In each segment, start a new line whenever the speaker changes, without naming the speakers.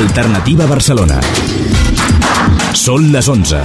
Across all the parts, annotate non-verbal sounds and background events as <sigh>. Alternativa Barcelona. Són les 11.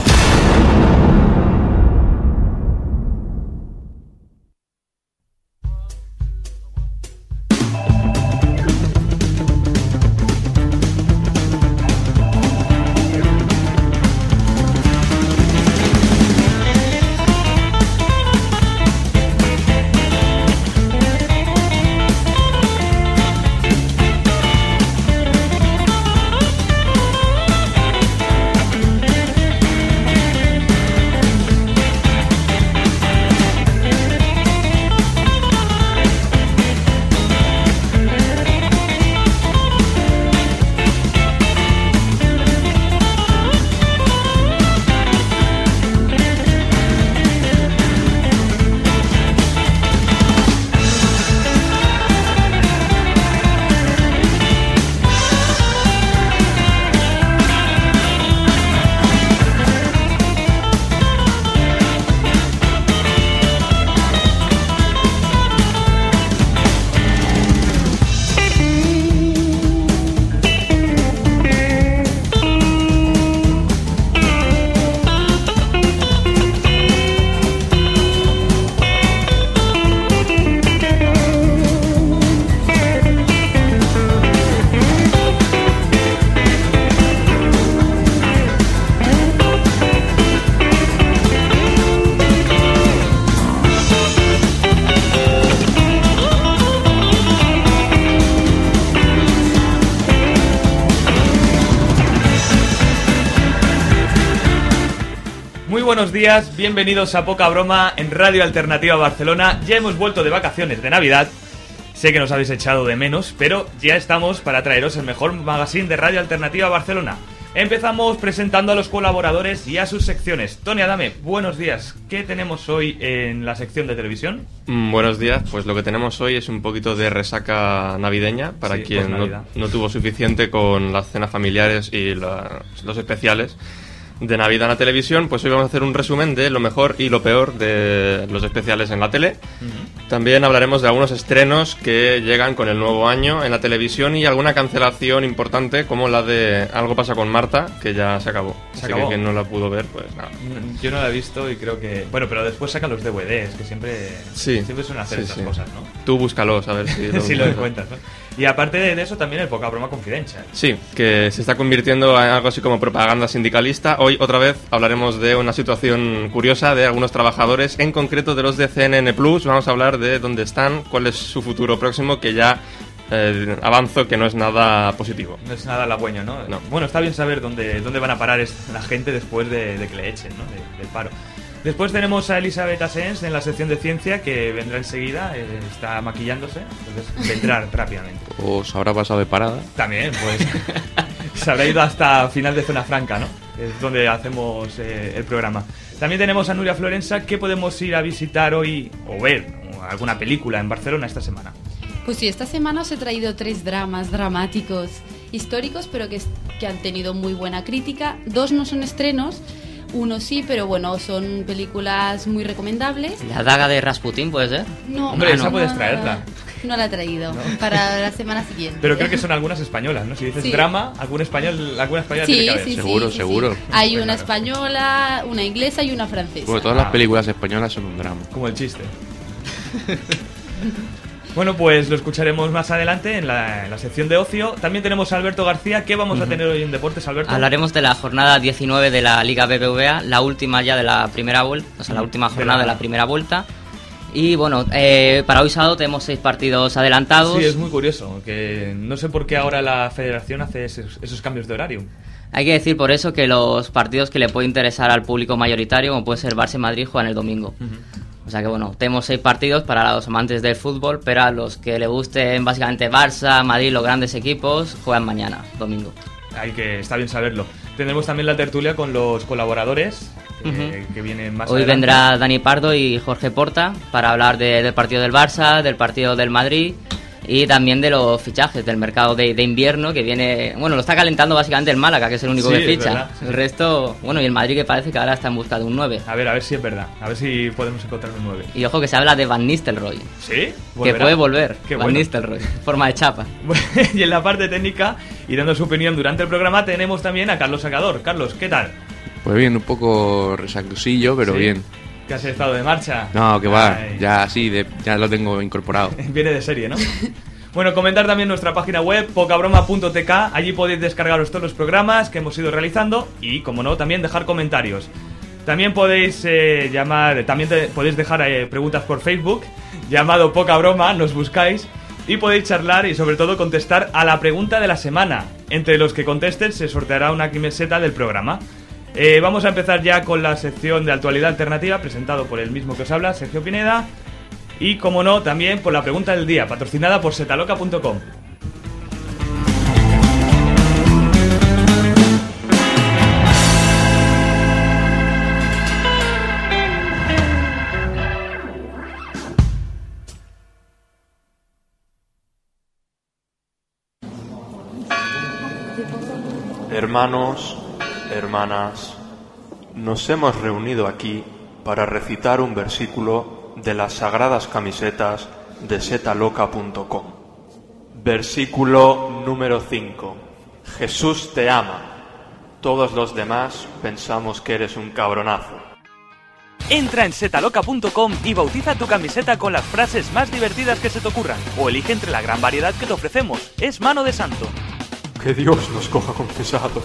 Muy buenos días, bienvenidos a Poca Broma en Radio Alternativa Barcelona. Ya hemos vuelto de vacaciones de Navidad. Sé que nos habéis echado de menos, pero ya estamos para traeros el mejor magazine de Radio Alternativa Barcelona. Empezamos presentando a los colaboradores y a sus secciones. Tony Adame, buenos días. ¿Qué tenemos hoy en la sección de televisión?
Mm, Buenos días, pues lo que tenemos hoy es un poquito de resaca navideña para
Sí, pues
quien no-
Navidad.
no, tuvo suficiente con las cenas familiares y la- los especiales de Navidad en la televisión, pues hoy vamos a hacer un resumen de lo mejor y lo peor de los especiales en la tele. También hablaremos de algunos estrenos que llegan con el nuevo año en la televisión y alguna cancelación importante como la de Algo pasa con Marta, que ya se acabó.
Se
Así
acabó.
que quien no la pudo ver, pues nada.
Mm, Yo no la he visto y creo que... Bueno, pero después sacan los DVDs, que siempre,
Sí.
siempre suelen hacer
sí,
estas
sí.
cosas, ¿no?
Tú búscalos, a ver
<laughs>
si
si lo encuentras, ¿no? Y aparte de eso, también el Poca Broma Confidencial.
Sí, que se está convirtiendo en algo así como propaganda sindicalista. Hoy otra vez hablaremos de una situación curiosa de algunos trabajadores, en concreto de los de CNN Plus. Vamos a hablar de dónde están, cuál es su futuro próximo, que ya eh, avanzo que no es nada positivo.
No es nada halagüeño, ¿no?
No.
Bueno, está bien saber dónde, dónde van a parar es- la gente después de, de que le echen, ¿no? De- del paro. Después tenemos a Elizabeth Asens en la sección de ciencia que vendrá enseguida, eh, está maquillándose, entonces vendrá rápidamente.
Os pues habrá pasado de parada.
También, pues <laughs> se habrá ido hasta final de Zona Franca, ¿no? Es donde hacemos eh, el programa. También tenemos a Nuria Florenza que podemos ir a visitar hoy o ver o alguna película en Barcelona esta semana.
Pues sí, esta semana os he traído tres dramas dramáticos históricos, pero que, es- que han tenido muy buena crítica. Dos no son estrenos, uno sí, pero bueno, son películas muy recomendables.
La daga de Rasputin, puede ser.
No,
Hombre,
ah,
esa
no,
puedes
no,
traerla.
No la he traído, para la semana siguiente.
Pero creo que son algunas españolas, ¿no? Si dices
Sí.
drama, algún español, alguna española
Sí,
tiene que haber.
sí, sí,
Seguro,
sí,
seguro.
sí. Hay
Pues
una
claro.
española, una inglesa y una francesa.
Porque
Ah,
todas las películas españolas son un drama.
Como el chiste. <laughs> bueno, pues lo escucharemos más adelante en la, en la sección de ocio. También tenemos a Alberto García. ¿Qué vamos a tener hoy en deportes, Alberto?
Hablaremos de la jornada 19 de la Liga BBVA, la última ya de la primera vuelta, o sea, la última
Mm, De
jornada
la-
de la primera vuelta. Y bueno, eh, para hoy sábado tenemos seis partidos adelantados.
Sí, es muy curioso. Que no sé por qué ahora la federación hace esos, esos cambios de horario.
Hay que decir por eso que los partidos que le puede interesar al público mayoritario, como puede ser Barça y Madrid, juegan el domingo. O sea que bueno, tenemos seis partidos para los amantes del fútbol, pero a los que le gusten básicamente Barça, Madrid, los grandes equipos, juegan mañana, domingo.
Hay que está bien saberlo. Tendremos también la tertulia con los colaboradores que, que vienen más
Hoy
adelante.
vendrá Dani Pardo y Jorge Porta para hablar de- del partido del Barça, del partido del Madrid y también de los fichajes del mercado de, de invierno que viene, Eh, bueno, lo está calentando básicamente el Málaga, que es el único
Sí,
que
es
ficha.
verdad, sí,
El
sí.
resto, bueno, y el Madrid que parece que ahora está en busca de un 9.
A ver, a ver si es verdad. A ver si podemos encontrar un 9.
Y ojo que se habla de Van Nistelrooy,
¿Sí?
que puede volver,
Qué
Van
bueno.
Nistelrooy, forma de chapa.
<laughs> y en la parte técnica, y dando su opinión durante el programa, tenemos también a Carlos Sacador. Carlos, ¿qué tal?
Pues bien, un poco resacosillo, pero
¿Sí?
bien.
¿Qué has estado de marcha?
No, que va,
Ay.
ya así, de- ya lo tengo incorporado.
<laughs> Viene de serie, ¿no? Bueno, comentar también nuestra página web, pocabroma.tk. Allí podéis descargaros todos los programas que hemos ido realizando y, como no, también dejar comentarios. También podéis eh, llamar, también te- podéis dejar eh, preguntas por Facebook, llamado Poca Broma, nos buscáis y podéis charlar y, sobre todo, contestar a la pregunta de la semana. Entre los que contesten se sorteará una camiseta del programa. Eh, vamos a empezar ya con la sección de actualidad alternativa, presentado por el mismo que os habla, Sergio Pineda. Y como no, también por la pregunta del día, patrocinada por setaloca.com.
Hermanos, hermanas, nos hemos reunido aquí para recitar un versículo de las sagradas camisetas de setaloca.com. Versículo número 5. Jesús te ama. Todos los demás pensamos que eres un cabronazo.
Entra en setaloca.com y bautiza tu camiseta con las frases más divertidas que se te ocurran o elige entre la gran variedad que te ofrecemos. Es mano de santo.
Que Dios nos coja confesados.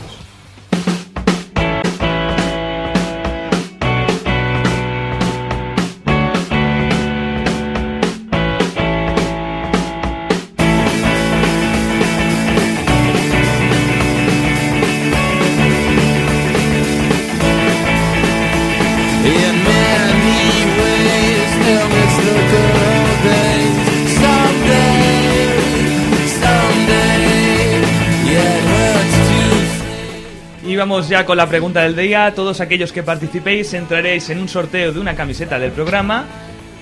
Y vamos ya con la pregunta del día. Todos aquellos que participéis entraréis en un sorteo de una camiseta del programa,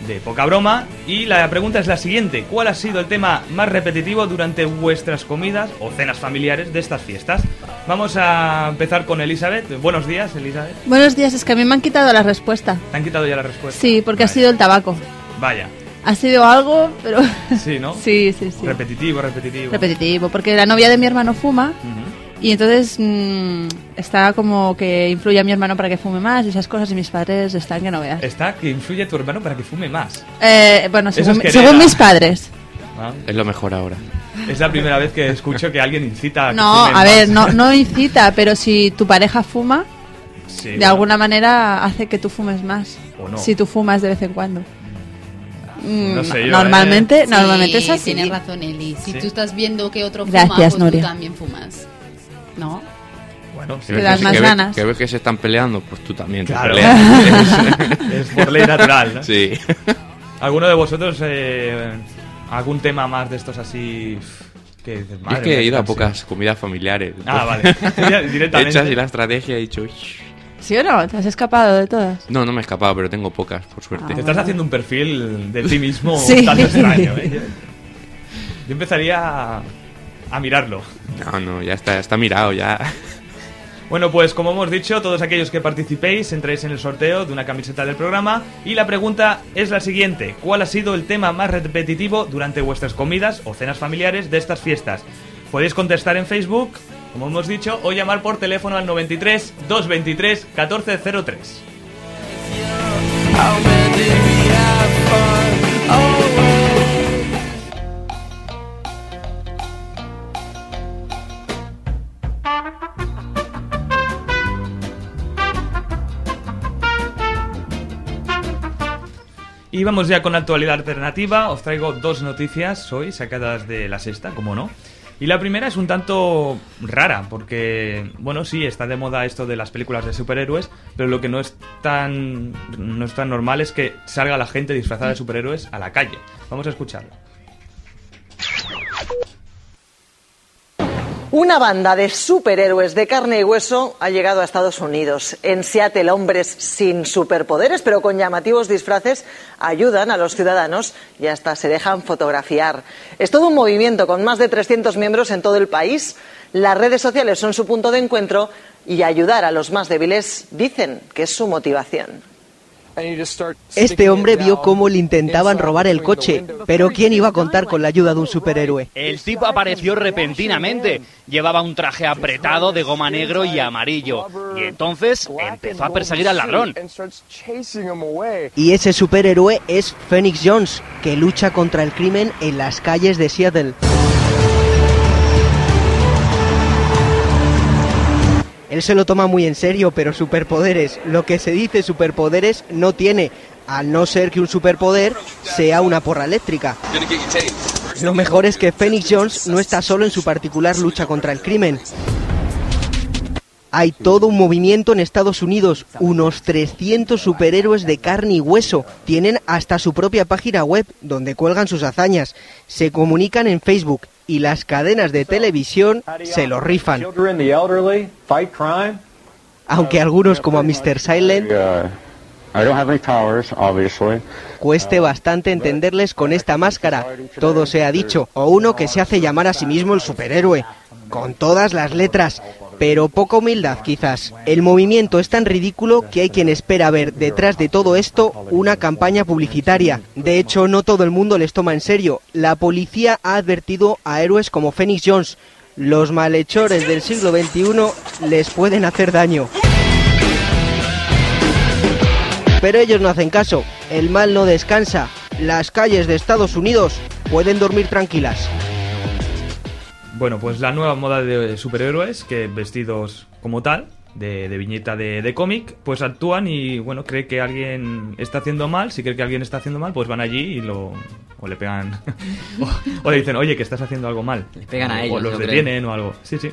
de poca broma. Y la pregunta es la siguiente. ¿Cuál ha sido el tema más repetitivo durante vuestras comidas o cenas familiares de estas fiestas? Vamos a empezar con Elizabeth. Buenos días, Elizabeth.
Buenos días, es que a mí me han quitado la respuesta.
¿Te han quitado ya la respuesta?
Sí, porque ha
Vaya.
sido el tabaco.
Vaya.
Ha sido algo, pero... <laughs>
Sí, ¿no?
Sí, sí, sí.
Repetitivo, Mm. repetitivo.
Repetitivo, porque la novia de mi hermano fuma
Ujú.
y entonces mm, está como que influye a mi hermano para que fume más y esas cosas y mis padres están que no veas.
Está que influye a tu hermano para que fume más.
Eh, bueno,
Eso
según,
es querer,
según
¿no?
mis padres.
Ah,
Es lo mejor ahora.
Es la primera vez que escucho que alguien incita a que
No,
fumen
a ver, no,
más.
no incita, pero si tu pareja fuma,
<laughs> Sí,
de
bueno.
alguna manera hace que tú fumes más.
O no.
Si tú fumas de vez en cuando. Mm,
No sé yo, ¿eh?
normalmente,
Sí,
normalmente es así.
Tienes razón, Eli. Si
Sí.
tú estás viendo que otro fuma,
Gracias,
pues
Nuria.
tú también fumas. ¿No?
Bueno, sí.
Que ves
dan
que-
más
que ves-
ganas.
que ves que se están peleando, pues tú también te
Claro.
peleas.
<laughs> es por ley natural, ¿no?
sí.
¿Alguno de vosotros eh, algún tema más de estos así que dices,
Yo es
madre
que
mía,
he ido a
están-
pocas comidas familiares.
Ah, vale. Ya, directamente.
Hechas y la estrategia he dicho... "Shh".
¿Sí o no? Te has escapado de todas.
No, no me he escapado, pero tengo pocas, por suerte.
Ah, Te estás haciendo un perfil de ti
<laughs>
mismo
Sí.
tan extraño,
<laughs>
¿eh? Yo- Yo empezaría a- a mirarlo.
No, no, ya está, está
<laughs>
mirado, ya.
Bueno, pues como hemos dicho, todos aquellos que participéis entráis en el sorteo de una camiseta del programa y la pregunta es la siguiente, ¿cuál ha sido el tema más repetitivo durante vuestras comidas o cenas familiares de estas fiestas? Podéis contestar en Facebook, como hemos dicho, o llamar por teléfono al 93 223 1403. Y vamos ya con la actualidad alternativa. Os traigo dos noticias hoy sacadas de la sexta, como no. Y la primera es un tanto rara, porque, bueno, sí, está de moda esto de las películas de superhéroes, pero lo que no es tan, no es tan normal es que salga la gente disfrazada de superhéroes a la calle. Vamos a escucharlo.
Una banda de superhéroes de carne y hueso ha llegado a Estados Unidos. En Seattle, hombres sin superpoderes, pero con llamativos disfraces, ayudan a los ciudadanos y hasta se dejan fotografiar. Es todo un movimiento con más de 300 miembros en todo el país. Las redes sociales son su punto de encuentro y ayudar a los más débiles dicen que es su motivación.
Este hombre vio cómo le intentaban robar el coche, pero ¿quién iba a contar con la ayuda de un superhéroe?
El tipo apareció repentinamente. Llevaba un traje apretado de goma negro y amarillo. Y entonces empezó a perseguir al ladrón.
Y ese superhéroe es Phoenix Jones, que lucha contra el crimen en las calles de Seattle. Él se lo toma muy en serio, pero superpoderes, lo que se dice superpoderes no tiene, a no ser que un superpoder sea una porra eléctrica. Lo mejor es que Phoenix Jones no está solo en su particular lucha contra el crimen. Hay todo un movimiento en Estados Unidos, unos 300 superhéroes de carne y hueso. Tienen hasta su propia página web donde cuelgan sus hazañas. Se comunican en Facebook y las cadenas de televisión se lo rifan. Aunque algunos como a Mr. Silent cueste bastante entenderles con esta máscara, todo se ha dicho, o uno que se hace llamar a sí mismo el superhéroe, con todas las letras, pero poca humildad quizás. El movimiento es tan ridículo que hay quien espera ver detrás de todo esto una campaña publicitaria. De hecho, no todo el mundo les toma en serio. La policía ha advertido a héroes como Phoenix Jones. Los malhechores del siglo XXI les pueden hacer daño. Pero ellos no hacen caso. El mal no descansa. Las calles de Estados Unidos pueden dormir tranquilas.
Bueno, pues la nueva moda de superhéroes, que vestidos como tal, de, de viñeta de, de cómic, pues actúan y, bueno, cree que alguien está haciendo mal, si cree que alguien está haciendo mal, pues van allí y lo... o le pegan... <laughs> o, o le dicen, oye, que estás haciendo algo mal.
Les pegan a
o,
ellos,
O los
yo creo.
detienen o algo. Sí, sí.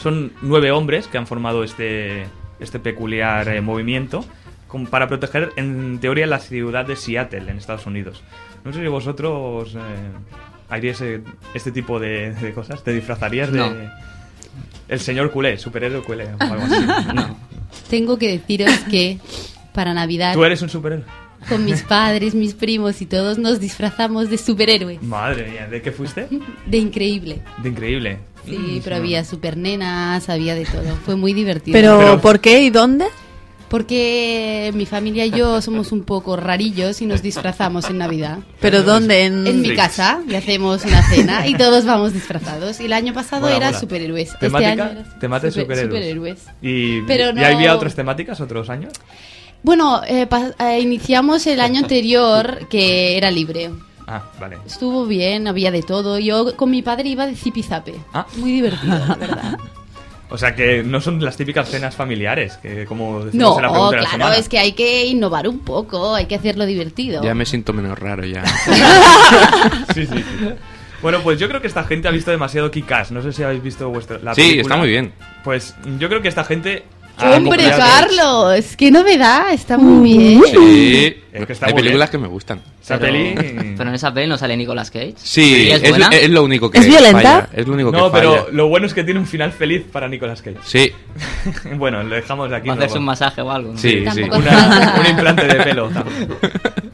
Son nueve hombres que han formado este, este peculiar eh, movimiento como para proteger, en teoría, la ciudad de Seattle, en Estados Unidos. No sé si vosotros... eh, ¿Haríais eh, este tipo de, de cosas? ¿Te disfrazarías de...?
No.
El señor culé, superhéroe culé o algo así.
<laughs> Tengo que
<coughs>
deciros que para Navidad,
Tú eres un superhéroe.
con mis padres, mis primos y todos, nos disfrazamos de superhéroe.
Madre mía, ¿de qué fuiste?
De increíble.
De increíble.
Sí, pero había supernenas, había de todo. Fue muy divertido.
Pero, ¿por qué y dónde?
Porque mi familia y yo
<laughs>
somos un poco rarillos y nos disfrazamos en Navidad.
¿Pero dónde? En,
En mi casa y hacemos una cena y todos vamos disfrazados. Y el año pasado
Mola,
era
mola.
superhéroes.
Temática,
este año era
temática de
super- superhéroes.
superhéroes. ¿Y,
Pero
¿y
no-
había otras temáticas otros años?
Bueno, eh, pa- eh, iniciamos el
<laughs>
año anterior que era libre.
Ah, vale.
Estuvo bien, había de todo. Yo con mi padre iba de zipizape.
Ah.
Muy
<laughs>
divertido, la verdad.
O sea que no son las típicas cenas familiares, que como decimos
No, oh,
en la pregunta de la
claro,
semana.
es que hay que innovar un poco, hay que hacerlo divertido.
Ya me siento menos raro ya.
<laughs> Sí, sí, sí. Bueno, pues yo creo que esta gente ha visto demasiado Kikas. No sé si habéis visto vuestra, la
Sí,
película.
está muy bien.
Pues yo creo que esta gente... ha
¡Hombre,
copiado-
Carlos! ¡Qué novedad! Está muy bien.
Sí.
Es que está
Hay
muy
películas que me gustan.
Esa
Pero-
peli-
<laughs> Pero en esa peli no sale Nicolas Cage.
Sí,
¿Y
es,
es buena?
es lo único que
¿Es violenta?
falla, Es lo único que
No, pero
falla.
lo bueno es que tiene un final feliz para Nicolas Cage.
Sí,
<laughs> bueno, lo dejamos aquí.
Va a hacerse
luego.
un masaje o algo. ¿no?
sí, sí.
Tampoco-
Una- un implante de pelo. también.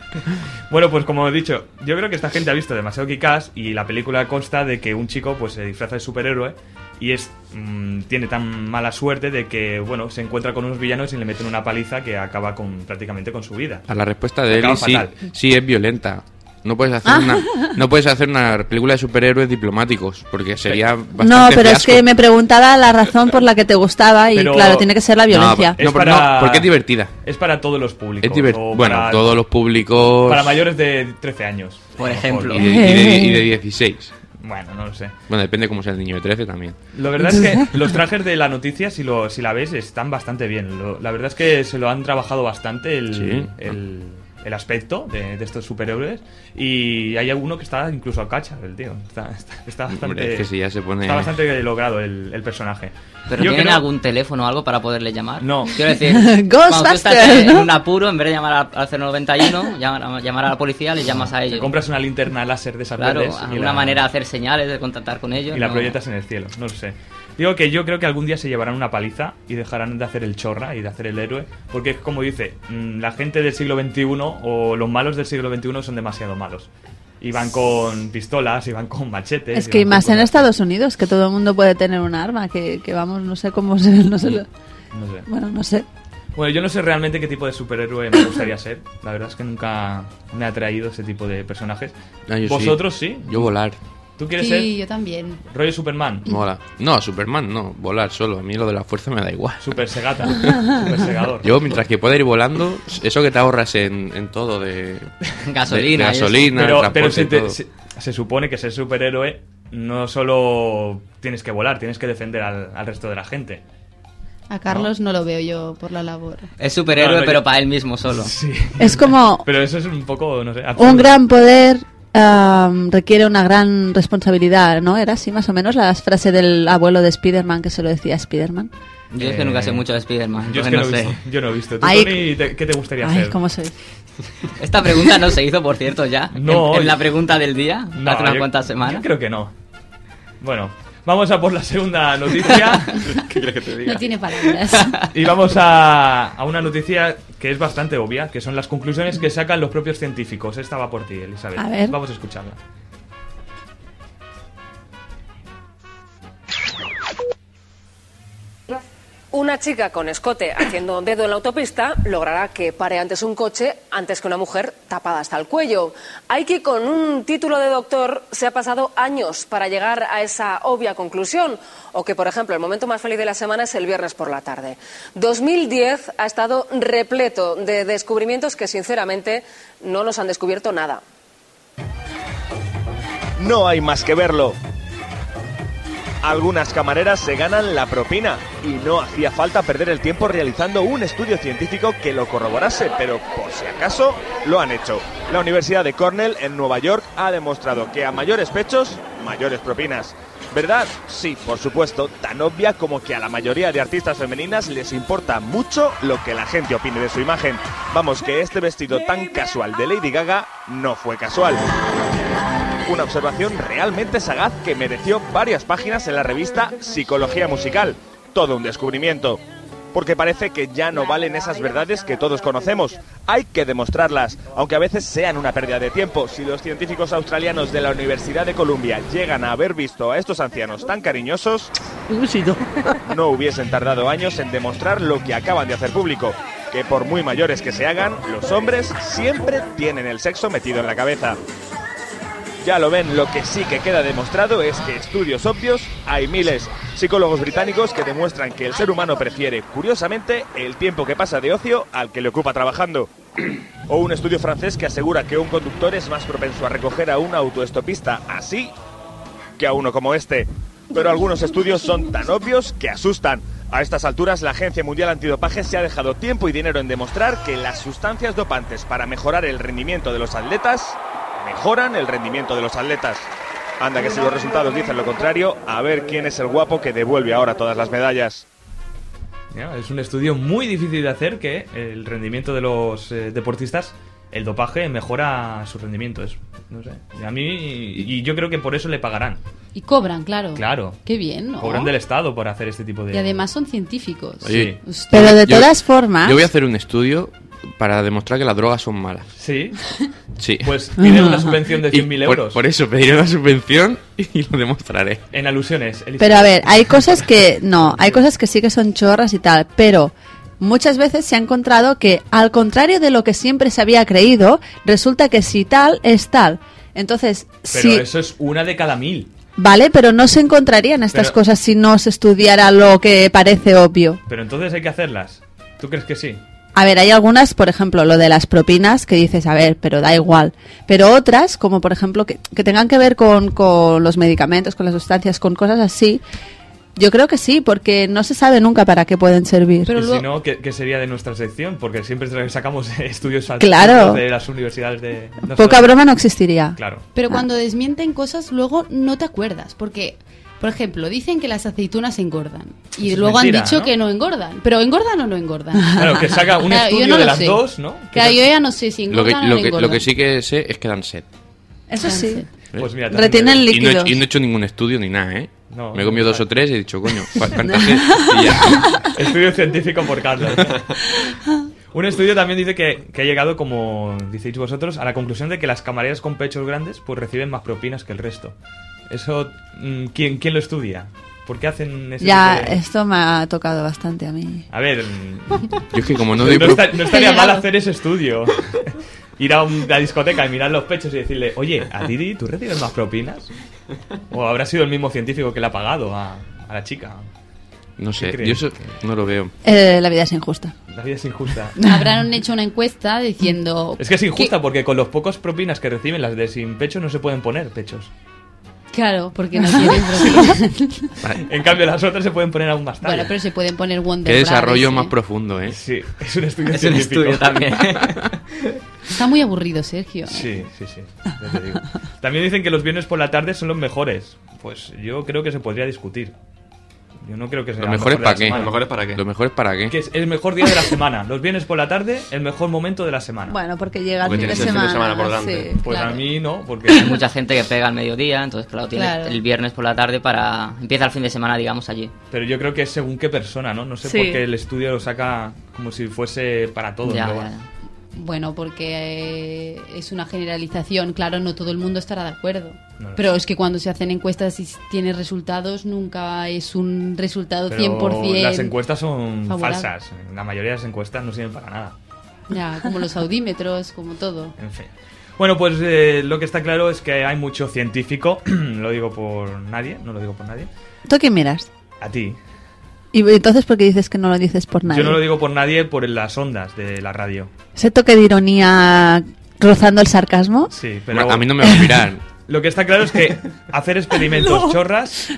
<laughs>
bueno, pues como he dicho, yo creo que esta gente ha visto demasiado Kikas y la película consta de que un chico pues se disfraza de superhéroe y es mm, tiene tan mala suerte de que bueno se encuentra con unos villanos y le meten una paliza que acaba con prácticamente con su vida.
A la respuesta de
Acaba
Eli, sí,
fatal.
sí es violenta. No puedes hacer
Ah.
una, no puedes hacer una película de superhéroes diplomáticos porque sería bastante
No, pero es
fiasco.
que me preguntaba la razón por la que te gustaba y
Pero-
claro, tiene que ser la violencia.
No, pero no, porque es divertida.
Es para todos los públicos.
es divertido.
o
Bueno,
para-
todos los públicos
para mayores de 13 años.
Por
a lo mejor.
ejemplo.
y de, y de-
<laughs>
y de 16.
Bueno, no lo sé.
Bueno, depende cómo sea el niño de 13 también.
La verdad es que los trajes de la noticia, si, lo, si la veis, están bastante bien. Lo- la verdad es que se lo han trabajado bastante el,
Sí.
el- el aspecto de, de estos superhéroes. Y hay alguno que está incluso a cacha, el tío. Está, está, está bastante.
Hombre, es que si ya se pone-
Está bastante logrado el, el personaje.
¿Pero
Yo
tienen
creo-
algún teléfono o algo para poderle llamar?
No.
Quiero
<laughs>
decir, cuando tú estás
Ghostbusters,
en
¿no?
un apuro, en vez de llamar al, al 091, llamar, llamar a la policía, le llamas a
Te
ellos.
compras una linterna láser de esas
Claro,
verdes y
alguna
la-
manera de hacer señales, de contactar con ellos.
Y la
no.
proyectas en el cielo, no lo sé. Digo que yo creo que algún día se llevarán una paliza y dejarán de hacer el chorra y de hacer el héroe, porque es como dice, mm, la gente del siglo XXI o los malos del siglo XXI son demasiado malos. Y van con pistolas, y van con machetes.
Es
y
que
van con
más en
cosas.
Estados Unidos, que todo el mundo puede tener un arma, que, que vamos, no sé cómo se... No sé lo-
No sé.
este- Bueno, no sé.
Bueno, yo no sé realmente qué tipo de superhéroe me gustaría ser. La verdad es que nunca me ha atraído ese tipo de personajes.
Ah, yo sí.
¿Vosotros sí?
Yo volar.
¿Tú quieres
Sí,
ser
yo también.
rollo Superman?
Mola. No, Superman no, volar solo. A mí lo de la fuerza me da igual.
Super
<laughs>
segata. Super segador.
Yo, mientras que pueda ir volando, eso que te ahorras en, en todo de...
<laughs> Gasolina
de- de gasolina,
Pero,
transporte
pero se,
y
te-
todo.
se- se supone que ser superhéroe no solo tienes que volar, tienes que defender al, al resto de la gente.
A Carlos no lo veo yo por la labor.
Es superhéroe,
No, no, yo-
pero para él mismo solo.
Sí.
Es como
<laughs> Pero eso es un poco, no sé. absurdo.
un gran poder am, requiere una gran responsabilidad, ¿no? Era así más o menos la frase del abuelo de Spider-Man que se lo decía a Spider-Man.
Yo es que nunca sé mucho de Spider-Man.
Eh, Yo, es
entonces no
que no, he
sé.
visto, yo no he visto. ¿Tú,
Ay,
Tony, te- qué te gustaría
Ay,
hacer?
cómo soy.
Esta pregunta no se hizo, por cierto, ya.
No,
En, en la
yo-
pregunta del día,
No,
hace unas
yo-
cuantas
yo
semanas.
creo que no. Bueno, vamos a por la segunda noticia. ¿Qué quieres que te
No tiene palabras.
Y vamos a, a una noticia que es bastante obvia, que son las conclusiones que sacan los propios científicos. Esta va por ti, Elizabeth.
A ver.
Vamos a escucharla.
Una chica con escote haciendo dedo en la autopista logrará que pare antes un coche antes que una mujer tapada hasta el cuello. Hay que con un título de doctor se ha pasado años para llegar a esa obvia conclusión o que, por ejemplo, el momento más feliz de la semana es el viernes por la tarde. 2010 ha estado repleto de descubrimientos que, sinceramente, no nos han descubierto nada.
No hay más que verlo. Algunas camareras se ganan la propina y no hacía falta perder el tiempo realizando un estudio científico que lo corroborase, pero por si acaso lo han hecho. La Universidad de Cornell en Nueva York ha demostrado que a mayores pechos, mayores propinas. ¿Verdad? Sí, por supuesto, tan obvia como que a la mayoría de artistas femeninas les importa mucho lo que la gente opine de su imagen. Vamos, que este vestido tan casual de Lady Gaga no fue casual. Una observación realmente sagaz que mereció varias páginas en la revista Psicología Musical. Todo un descubrimiento. Porque parece que ya no valen esas verdades que todos conocemos. Hay que demostrarlas, aunque a veces sean una pérdida de tiempo. Si los científicos australianos de la Universidad de Columbia llegan a haber visto a estos ancianos tan cariñosos, no hubiesen tardado años en demostrar lo que acaban de hacer público, que por muy mayores que se hagan, los hombres siempre tienen el sexo metido en la cabeza. Ya lo ven, lo que sí que queda demostrado es que estudios obvios hay miles. Psicólogos británicos que demuestran que el ser humano prefiere, curiosamente, el tiempo que pasa de ocio al que le ocupa trabajando. O un estudio francés que asegura que un conductor es más propenso a recoger a un autoestopista así que a uno como este. Pero algunos estudios son tan obvios que asustan. A estas alturas, la Agencia Mundial Antidopaje se ha dejado tiempo y dinero en demostrar que las sustancias dopantes para mejorar el rendimiento de los atletas mejoran el rendimiento de los atletas. Anda que si los resultados dicen lo contrario, a ver quién es el guapo que devuelve ahora todas las medallas.
Ya, Es un estudio muy difícil de hacer que el rendimiento de los eh, deportistas, el dopaje, mejora su rendimiento. Es, <laughs> no sé. Y A mí, y yo creo que por eso le pagarán.
Y cobran, claro.
Claro.
Qué bien, ¿no?
Cobran del Estado por hacer este tipo de.
Y además son científicos.
Oye,
Hostia.
Pero de
Yo-
todas formas...
Yo voy a hacer un estudio para demostrar que las drogas son malas.
Sí.
Sí.
Pues tienen una subvención de
<laughs> Y
100.000
por-
euros.
Por, eso pediré una subvención y lo demostraré.
En alusiones. Elisa.
Pero a ver, hay cosas que no, hay cosas que sí que son chorras y tal, pero muchas veces se ha encontrado que al contrario de lo que siempre se había creído, resulta que si tal es tal. Entonces,
Pero
sí,
eso es una de cada mil.
vale, pero no se encontrarían estas
Pero-
cosas si no se estudiara lo que parece obvio.
Pero entonces hay que hacerlas. ¿Tú crees que sí?
A ver, hay algunas, por ejemplo, lo de las propinas, que dices, a ver, pero da igual. Pero otras, como por ejemplo, que, que tengan que ver con, con los medicamentos, con las sustancias, con cosas así, Yo creo que sí, porque no se sabe nunca para qué pueden servir.
y si no, ¿qué, qué sería de nuestra sección? Porque siempre tra- sacamos <laughs> estudios
Claro.
alternativos de las universidades de... no
Poca
solo-
broma no existiría.
Claro.
Pero cuando desmienten cosas, luego no te acuerdas. Porque, por ejemplo, dicen que las aceitunas engordan. Y
Eso es
luego
mentira,
han dicho
¿no?
que no engordan. Pero ¿engordan o no engordan?
Claro, que saca un
<laughs> Claro, yo
estudio
no
de
lo
las
sé.
dos, ¿no?
Claro, yo ya no sé si
Lo que,
engordan
lo,
o no
que,
engordan.
lo que sí que sé es que dan sed.
Eso sí.
Pues mira,
también Retienen me-
¿Eh? Y no, he hecho-
líquidos.
y no he hecho ningún estudio ni nada, ¿eh?
No,
me he comido dos o tres y he dicho, coño,
<laughs>
¿cu- ¿cuántas <laughs>
Estudio científico por Carlos. Un estudio también dice que, que ha llegado, como decís vosotros, a la conclusión de que las camareras con pechos grandes pues reciben más propinas que el resto. Eso, mm, ¿quién, quién lo estudia? ¿Por qué hacen ese
Ya, eh.
tipo de-
esto me ha tocado bastante a mí.
A ver... mm,
Yo es que como no doy pro-
está- no estaría
He
mal
llegado.
hacer ese estudio. <laughs> Ir a una discoteca y mirar los pechos y decirle, oye, a Didi, ¿tú recibes más propinas? ¿O habrá sido el mismo científico que le ha pagado a, a la chica?
No sé,
¿Qué
yo eso no lo veo.
Eh, la vida es injusta.
La vida es injusta.
Habrán hecho una encuesta diciendo...
<laughs> Es que es injusta porque con los pocos propinas que reciben las de sin pecho no se pueden poner pechos.
Claro, porque
<laughs>
no tienen proteína.
En cambio las otras se pueden poner aún más tarde.
bueno, pero se pueden poner Wonder
Qué
Bra,
desarrollo
¿eh?
más profundo, ¿eh?
Sí, es un estudio
Es un
científico. <laughs>
estudio también.
Está muy aburrido, Sergio. ¿eh?
Sí, sí, sí. ya te digo. También dicen que los viernes por la tarde son los mejores. Pues yo creo que se podría discutir. Yo no creo que sea
¿Lo mejor es para qué?
Lo mejor
para qué? ¿Lo mejor es para qué?
Que es el mejor día de la semana. Los viernes por la tarde, el mejor momento de la semana.
Bueno, porque llega
Porque
el fin de
tienes el
semana.
fin de semana por delante.
sí,
Pues
claro.
a mí no, porque... <laughs>
Hay mucha gente que pega al mediodía, entonces claro, tiene
Claro.
el viernes por la tarde para... Empieza el fin de semana, digamos, allí.
Pero yo creo que es según qué persona, ¿no? No sé
Sí.
por qué el estudio lo saca como si fuese para todos.
Ya,
¿no?
ya, ya.
Bueno, porque eh, es una generalización, claro, no todo el mundo estará de acuerdo.
No lo
Pero es que cuando se hacen encuestas y tiene resultados, nunca es un resultado
Pero
100%.
las encuestas son
favorable.
falsas. La mayoría de las encuestas no sirven para nada.
Ya, como los audímetros, como
<laughs>
todo.
En fin. Bueno, pues eh, lo que está claro es que hay mucho científico, <clears throat> lo digo por nadie, no lo digo por nadie,
¿Tú qué miras?
a ti.
Y entonces, ¿por qué dices que no lo dices por nadie?
Yo no lo digo por nadie por las ondas de la radio.
Ese toque de ironía rozando el sarcasmo.
Sí, pero...
A mí no me va a mirar.
<laughs> Lo que está claro es que hacer experimentos chorras,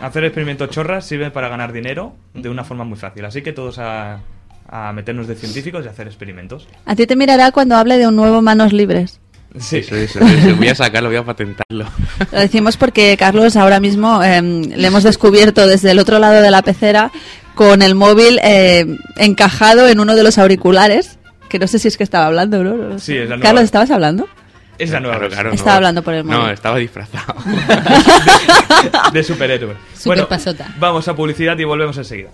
hacer experimentos chorras sirve para ganar dinero de una forma muy fácil. Así que todos a, a meternos de científicos y hacer experimentos.
A ti te mirará cuando hable de un nuevo Manos Libres.
Sí.
Eso, eso, eso. Voy a sacarlo, voy a patentarlo.
Lo decimos porque Carlos ahora mismo eh, le hemos descubierto desde el otro lado de la pecera con el móvil eh, encajado en uno de los auriculares. Que no sé si es que estaba hablando, ¿no? No lo sé.
Sí, es la nueva-
Carlos, ¿estabas hablando?
Es la nueva.
Claro, claro,
Estaba hablando por el móvil.
No, estaba disfrazado.
<laughs> de superhéroe. Bueno, vamos a publicidad y volvemos enseguida.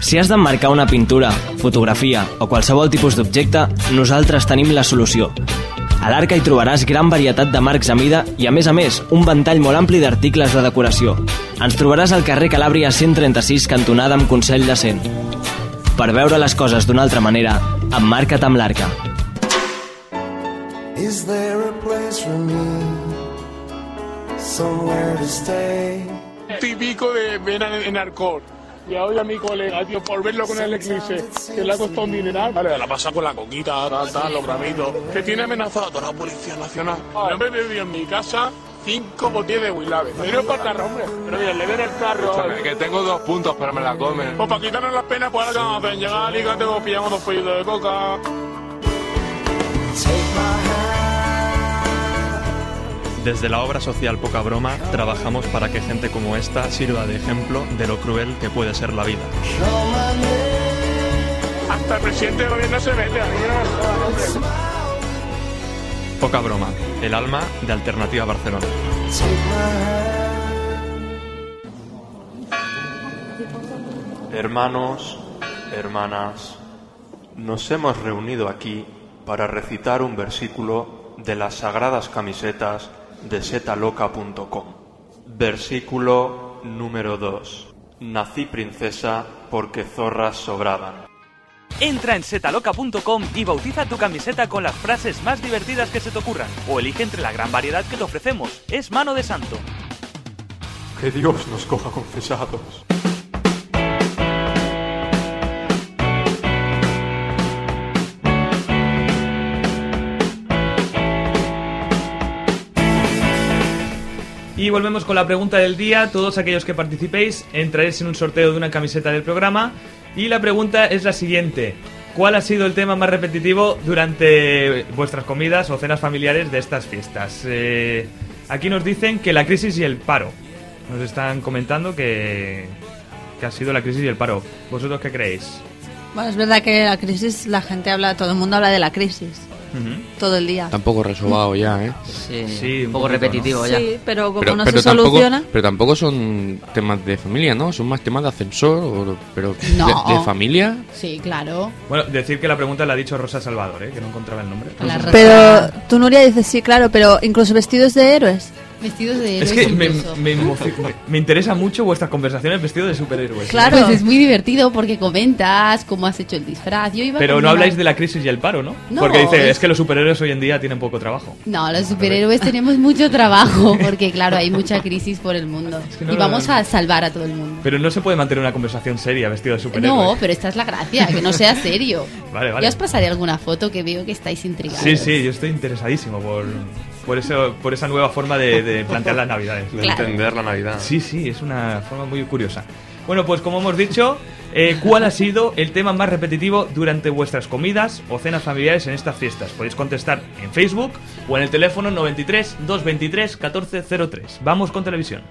Si has d'emmarcar una pintura, fotografia o qualsevol tipus d'objecte, nosaltres tenim la solució. A l'Arca hi trobaràs gran varietat de marcs a mida i, a més a més, un ventall molt ampli d'articles de decoració. Ens trobaràs al carrer Calàbria 136, cantonada amb Consell de Cent. Per veure les coses d'una altra manera, emmarca't amb l'Arca.
Is there a place for me? Somewhere to stay.
típico de ver a- en Arcor. Y odio a mi colega, tío, por verlo con el eclipse, que le ha costado un dineral. Vale, la pasa con la coquita, tal, tal, Ah, los Ah. gramitos. Que tiene amenazada toda la Policía Nacional. Yo me he bebido en mi casa cinco botellas de Willabe. Pero es para carro, hombre. Pero mira, le ven el carro.
Que tengo dos puntos, pero me la comen.
Pues para quitarnos las penas, pues ahora que vamos a hacer, llegar al Alicante, pues pillamos dos pollitos de coca.
Desde la obra social Poca Broma trabajamos para que gente como esta sirva de ejemplo de lo cruel que puede ser la vida.
Hasta el presidente del gobierno se mete, a mí me lo jodan, Ah, hombre.
Poca Broma, el alma de Alternativa Barcelona.
Hermanos, hermanas, nos hemos reunido aquí para recitar un versículo de las sagradas camisetas de setaloca.com. Versículo número 2. Nací princesa porque zorras sobraban.
Entra en setaloca.com y bautiza tu camiseta con las frases más divertidas que se te ocurran o elige entre la gran variedad que te ofrecemos. Es mano de santo.
Que Dios nos coja confesados.
Y volvemos con la pregunta del día. Todos aquellos que participéis entraréis en un sorteo de una camiseta del programa. Y la pregunta es la siguiente. ¿Cuál ha sido el tema más repetitivo durante vuestras comidas o cenas familiares de estas fiestas? Eh, aquí nos dicen que la crisis y el paro. Nos están comentando que, que ha sido la crisis y el paro. ¿Vosotros qué creéis?
Bueno, es verdad que la crisis, la gente habla, todo el mundo habla de la crisis. Todo el día.
Tampoco resobado ya, ¿eh?
Sí, un poco repetitivo ya.
Sí, pero como no se
tampoco,
soluciona.
pero tampoco son temas de familia, ¿no? Son más temas de ascensor, o- pero
No.
de, de familia.
Sí, claro.
Bueno, decir que la pregunta la ha dicho Rosa Salvador, ¿eh? que no encontraba el nombre.
Pero tú, Nuria, dices sí, claro, pero incluso vestidos de héroes.
Vestidos de
Es
héroes.
que me,
incluso.
me emoci- me- me interesa mucho vuestras conversaciones vestido de superhéroes.
Claro. Pues es muy divertido porque comentas cómo has hecho el disfraz. Yo iba
Pero
con
no
una-
habláis de la crisis y el paro, ¿no?
No,
Porque dice,
es-
es que los superhéroes hoy en día tienen poco trabajo.
No, los superhéroes tenemos mucho trabajo porque, claro, hay mucha crisis por el mundo.
no
y
lo-
vamos a salvar a todo el mundo.
Pero no se puede mantener una conversación seria vestido de superhéroe.
No, pero esta es la gracia, que no sea serio.
<laughs> Vale,
Ya
vale.
os pasaré alguna foto que veo que estáis intrigados.
Sí, sí, yo estoy interesadísimo por, por, eso, por esa nueva forma de, de plantear las Navidades.
De Claro.
entender la Navidad.
Sí, sí, es una forma muy curiosa. Bueno, pues como hemos dicho, eh, ¿cuál ha sido el tema más repetitivo durante vuestras comidas o cenas familiares en estas fiestas? Podéis contestar en Facebook o en el teléfono 93 223 1403. Vamos con televisión.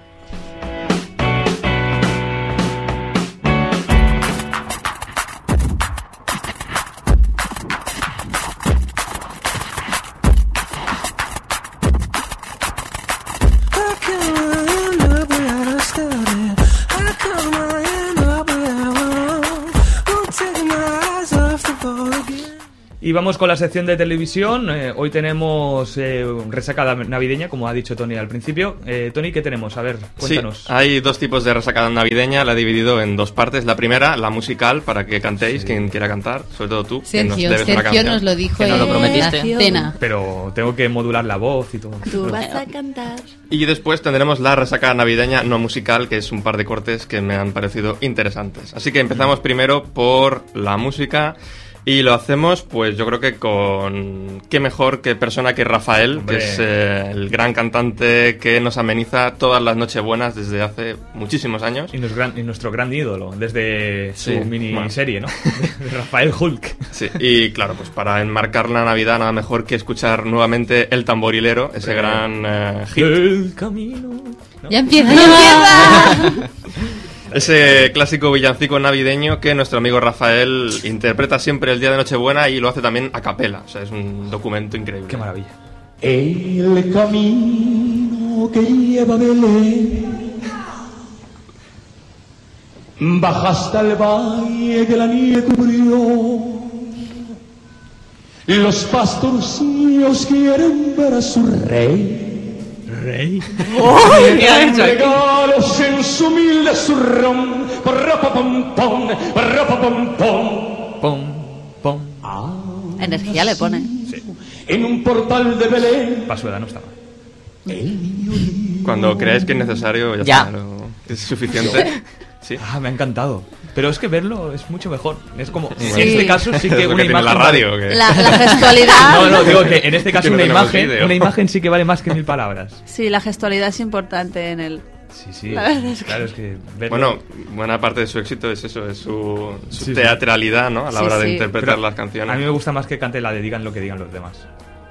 How come I end up where I started? How come I end up where I belong? Won't take my eyes off the ball again.
Y vamos con la sección de televisión. Eh, hoy tenemos eh, resaca navideña, como ha dicho Tony al principio. Eh, Tony, ¿qué tenemos? A ver, cuéntanos.
Sí, hay dos tipos de resacada navideña, la he dividido en dos partes. La primera, la musical, para que cantéis, quien quiera cantar, sobre todo tú. que nos
Sergio,
debes una
Sergio
canción.
nos lo dijo
Que nos lo
en
prometiste.
la cena.
Pero tengo que modular la voz y todo.
a cantar.
Y después tendremos la resaca navideña no musical, que es un par de cortes que me han parecido interesantes. Así que empezamos primero por la música y lo hacemos, pues yo creo que con qué mejor que persona que Rafael,
Hombre.
que es eh, el gran cantante que nos ameniza todas las nochebuenas desde hace muchísimos años.
Y, nos gran- y nuestro gran ídolo, desde
Sí,
su miniserie, ¿no? <laughs> De Rafael Hulk.
Sí, y claro, pues para enmarcar la Navidad nada mejor que escuchar nuevamente El Tamborilero, ese
Hombre.
gran eh, hit.
El camino. ¿no?
Ya empieza, ya empieza.
Ese clásico villancico navideño que nuestro amigo Rafael interpreta siempre el día de Nochebuena y lo hace también a capela. O sea, es un documento increíble. Qué
maravilla.
El camino que lleva a Belén baja hasta el valle que la nieve cubrió. Los pastorcillos quieren ver a su rey.
Rey.
Y hay regalos en su humilde zurrón. Parrapapam, pom, parrapapam, pom.
Ah.
Energía le pone.
En un portal de Belén
Paso de edad no estaba.
Cuando creáis que es necesario, ya,
Ya.
está, lo- es suficiente. Sí.
Ah, me ha encantado. Pero es que verlo es mucho mejor. Es como.
Sí.
En este caso sí
Es
que
lo
una
que tiene
imagen.
la radio,
vale-
¿o qué?
La- la gestualidad.
No, no, digo que en este
Que
caso
no
una,
tenemos
imagen,
vídeo.
una imagen sí que vale más que mil palabras.
Sí, la gestualidad es importante en el.
Sí, sí.
La verdad es que-
Claro, es que. verlo-
Bueno, buena parte de su éxito es eso, es su, su
Sí, sí.
teatralidad, ¿no? A la
Sí,
hora de
sí.
interpretar
Pero
las canciones.
A mí me gusta más que cante la de digan lo que digan los demás.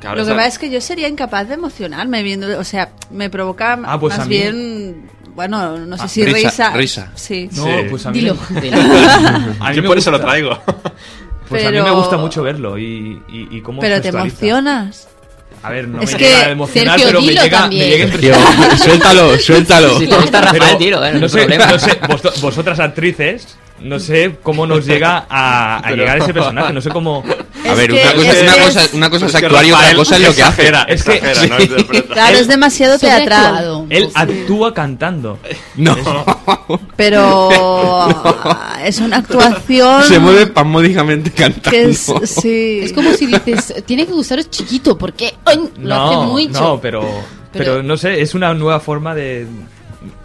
Claro,
Lo que
esa-
pasa es que yo sería incapaz de emocionarme viendo, o sea, me provoca
Ah, pues a
más
mí-
bien, bueno, no sé
Ah,
si
risa,
risa,
risa.
Sí.
No, pues a mí.
<laughs> Dilo.
<laughs> A mí
Yo
me
por eso lo
gusta.
traigo.
Pues a mí me
Pero-
gusta mucho verlo y, y, y cómo
Pero te
gestualiza.
emocionas.
A ver, no
Es
me
que,
llega a emocionar,
Sergio,
pero me
dilo
llega, me
también.
llega a
Sergio,
impresionar.
suéltalo, suéltalo. Si te gusta Rafael,
Pero,
dilo, eh, no
no
hay
sé,
problema.
no sé, vos- vosotras actrices, no sé cómo nos llega a, a
Pero-
llegar ese personaje, no sé cómo...
A ver, una cosa es, una cosa, una cosa es actuar y otra cosa es lo que hace.
Es que...
Exagera, ¿no? Interpreta.
Claro, es demasiado teatral.
Él, actúa cantando.
No.
Pero
<laughs>
ah, es una actuación
Se mueve pasmódicamente cantando.
que es sí.
Es como si dices, tiene que gustaros chiquito porque ¡ay! lo hace
No,
mucho.
no, pero, pero...
Pero-
no sé, es una nueva forma de...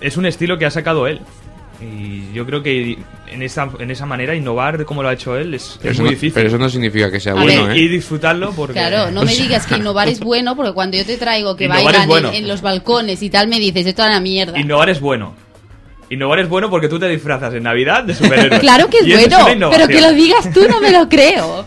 Es un estilo que ha sacado él. Y yo creo que en esa, en esa manera innovar de como lo ha hecho él es,
Pero
es
eso
muy
no-
difícil.
Pero eso no significa que sea
Y-
bueno,
y,
¿eh?
disfrutarlo porque...
Claro, no
O
<laughs>
me
sea-
digas que innovar es bueno, porque cuando yo te traigo que
Innovar es
bailan en-
bueno.
en, los balcones y tal, me dices, esto es una mierda.
Innovar es bueno. Innovar es bueno porque tú te disfrazas en Navidad de superhéroe.
Claro que es
Y eso
bueno,
una
pero
innovación.
que lo digas tú no me lo creo.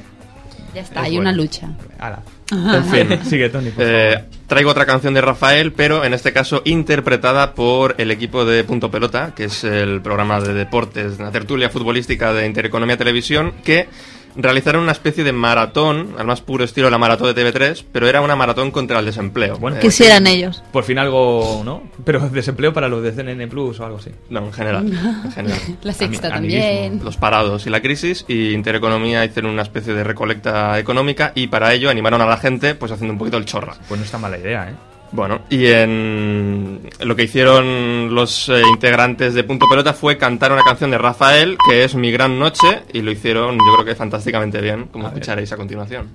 Ya está, hay una lucha.
Ala.
En
<laughs>
<laughs>
fin,
sigue Tony.
Eh, traigo otra canción de Rafael, pero en este caso interpretada por el equipo de Punto Pelota, que es el programa de deportes, la tertulia futbolística de Intereconomía Televisión, que realizaron una especie de maratón, al más puro estilo la maratón de TV3, pero era una maratón contra el desempleo. Eh, Bueno,
Quisieran ellos.
Por fin algo, ¿no? <laughs> Pero desempleo para los de CNN Plus o algo así.
No, en general. en general.
La Sexta
Ami-
también.
amiguismo. Los parados y la crisis y Intereconomía hicieron una especie de recolecta económica y para ello animaron a la gente pues haciendo un poquito el chorra.
Pues no está mala idea, ¿eh?
Bueno, y en lo que hicieron los eh, integrantes de Punto Pelota fue cantar una canción de Rafael que es Mi Gran Noche y lo hicieron yo creo que fantásticamente bien, como escucharéis a continuación.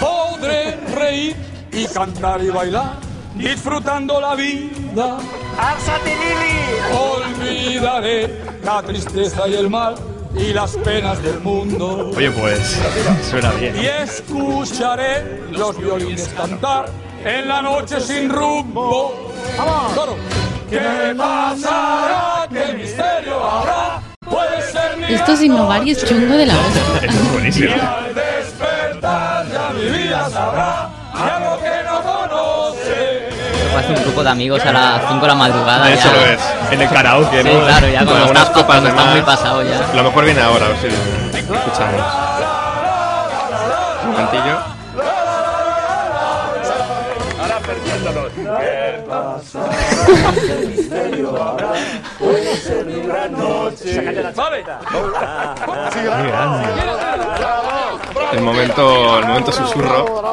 Podré reír y cantar y bailar, disfrutando la vida. ¡Álzate, Lili! Olvidaré la tristeza y el mal y las penas del mundo.
Oye, pues suena bien.
Y escucharé los violines cantar en la noche sin rumbo. Claro. ¿Qué pasará? ¿Qué misterio habrá? Puede ser mi
Esto es innovar y es chungo de la hostia. <laughs>
es buenísimo.
Y al despertar ya mi vida sabrá ya lo que no conoce.
Parece un grupo de amigos a las 5 de la madrugada.
Eso
ya.
lo es, en el karaoke,
Sí,
¿no?
claro, ya
Con
cuando
algunas
estás,
copas
cuando
de
estás
más.
muy pasado ya.
Lo mejor viene ahora, a ver si lo escuchamos. Un momentillo.
Ahora perdiéndonos. ¿Qué pasará? ¿Qué misterio habrá? Puede ser mi gran noche. ¡Vale!
El momento, el momento susurro.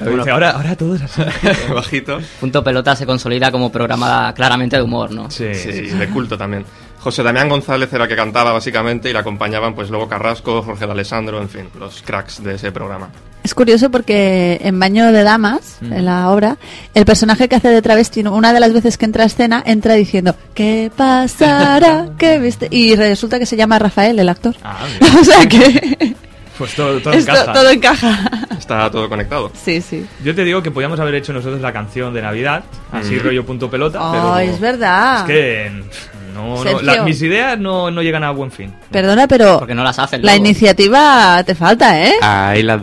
Dice, ahora, ahora todo es así.
<laughs> Bajito.
Punto Pelota se consolida como programa claramente de humor, ¿no?
Sí.
Sí, y de culto también. José Damián González era el que cantaba básicamente y le acompañaban pues luego Carrasco, Jorge de Alessandro, en fin, los cracks de ese programa.
Es curioso porque en Baño de Damas,
Mm.
en la obra, el personaje que hace de travesti, una de las veces que entra a escena, entra diciendo, ¿qué
<laughs>
pasará? ¿Qué viste? Y resulta que se llama Rafael, el actor.
Ah,
<laughs> o sea que
Pues todo, todo
esto-
encaja.
todo encaja.
Está todo conectado.
Sí, sí.
Yo te digo que podíamos haber hecho nosotros la canción de Navidad, así
Mm.
rollo punto pelota, pero...
Ay, es verdad.
Es que... mm, No, no,
Sergio.
la- mis ideas no, no llegan a buen fin.
Perdona, pero
no las hacen.
la iniciativa te falta, ¿eh?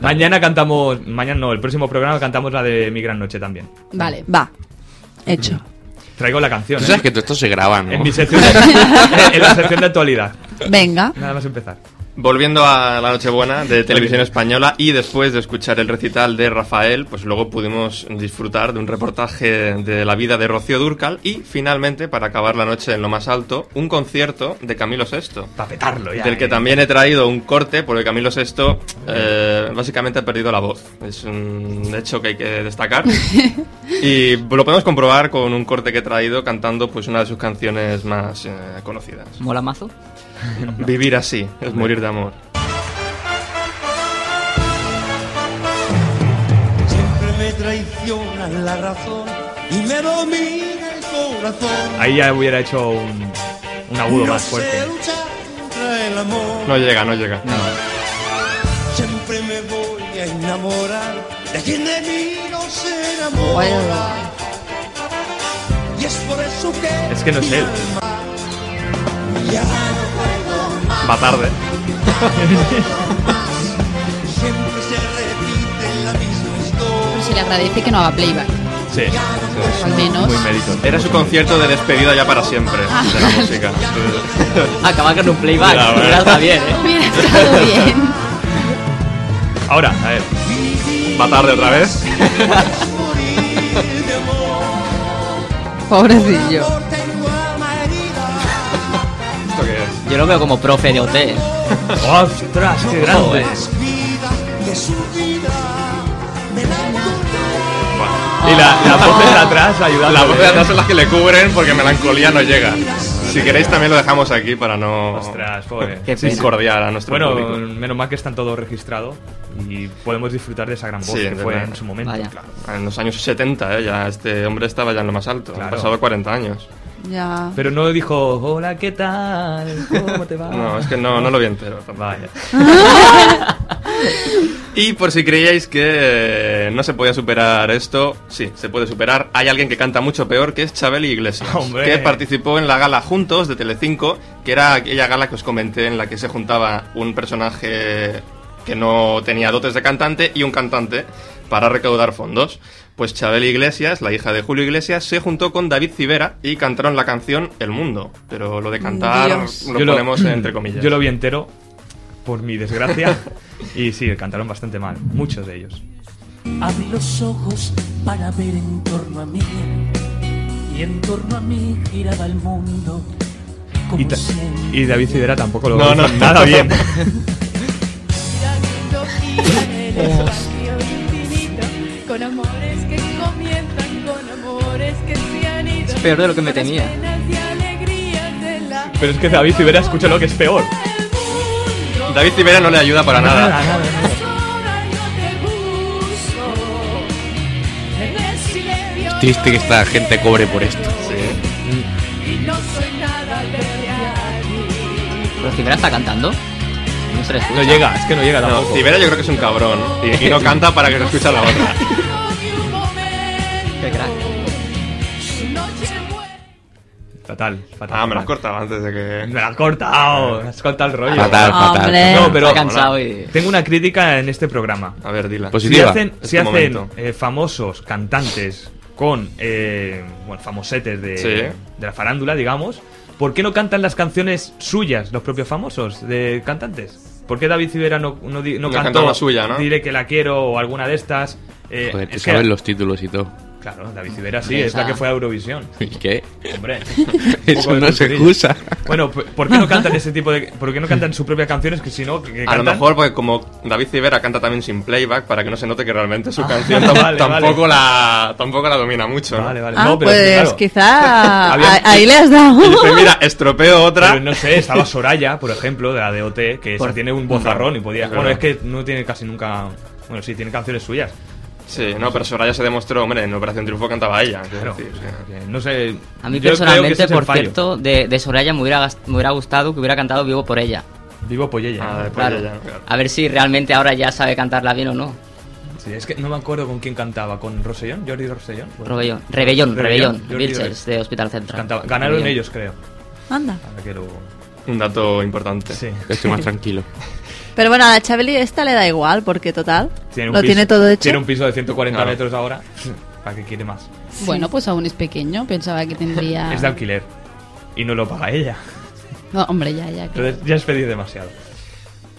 Mañana cantamos... Mañana no, el próximo programa cantamos la de Mi Gran Noche también.
Vale. Va. Hecho.
Mm. Traigo la canción.
Tú
¿eh?
sabes que todo esto se graba, ¿no?
En mi
<laughs>
sección de- en la sección de <laughs> actualidad.
Venga.
Nada más empezar.
Volviendo a la Nochebuena de Televisión Española y después de escuchar el recital de Rafael, pues luego pudimos disfrutar de un reportaje de la vida de Rocío Durcal y finalmente, para acabar la noche en lo más alto, un concierto de Camilo VI.
Para petarlo ya,
Del que
eh.
también he traído un corte porque Camilo VI eh, básicamente ha perdido la voz. Es un hecho que hay
<laughs>
que destacar. y lo podemos comprobar con un corte que he traído cantando pues una de sus canciones más eh, conocidas.
¿Mola mazo?
Vivir así es morir de amor.
Siempre me traiciona la razón y me domina el corazón.
Ahí ya hubiera hecho un, un agudo
no
más
Sé
fuerte.
luchar contra el amor.
No llega, no llega.
Siempre me voy a enamorar de quien de mí no se enamora. Y es por eso que
Es que no es él.
ya no puedo más.
Va tarde.
Siempre se repite la misma historia.
Pero se le agradece que no haga playback.
Sí.
Al menos.
Muy mérito. Era su concierto de despedida ya para siempre de la
<laughs>
música.
Acaba Ah. con un playback.
Ya, bueno.
Ya está bien, ¿eh?
Hubiera estado bien.
Ahora, a ver.
Va tarde otra vez.
<laughs>
Pobrecillo.
¿Esto qué es?
Yo lo veo como profe de OT.
<laughs> ¡Ostras,
qué
grande!
Que su vida me la
Y
Bueno.
la- la voz de atrás ayudando.
Las voces de atrás son las que le cubren porque melancolía no llega. Si queréis también lo dejamos aquí para no
Ostras,
<laughs>
pobre.
incordiar a nuestro
Bueno,
público.
menos mal que están todo registrado y podemos disfrutar de esa gran voz
Sí,
que
es
fue
verdad.
en su momento.
Claro, En los años 70, ¿eh? ya este hombre estaba ya en lo más alto. Han pasado 40 años.
Ya.
Pero no dijo, hola, ¿qué tal? ¿Cómo te va?
No, es que no, no lo vi entero. Vaya. <laughs> y por si creíais que eh, no se podía superar esto, sí, se puede superar. Hay alguien que canta mucho peor, que es Chabel Iglesias,
Hombre.
que participó en la gala Juntos de Telecinco, que era aquella gala que os comenté en la que se juntaba un personaje que no tenía dotes de cantante y un cantante para recaudar fondos. Pues Chabel Iglesias, la hija de Julio Iglesias, se juntó con David Civera y cantaron la canción El Mundo. Pero lo de cantar
Dios.
lo
Yo lo- <clears throat>
ponemos entre comillas.
Yo lo vi entero, por mi
<laughs>
desgracia. y sí, cantaron bastante mal, muchos de ellos.
Abrí los ojos para ver en torno a mí y en torno a mí giraba el mundo.
Y, ta- y David Cidera tampoco lo
No,
hizo
no.
nada bien.
Con amores que comienzan, con amores que se han ido.
Es peor de lo que me
Con las
temía.
penas y alegrías de la-
Pero es que David Civera escucha lo que es peor.
David Civera no le ayuda para nada.
En el silencio
Triste que esta gente cobre por esto.
y no soy nada de realidad.
¿Pero Civera está cantando? No, se le escucha.
No llega, es que no llega tampoco. Civera yo creo que es un cabrón. Y, y no canta para que no escucha la otra.
Qué crack.
Su noche buena.
Fatal, fatal.
Ah, me lo has cortado antes de que.
Me la has cortado, has cortado el rollo.
Fatal, fatal. Hombre.
No, pero
Está cansado y-
tengo una crítica en este programa.
A ver, dila.
Si
Positiva,
hacen,
es
si
tu
hacen
momento.
eh, famosos cantantes con eh, bueno, famosetes de,
Sí.
de la farándula, digamos, ¿por qué no cantan las canciones suyas los propios famosos de cantantes? ¿Por qué David Civera no, no, di- no
No
cantó
cantó la suya, ¿no?
Diré que la quiero o alguna de estas? Eh,
Joder, te
es que-
saben los títulos y todo. <laughs>
Claro, David Civera sí, es la que fue a Eurovisión.
¿Y qué?
<laughs>
Hombre.
<laughs> Eso
Un poco de
no se
culturilla.
excusa.
Bueno, p- ¿por qué no
<laughs>
cantan ese tipo de.? ¿Por qué no cantan sus propias canciones? Que si no, que, que
A lo
cantan-
mejor porque como David Civera canta también sin playback para que no se note que realmente su
Ah, <laughs>
canción tam-
vale,
tampoco
vale.
la tampoco la domina mucho. Vale,
vale.
Ah, pues quizá
<laughs> Había-
a- ahí le has dado.
<laughs>
mira, estropeo otra.
Pero no sé, estaba Soraya, por ejemplo, de la DOT, que esa
Por-
tiene un bozarrón y podía.
Es
bueno, es que
verdad.
no tiene casi nunca. Bueno, sí, tiene canciones suyas.
Sí, no, pero Soraya se demostró, hombre, en Operación Triunfo cantaba ella.
Claro,
quiero decir, sí.
No sé.
A mí
yo creo que ese
personalmente,
es el
por
fallo.
cierto, de, de Soraya me hubiera, gas- me hubiera gustado que hubiera cantado Vivo por ella.
Vivo por ella.
Ah, por
Claro.
ella, claro.
A ver si realmente ahora ya sabe cantarla bien o no.
Sí, es que no me acuerdo con quién cantaba, con Rosellón, Jordi Rosellón. Bueno.
Rebellón, Rebellón, Rebellón,
Jordi
Vilchers de Hospital Central.
Cantaba- ganaron
Rebellón.
ellos, creo.
Anda.
Ahora que lo-
Un dato importante.
Sí.
Estoy más tranquilo.
Pero bueno, a la Chabeli esta le da igual, porque total,
Tiene un
lo
piso-
tiene todo hecho.
Tiene un piso de 140
Claro.
metros ahora. <laughs> ¿Para qué quiere más?
Bueno, pues aún es pequeño, pensaba que tendría...
Es de alquiler. Y no <laughs> lo paga ella.
No, hombre, ya, ya. que-
Entonces ya es pedir demasiado.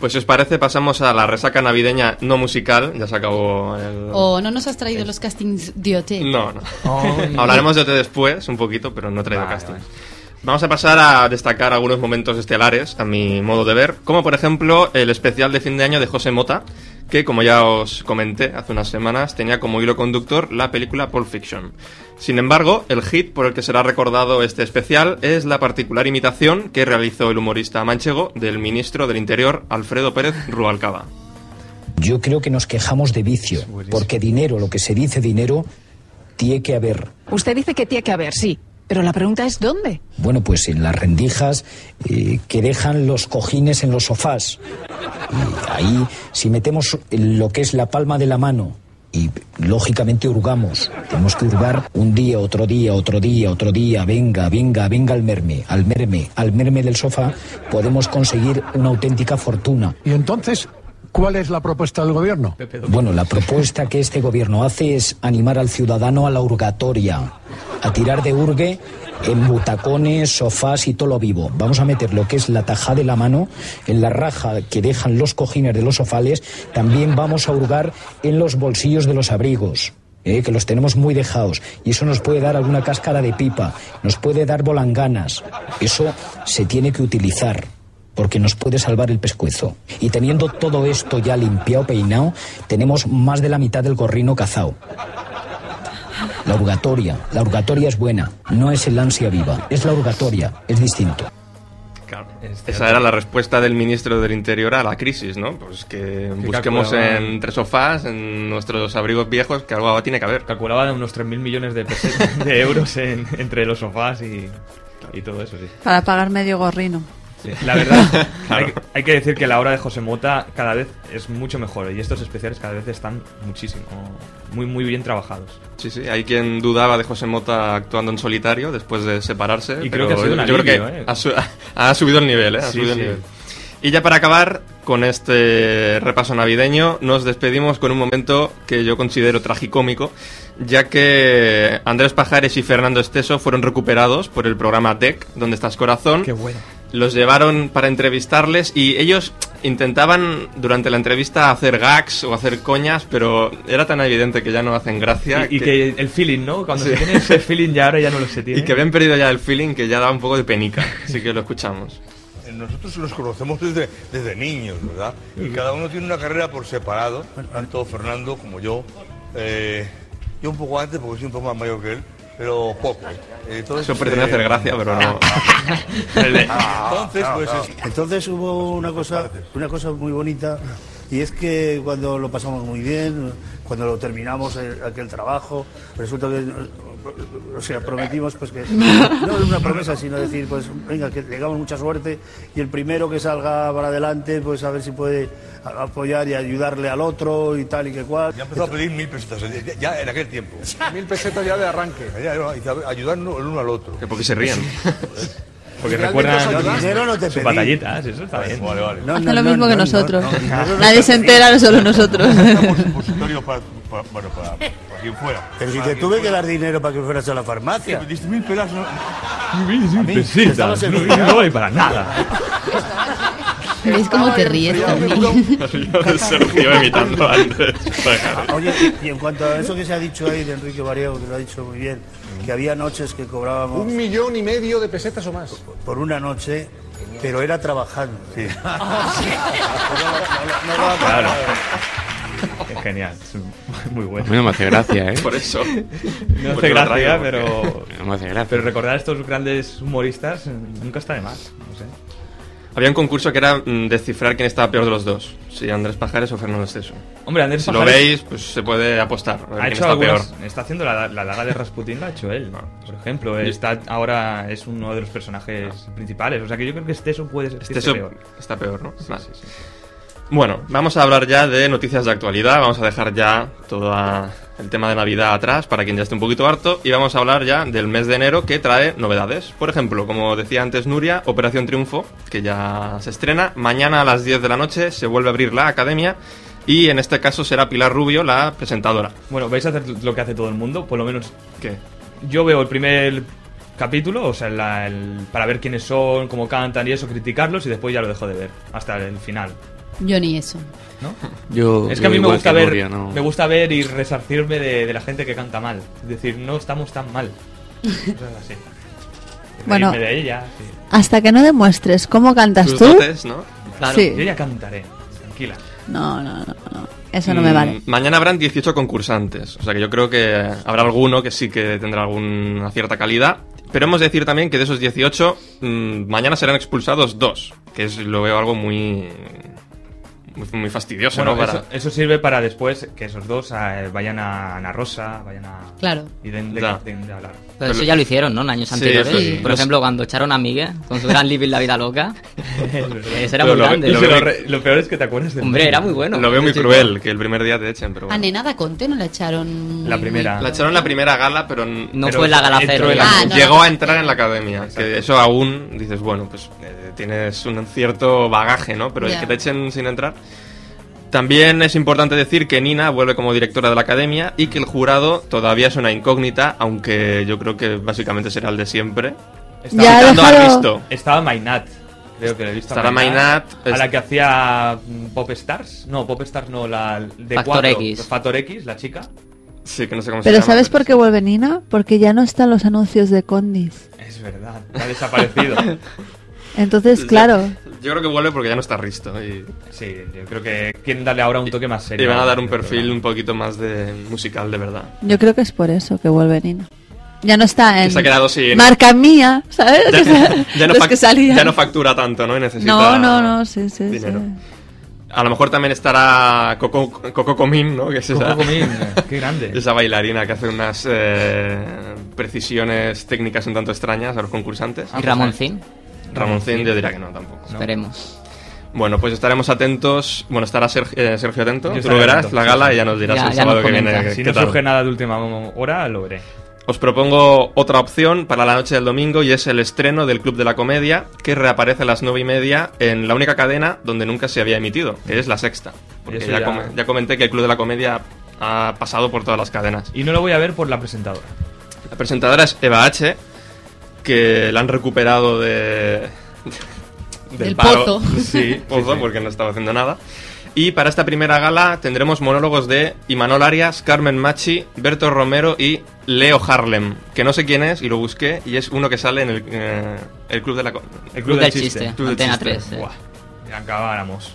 Pues si os parece, pasamos a la resaca navideña no musical. Ya se acabó el.
O no nos has traído los castings de OT.
No, no.
Ay.
Hablaremos de OT después, un poquito, pero no he traído castings. Vamos a pasar a destacar algunos momentos estelares, a mi modo de ver, como por ejemplo el especial de fin de año de José Mota, que como ya os comenté hace unas semanas, tenía como hilo conductor la película Pulp Fiction. Sin embargo, el hit por el que será recordado este especial es la particular imitación que realizó el humorista manchego del ministro del Interior, Alfredo Pérez Rubalcaba.
Yo creo que nos quejamos de vicio, porque dinero, lo que se dice dinero, tiene que haber.
Usted dice que tiene que haber, sí. Pero la pregunta es ¿dónde?
Bueno, pues en las rendijas eh, que dejan los cojines en los sofás. Y ahí, si metemos lo que es la palma de la mano y lógicamente hurgamos, tenemos que hurgar un día, otro día, otro día, otro día, venga, venga, venga al merme, al merme, al merme del sofá, podemos conseguir una auténtica fortuna.
Y entonces, ¿cuál es la propuesta del gobierno?
Bueno, la propuesta que este gobierno hace es animar al ciudadano a la hurgatoria, a tirar de urgue en butacones, sofás y todo lo vivo. Vamos a meter lo que es la tajada de la mano en la raja que dejan los cojines de los sofales. También vamos a hurgar en los bolsillos de los abrigos. ¿eh? que los tenemos muy dejados y eso nos puede dar alguna cáscara de pipa, nos puede dar bolanganas. Eso se tiene que utilizar porque nos puede salvar el pescuezo. Y teniendo todo esto ya limpiado, peinado, tenemos más de la mitad del gorrino cazado. La urgatoria, la urgatoria es buena, no es el ansia viva, es la urgatoria, es distinto.
Este Esa era la respuesta del ministro del Interior a la crisis, ¿no? Pues que busquemos
calculaba-
en tres sofás, en nuestros abrigos viejos, que algo tiene que haber.
Calculaban unos 3.000 millones de, pesetas- <laughs> de euros en- entre los sofás y, y todo eso, sí.
Para pagar medio gorrino.
Sí, La
<laughs>
<laughs>
verdad, hay, hay que decir que la obra de José Mota cada vez es mucho mejor y estos especiales cada vez están muchísimo, muy muy bien trabajados.
Sí, sí, hay quien dudaba de José Mota actuando en solitario después de separarse.
Y creo
pero
que ha sido un
yo
alivio,
creo que
¿eh?
ha, su- <laughs> ha subido el nivel, ¿eh? Ha
Sí,
subido
sí.
el nivel. Y ya para acabar con este repaso navideño, nos despedimos con un momento que yo considero tragicómico, ya que Andrés Pajares y Fernando Esteso fueron recuperados por el programa TEC, donde estás corazón. Qué
bueno.
Los llevaron para entrevistarles y ellos intentaban durante la entrevista hacer gags o hacer coñas, pero era tan evidente que ya no hacen gracia.
Y- y que el feeling, ¿no? Cuando se tiene
ese
feeling ya ahora ya no lo se tiene.
<laughs> Y que habían perdido ya el feeling que ya da un poco de penica, así que lo escuchamos.
Nosotros los conocemos desde, desde niños, ¿verdad? Y cada uno tiene una carrera por separado, tanto Fernando como yo. Eh, yo un poco antes, porque soy un poco más mayor que él, pero poco. Entonces,
Eso pretende hacer gracia, pero no.
Entonces, pues es-
Entonces hubo una cosa, una cosa muy bonita y es que cuando lo pasamos muy bien, cuando lo terminamos eh, aquel trabajo, resulta que, eh, o sea, prometimos pues que no es una promesa sino decir pues venga que tengamos mucha suerte y el primero que salga para adelante pues a ver si puede a- apoyar y ayudarle al otro y tal y que cual.
Ya empezó a pedir mil pesetas, ya, ya en aquel tiempo. Mil pesetas ya de arranque. ayudarnos el uno al otro.
¿Por qué se ríen?
Porque recuerdan
os ayudaste.
Dinero no te
sus
pedí.
batallitas, eso está bien.
No,
Hace
no,
lo
no,
mismo que
no,
nosotros.
no, no, no, no.
Nadie se entera, solo nosotros.
Consultorio para, para, bueno, para, para quien fuera.
Pero si
Para
te
quien
tuve que
fuera.
dar dinero para que fueras a la farmacia.
Eh,
Sí, Mil pelas no-
A mí,
Pesitas,
estabas en
no,
mi vida.
no vale para nada.
¿Ves cómo te ríes, Tony?
<laughs> Sergio imitando a Andrés Pajares.
Oye, y en cuanto a eso que se ha dicho ahí de Enrique Variego, que lo ha dicho muy bien, que había noches que cobrábamos
Un millón y medio de pesetas o más.
por una noche, pero era trabajando.
Claro. Es genial, es muy bueno.
A mí no me hace gracia, ¿eh? Por eso.
<laughs> No
Por
hace
eso lo
gracia,
traigo,
pero.
porque no me hace gracia.
Pero recordar a estos grandes humoristas eh, nunca está de más. No sé.
Había un concurso que era mm, descifrar quién estaba peor de los dos, si Andrés Pajares o Fernando Esteso.
Hombre, Andrés
si
Pajares-
lo veis, pues se puede apostar. a
Ha
ver quién
hecho
está
algunas-
peor.
está haciendo la, la daga de Rasputin, la ha hecho él, por ejemplo.
Y-
Está, ahora es uno de los personajes principales. O sea que yo creo que Esteso puede ser
Esteso
peor.
Está peor, ¿no? Vale. Bueno, vamos a hablar ya de noticias de actualidad, vamos a dejar ya todo el tema de Navidad atrás para quien ya esté un poquito harto y vamos a hablar ya del mes de enero que trae novedades. Por ejemplo, como decía antes Nuria, Operación Triunfo, que ya se estrena, mañana a las 10 de la noche se vuelve a abrir la academia y en este caso será Pilar Rubio la presentadora.
Bueno, vais a hacer lo que hace todo el mundo, por lo menos. ¿Qué? Yo veo el primer capítulo, o sea, la- el- para ver quiénes son, cómo cantan y eso, criticarlos y después ya lo dejo de ver, hasta el final.
Yo ni eso.
Yo,
es que a
Oh, yo
mí me
igual
gusta,
que
ver,
Nuria, no.
me gusta ver y resarcirme de, de la gente que canta mal. Es decir, no estamos tan mal. Cosas así.
Bueno,
Reírme de ella, sí.
Hasta que no demuestres cómo cantas
Tus
tú.
dotes, ¿no?
Sí.
Yo ya cantaré, tranquila.
No, no, no, no. Eso no me
Mm,
vale.
Mañana habrán 18 concursantes, o sea que yo creo que habrá alguno que sí que tendrá alguna cierta calidad. Pero hemos de decir también que de esos 18, mm, mañana serán expulsados dos, que es, lo veo algo muy, muy, muy fastidioso,
Bueno,
¿no? Para-
eso, eso sirve para después que esos dos eh, vayan a Ana Rosa, vayan a...
Claro.
Y den de,
Ya.
den de hablar.
Pero eso ya lo hicieron, ¿no? En años
Sí,
anteriores.
eso sí.
Por
Sí.
ejemplo, cuando echaron a Miguel con su gran Living la Vida Loca. Ese era
Pero
muy
lo-
grande.
lo-
Ese
lo-
era-
Lo peor es que te acuerdas de...
Hombre, era muy bueno.
Lo veo muy
Sí,
cruel que el primer día te echen, pero
A
bueno.
Nenada Conte no la echaron.
La primera. La echaron la primera gala, pero. No
fue la gala cero, digamos. Ah, no,
llegó
no.
a entrar en la academia. Que eso aún dices, bueno, pues eh, tienes un cierto bagaje, ¿no? Pero el
Ya.
que te echen sin entrar. También es importante decir que Nina vuelve como directora de la academia y que el jurado todavía es una incógnita, aunque yo creo que básicamente será el de siempre.
Estaba-
Ya ha Quitando a dejado- Cristo.
Estaba Mainat. Creo que lo he visto. a
Estará Mainat,
A
es-
la que hacía mm, Pop Stars. No, Pop Stars no, la de
Factor
cuatro,
X.
Factor X, la chica.
Sí, que no sé cómo
Pero
se llama.
¿sabes por qué vuelve Nina? Porque ya no están los anuncios de Condis.
Es verdad, ha desaparecido.
<laughs>
Entonces, claro.
Yo creo que vuelve porque ya no está Risto. Y...
Sí, yo creo que quieren darle ahora un toque más serio.
Y van a dar un
al programa.
<laughs>
perfil un poquito más de musical, de verdad.
Yo creo que es por eso que vuelve Nina. Ya no está en
se ha quedado sin-
marca mía, ¿sabes?
Ya, ya no
<laughs> Los
fac-
que salían.
ya no factura tanto, ¿no? Y necesita...
no, no, no, sí, sí, sí.
dinero. A lo mejor también estará Coco, Coco Comín, ¿no? Que es esa,
Coco Comín, eh,
<laughs>
qué grande.
Esa bailarina que hace unas eh, precisiones técnicas un tanto extrañas a los concursantes.
¿Y Ramoncín?
Ramoncín yo diría que no tampoco. Esperemos. Bueno, pues estaremos atentos. Bueno, estará Serg- eh, Sergio atento.
Yo
Tú lo
estaré
verás,
atento,
la
sí,
gala,
sí.
y ya nos dirás
Ya-
el
ya nos
sábado que
comenta.
viene.
Si
qué
no
tal.
surge nada de última hora, lo veré.
Os propongo otra opción para la noche del domingo y es el estreno del Club de la Comedia que reaparece a las nueve y media en la única cadena donde nunca se había emitido, que es la sexta. Porque
Eso
ya,
ya-
come- ya comenté que el Club de la Comedia ha pasado por todas las cadenas.
Y no lo voy a ver por la presentadora.
La presentadora es Eva H, que la han recuperado de...
Del
paro.
pozo.
Sí, pozo, pues
Sí, sí.
porque no estaba haciendo nada. Y para esta primera gala tendremos monólogos de Imanol Arias, Carmen Machi, Berto Romero y Leo Harlem, que no sé quién es y lo busqué y es uno que sale en el, eh, el Club de la... co-
El Club Club del del Chiste. Chiste,
Club del
Antena
Chiste.
3, eh.
Buah.
Ya <laughs> acabáramos.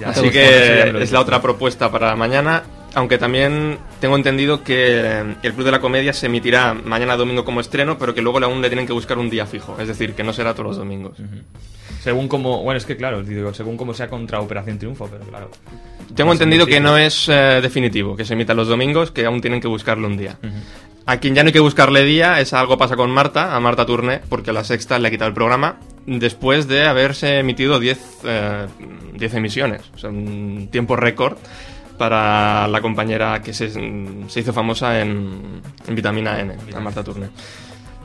Ya
Así
todos conocemos, ya me
que
lo
es la
dijiste.
otra propuesta para mañana. Aunque también tengo entendido que eh, el Club de la Comedia se emitirá mañana domingo como estreno, pero que luego aún le tienen que buscar un día fijo. Es decir, que no será todos los domingos.
Según como. Bueno, es que claro, digo, según como sea contra Operación Triunfo, pero claro.
Tengo
No
entendido que
significa-
no es eh, definitivo, que se emita los domingos, que aún tienen que buscarle un día. A quien ya no hay que buscarle día es a algo pasa con Marta, a Marta Turné, porque la sexta le ha quitado el programa después de haberse emitido 10 eh, 10 emisiones. O sea, un tiempo récord para la compañera que se, se hizo famosa en, en Vitamina N, a Marta Turné.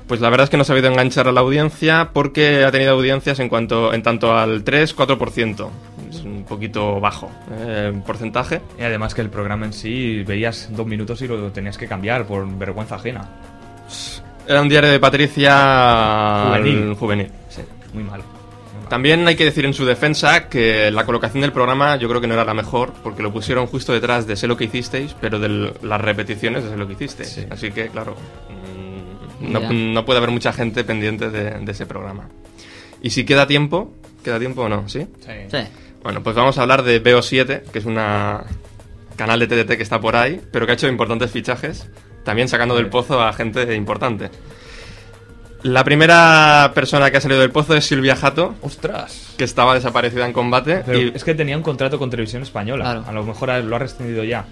Pues la verdad es que no ha sabido enganchar a la audiencia porque ha tenido audiencias en cuanto en tanto al 3-4%. Es un poquito bajo eh, el porcentaje.
Y además que el programa en sí veías dos minutos y lo tenías que cambiar por vergüenza ajena.
Era un diario de Patricia
Juvenil.
al- juvenil, sí.
Muy malo.
También hay que decir en su defensa que la colocación del programa yo creo que no era la mejor porque lo pusieron justo detrás de Sé lo que hicisteis, pero de l- las repeticiones de Sé lo que hicisteis. Así que, claro, mm, no,
Ya.
no puede haber mucha gente pendiente de, de ese programa. Y si queda tiempo, ¿queda tiempo o no? ¿Sí?
Sí.
Bueno, pues vamos a hablar de BO7, que es una canal de TDT que está por ahí, pero que ha hecho importantes fichajes, también sacando del pozo a gente importante. La primera persona que ha salido del pozo es Silvia Jato.
¡Ostras!
Que estaba desaparecida en combate.
Pero
y
es que tenía un contrato con Televisión Española. A lo mejor lo ha rescindido ya.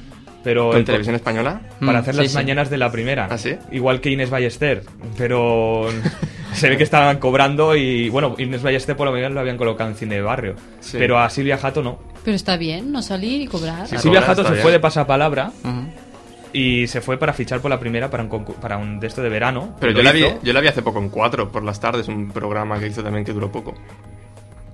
Pero
¿Con
el-
Televisión Española? ¿Ah,
Para
Mm,
hacer
sí,
las
sí.
mañanas de la primera. Igual que Inés Ballester.
<laughs>
Pero se ve que estaban cobrando y, bueno, Inés Ballester por lo menos lo habían colocado en cine de barrio. Pero a Silvia Jato no.
Pero está bien no salir y cobrar.
Sí, Silvia Jato se
Ah, está
fue
bien.
de pasapalabra y se fue para fichar por la primera para un, concu- para un de esto de verano.
Pero
Lo
yo la, vi,
hizo.
yo la vi hace poco en 4 por las tardes, un programa que hizo también que duró poco.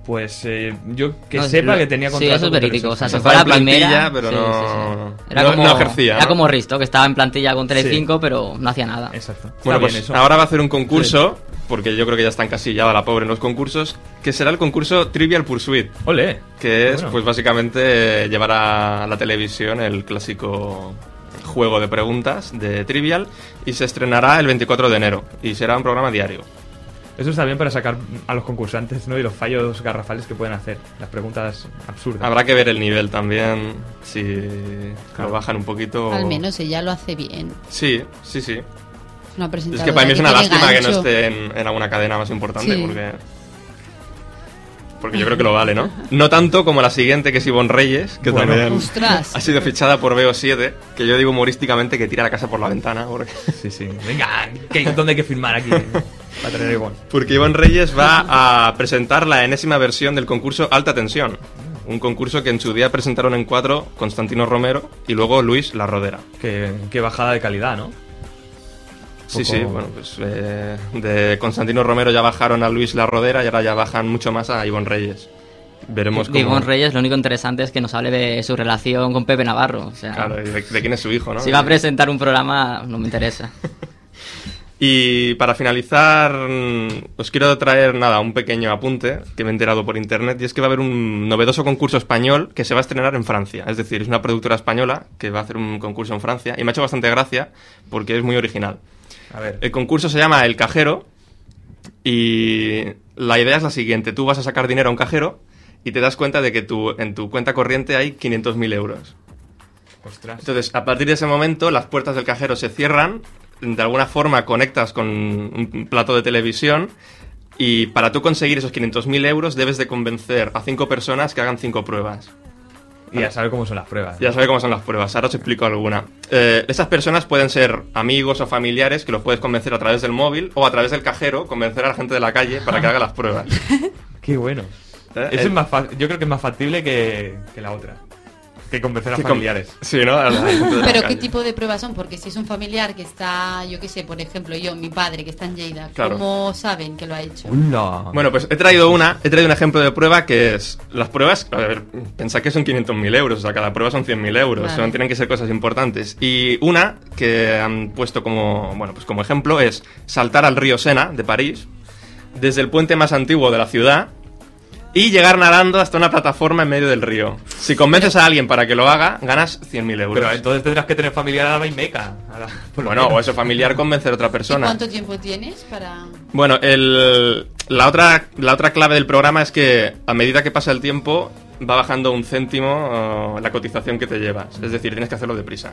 Pues eh, yo que
No,
sepa
lo-
que tenía
sí,
contrato.
eso es
con
verídico.
Televisión
O sea, se
Española.
fue a la
Estaba en plantilla,
primera.
pero
sí,
no-
sí, sí. Era
no-
como,
no ejercía,
Era
¿no?
como Risto, que estaba en plantilla con Telecinco, pero no hacía nada.
Exacto.
Bueno, pues ahora va a hacer un concurso, porque yo creo que ya está encasillada la pobre en los concursos, que será el concurso Trivial Pursuit.
¡Ole!
Que es,
Bueno.
pues básicamente, eh, llevar a la televisión el clásico juego de preguntas de Trivial y se estrenará el 24 de enero y será un programa diario.
Eso está bien para sacar a los concursantes ¿no? y los fallos garrafales que pueden hacer. Las preguntas absurdas.
Habrá que ver el nivel también, si lo bajan un poquito.
Al menos ella lo hace bien.
Sí, sí, sí.
Es una
Es
presentadora.
que para mí es una
tiene
lástima que no
gancho.
esté en, en alguna cadena más importante,
Sí.
porque. Porque yo creo que lo
<laughs>
vale, ¿no? No tanto como la siguiente, que es Ivonne Reyes, que
Bueno.
también
Ostras.
ha sido fichada por BO7, que yo digo humorísticamente que tira la casa por la ventana. Porque...
Sí,
<laughs>
sí. Venga, ¿qué- ¿dónde hay que firmar aquí? Para traer a Ivonne.
Porque Iván Reyes va a presentar la enésima versión del concurso Alta Tensión. Un concurso que en su día presentaron en cuatro Constantino Romero y luego Luis La Rodera.
Qué, qué bajada de calidad, ¿no?
Sí,
Poco-
sí, bueno, pues eh, de Constantino Romero ya bajaron a Luis La Rodera y ahora ya bajan mucho más a Iván Reyes. Veremos
De
cómo...
Ivonne Reyes, lo único interesante es que nos hable de su relación con Pepe Navarro. O sea,
Claro, y de, de quién es su hijo, ¿no?
si va a presentar un programa, no me interesa.
Y para finalizar, mm, os quiero traer nada, un pequeño apunte que me he enterado por internet, y es que va a haber un novedoso concurso español que se va a estrenar en Francia. Es decir, es una productora española que va a hacer un concurso en Francia, y me ha hecho bastante gracia porque es muy original.
A ver.
El concurso se llama El Cajero, y la idea es la siguiente: tú vas a sacar dinero a un cajero y te das cuenta de que tu, en tu cuenta corriente hay 500.000 euros.
Ostras.
Entonces, a partir de ese momento, las puertas del cajero se cierran, de alguna forma conectas con un plato de televisión y para tú conseguir esos 500.000 euros debes de convencer a cinco personas que hagan cinco pruebas.
Y ya sabe cómo son las pruebas.
Ya sabe cómo son las pruebas, ahora os explico alguna. Eh, esas personas pueden ser amigos o familiares que los puedes convencer a través del móvil o a través del cajero, convencer a la gente de la calle para
<laughs>
que haga las pruebas.
Qué bueno.
Eh,
Eso
eh,
es más fa- yo creo que es más factible que, que la otra. Que convencer a
Sí, con-
familiares.
Sí, ¿no? A la gente de la
Pero
calle.
qué tipo de pruebas son, porque si es un familiar que está, yo qué sé, por ejemplo, yo, mi padre que está en Lleida,
Claro.
¿cómo saben que lo ha hecho?
Bueno, pues he traído una, he traído un ejemplo de prueba que es las pruebas, a ver, pensad que son 500.000 euros, o sea, cada prueba son 100.000 euros,
Vale.
son- tienen que ser cosas importantes. Y una que han puesto como, bueno, pues como ejemplo es saltar al río Sena de París desde el puente más antiguo de la ciudad y llegar nadando hasta una plataforma en medio del río. Si convences a alguien para que lo haga, ganas 100.000 euros.
Pero entonces tendrás que tener familiar a la Maimeca. a la- por lo
Bueno,
menos.
o eso familiar convencer a otra persona.
¿Cuánto tiempo tienes para...?
Bueno, el- la, otra, la otra clave del programa es que a medida que pasa el tiempo va bajando un céntimo eh, la cotización que te llevas. Es decir, tienes que hacerlo deprisa.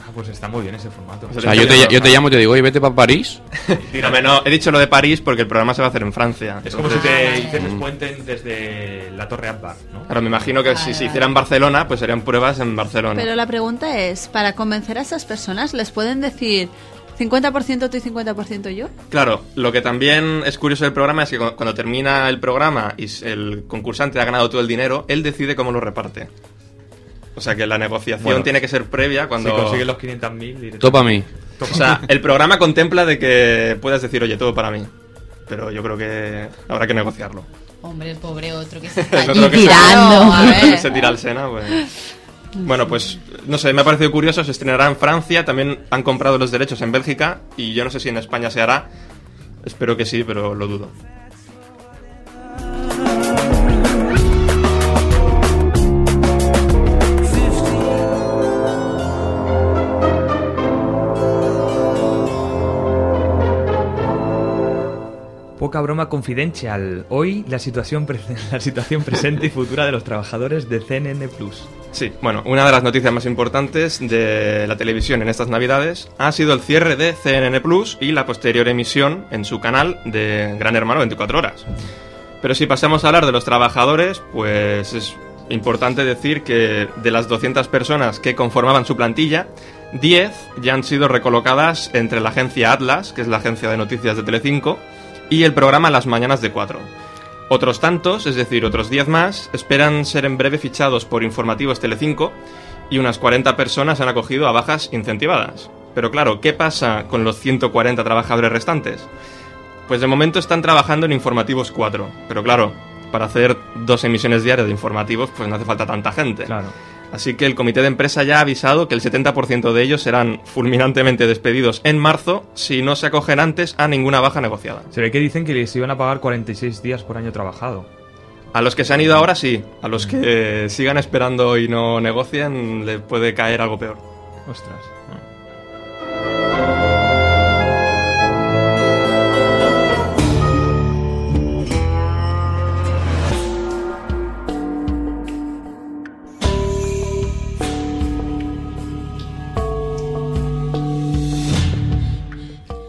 Ah, pues está muy bien ese formato.
O sea, yo te, yo te llamo y te digo, oye, vete para París.
<laughs> Dígame, no, he dicho lo de París porque el programa se va a hacer en Francia.
Es como si
Entonces, mm.
te hicieras puente desde la Torre Akbar, ¿no?
Claro, me imagino que si se hiciera en Barcelona, pues serían pruebas en Barcelona.
Pero la pregunta es, para convencer a esas personas, ¿les pueden decir 50% tú y 50% yo?
Claro, lo que también es curioso del programa es que cu- cuando termina el programa y s- el concursante ha ganado todo el dinero, él decide cómo lo reparte. O sea que la negociación
Bueno,
tiene que ser previa cuando...
Si consigues los 500.000... directamente-
Todo pa' mí.
O sea, el programa contempla de que puedas decir, oye, todo para mí. Pero yo creo que habrá que negociarlo.
Hombre, el pobre otro que se está
Es
allí
otro que se-
tirando. <laughs> a ver.
Se tira al Sena, pues. Bueno, pues no sé, me ha parecido curioso. Se estrenará en Francia, también han comprado los derechos en Bélgica y yo no sé si en España se hará. Espero que sí, pero lo dudo.
Poca broma confidencial. Hoy la situación, pre- <laughs> la situación presente y futura de los trabajadores de CNN Plus.
Sí, bueno, una de las noticias más importantes de la televisión en estas navidades ha sido el cierre de CNN Plus y la posterior emisión en su canal de Gran Hermano 24 Horas. Pero si pasamos a hablar de los trabajadores, pues es importante decir que de las 200 personas que conformaban su plantilla, 10 ya han sido recolocadas entre la agencia Atlas, que es la agencia de noticias de Telecinco, y el programa Las Mañanas de 4. Otros tantos, es decir, otros 10 más, esperan ser en breve fichados por Informativos Telecinco y unas 40 personas han acogido a bajas incentivadas. Pero claro, ¿qué pasa con los 140 trabajadores restantes? Pues de momento están trabajando en Informativos 4, pero claro, para hacer dos emisiones diarias de informativos pues no hace falta tanta gente. Así que el comité de empresa ya ha avisado que el 70% de ellos serán fulminantemente despedidos en marzo si no se acogen antes a ninguna baja negociada.
Se ve que dicen que les iban a pagar 46 días por año trabajado.
A los que se han ido ahora sí, a los que eh, sigan esperando y no negocian les puede caer algo peor.
Ostras.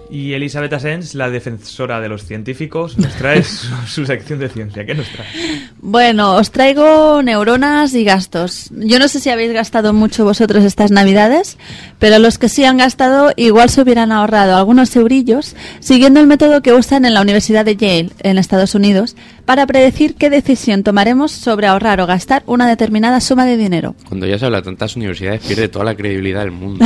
Y Elizabeth Asens, la defensora de los científicos, nos <laughs> trae su, su sección de ciencia. ¿Qué nos trae?
Bueno, os traigo neuronas y gastos. Yo no sé si habéis gastado mucho vosotros estas navidades, pero los que sí han gastado igual se hubieran ahorrado algunos eurillos siguiendo el método que usan en la Universidad de Yale, en Estados Unidos, para predecir qué decisión tomaremos sobre ahorrar o gastar una determinada suma de dinero.
Cuando ya se habla de tantas universidades, pierde toda la credibilidad del mundo.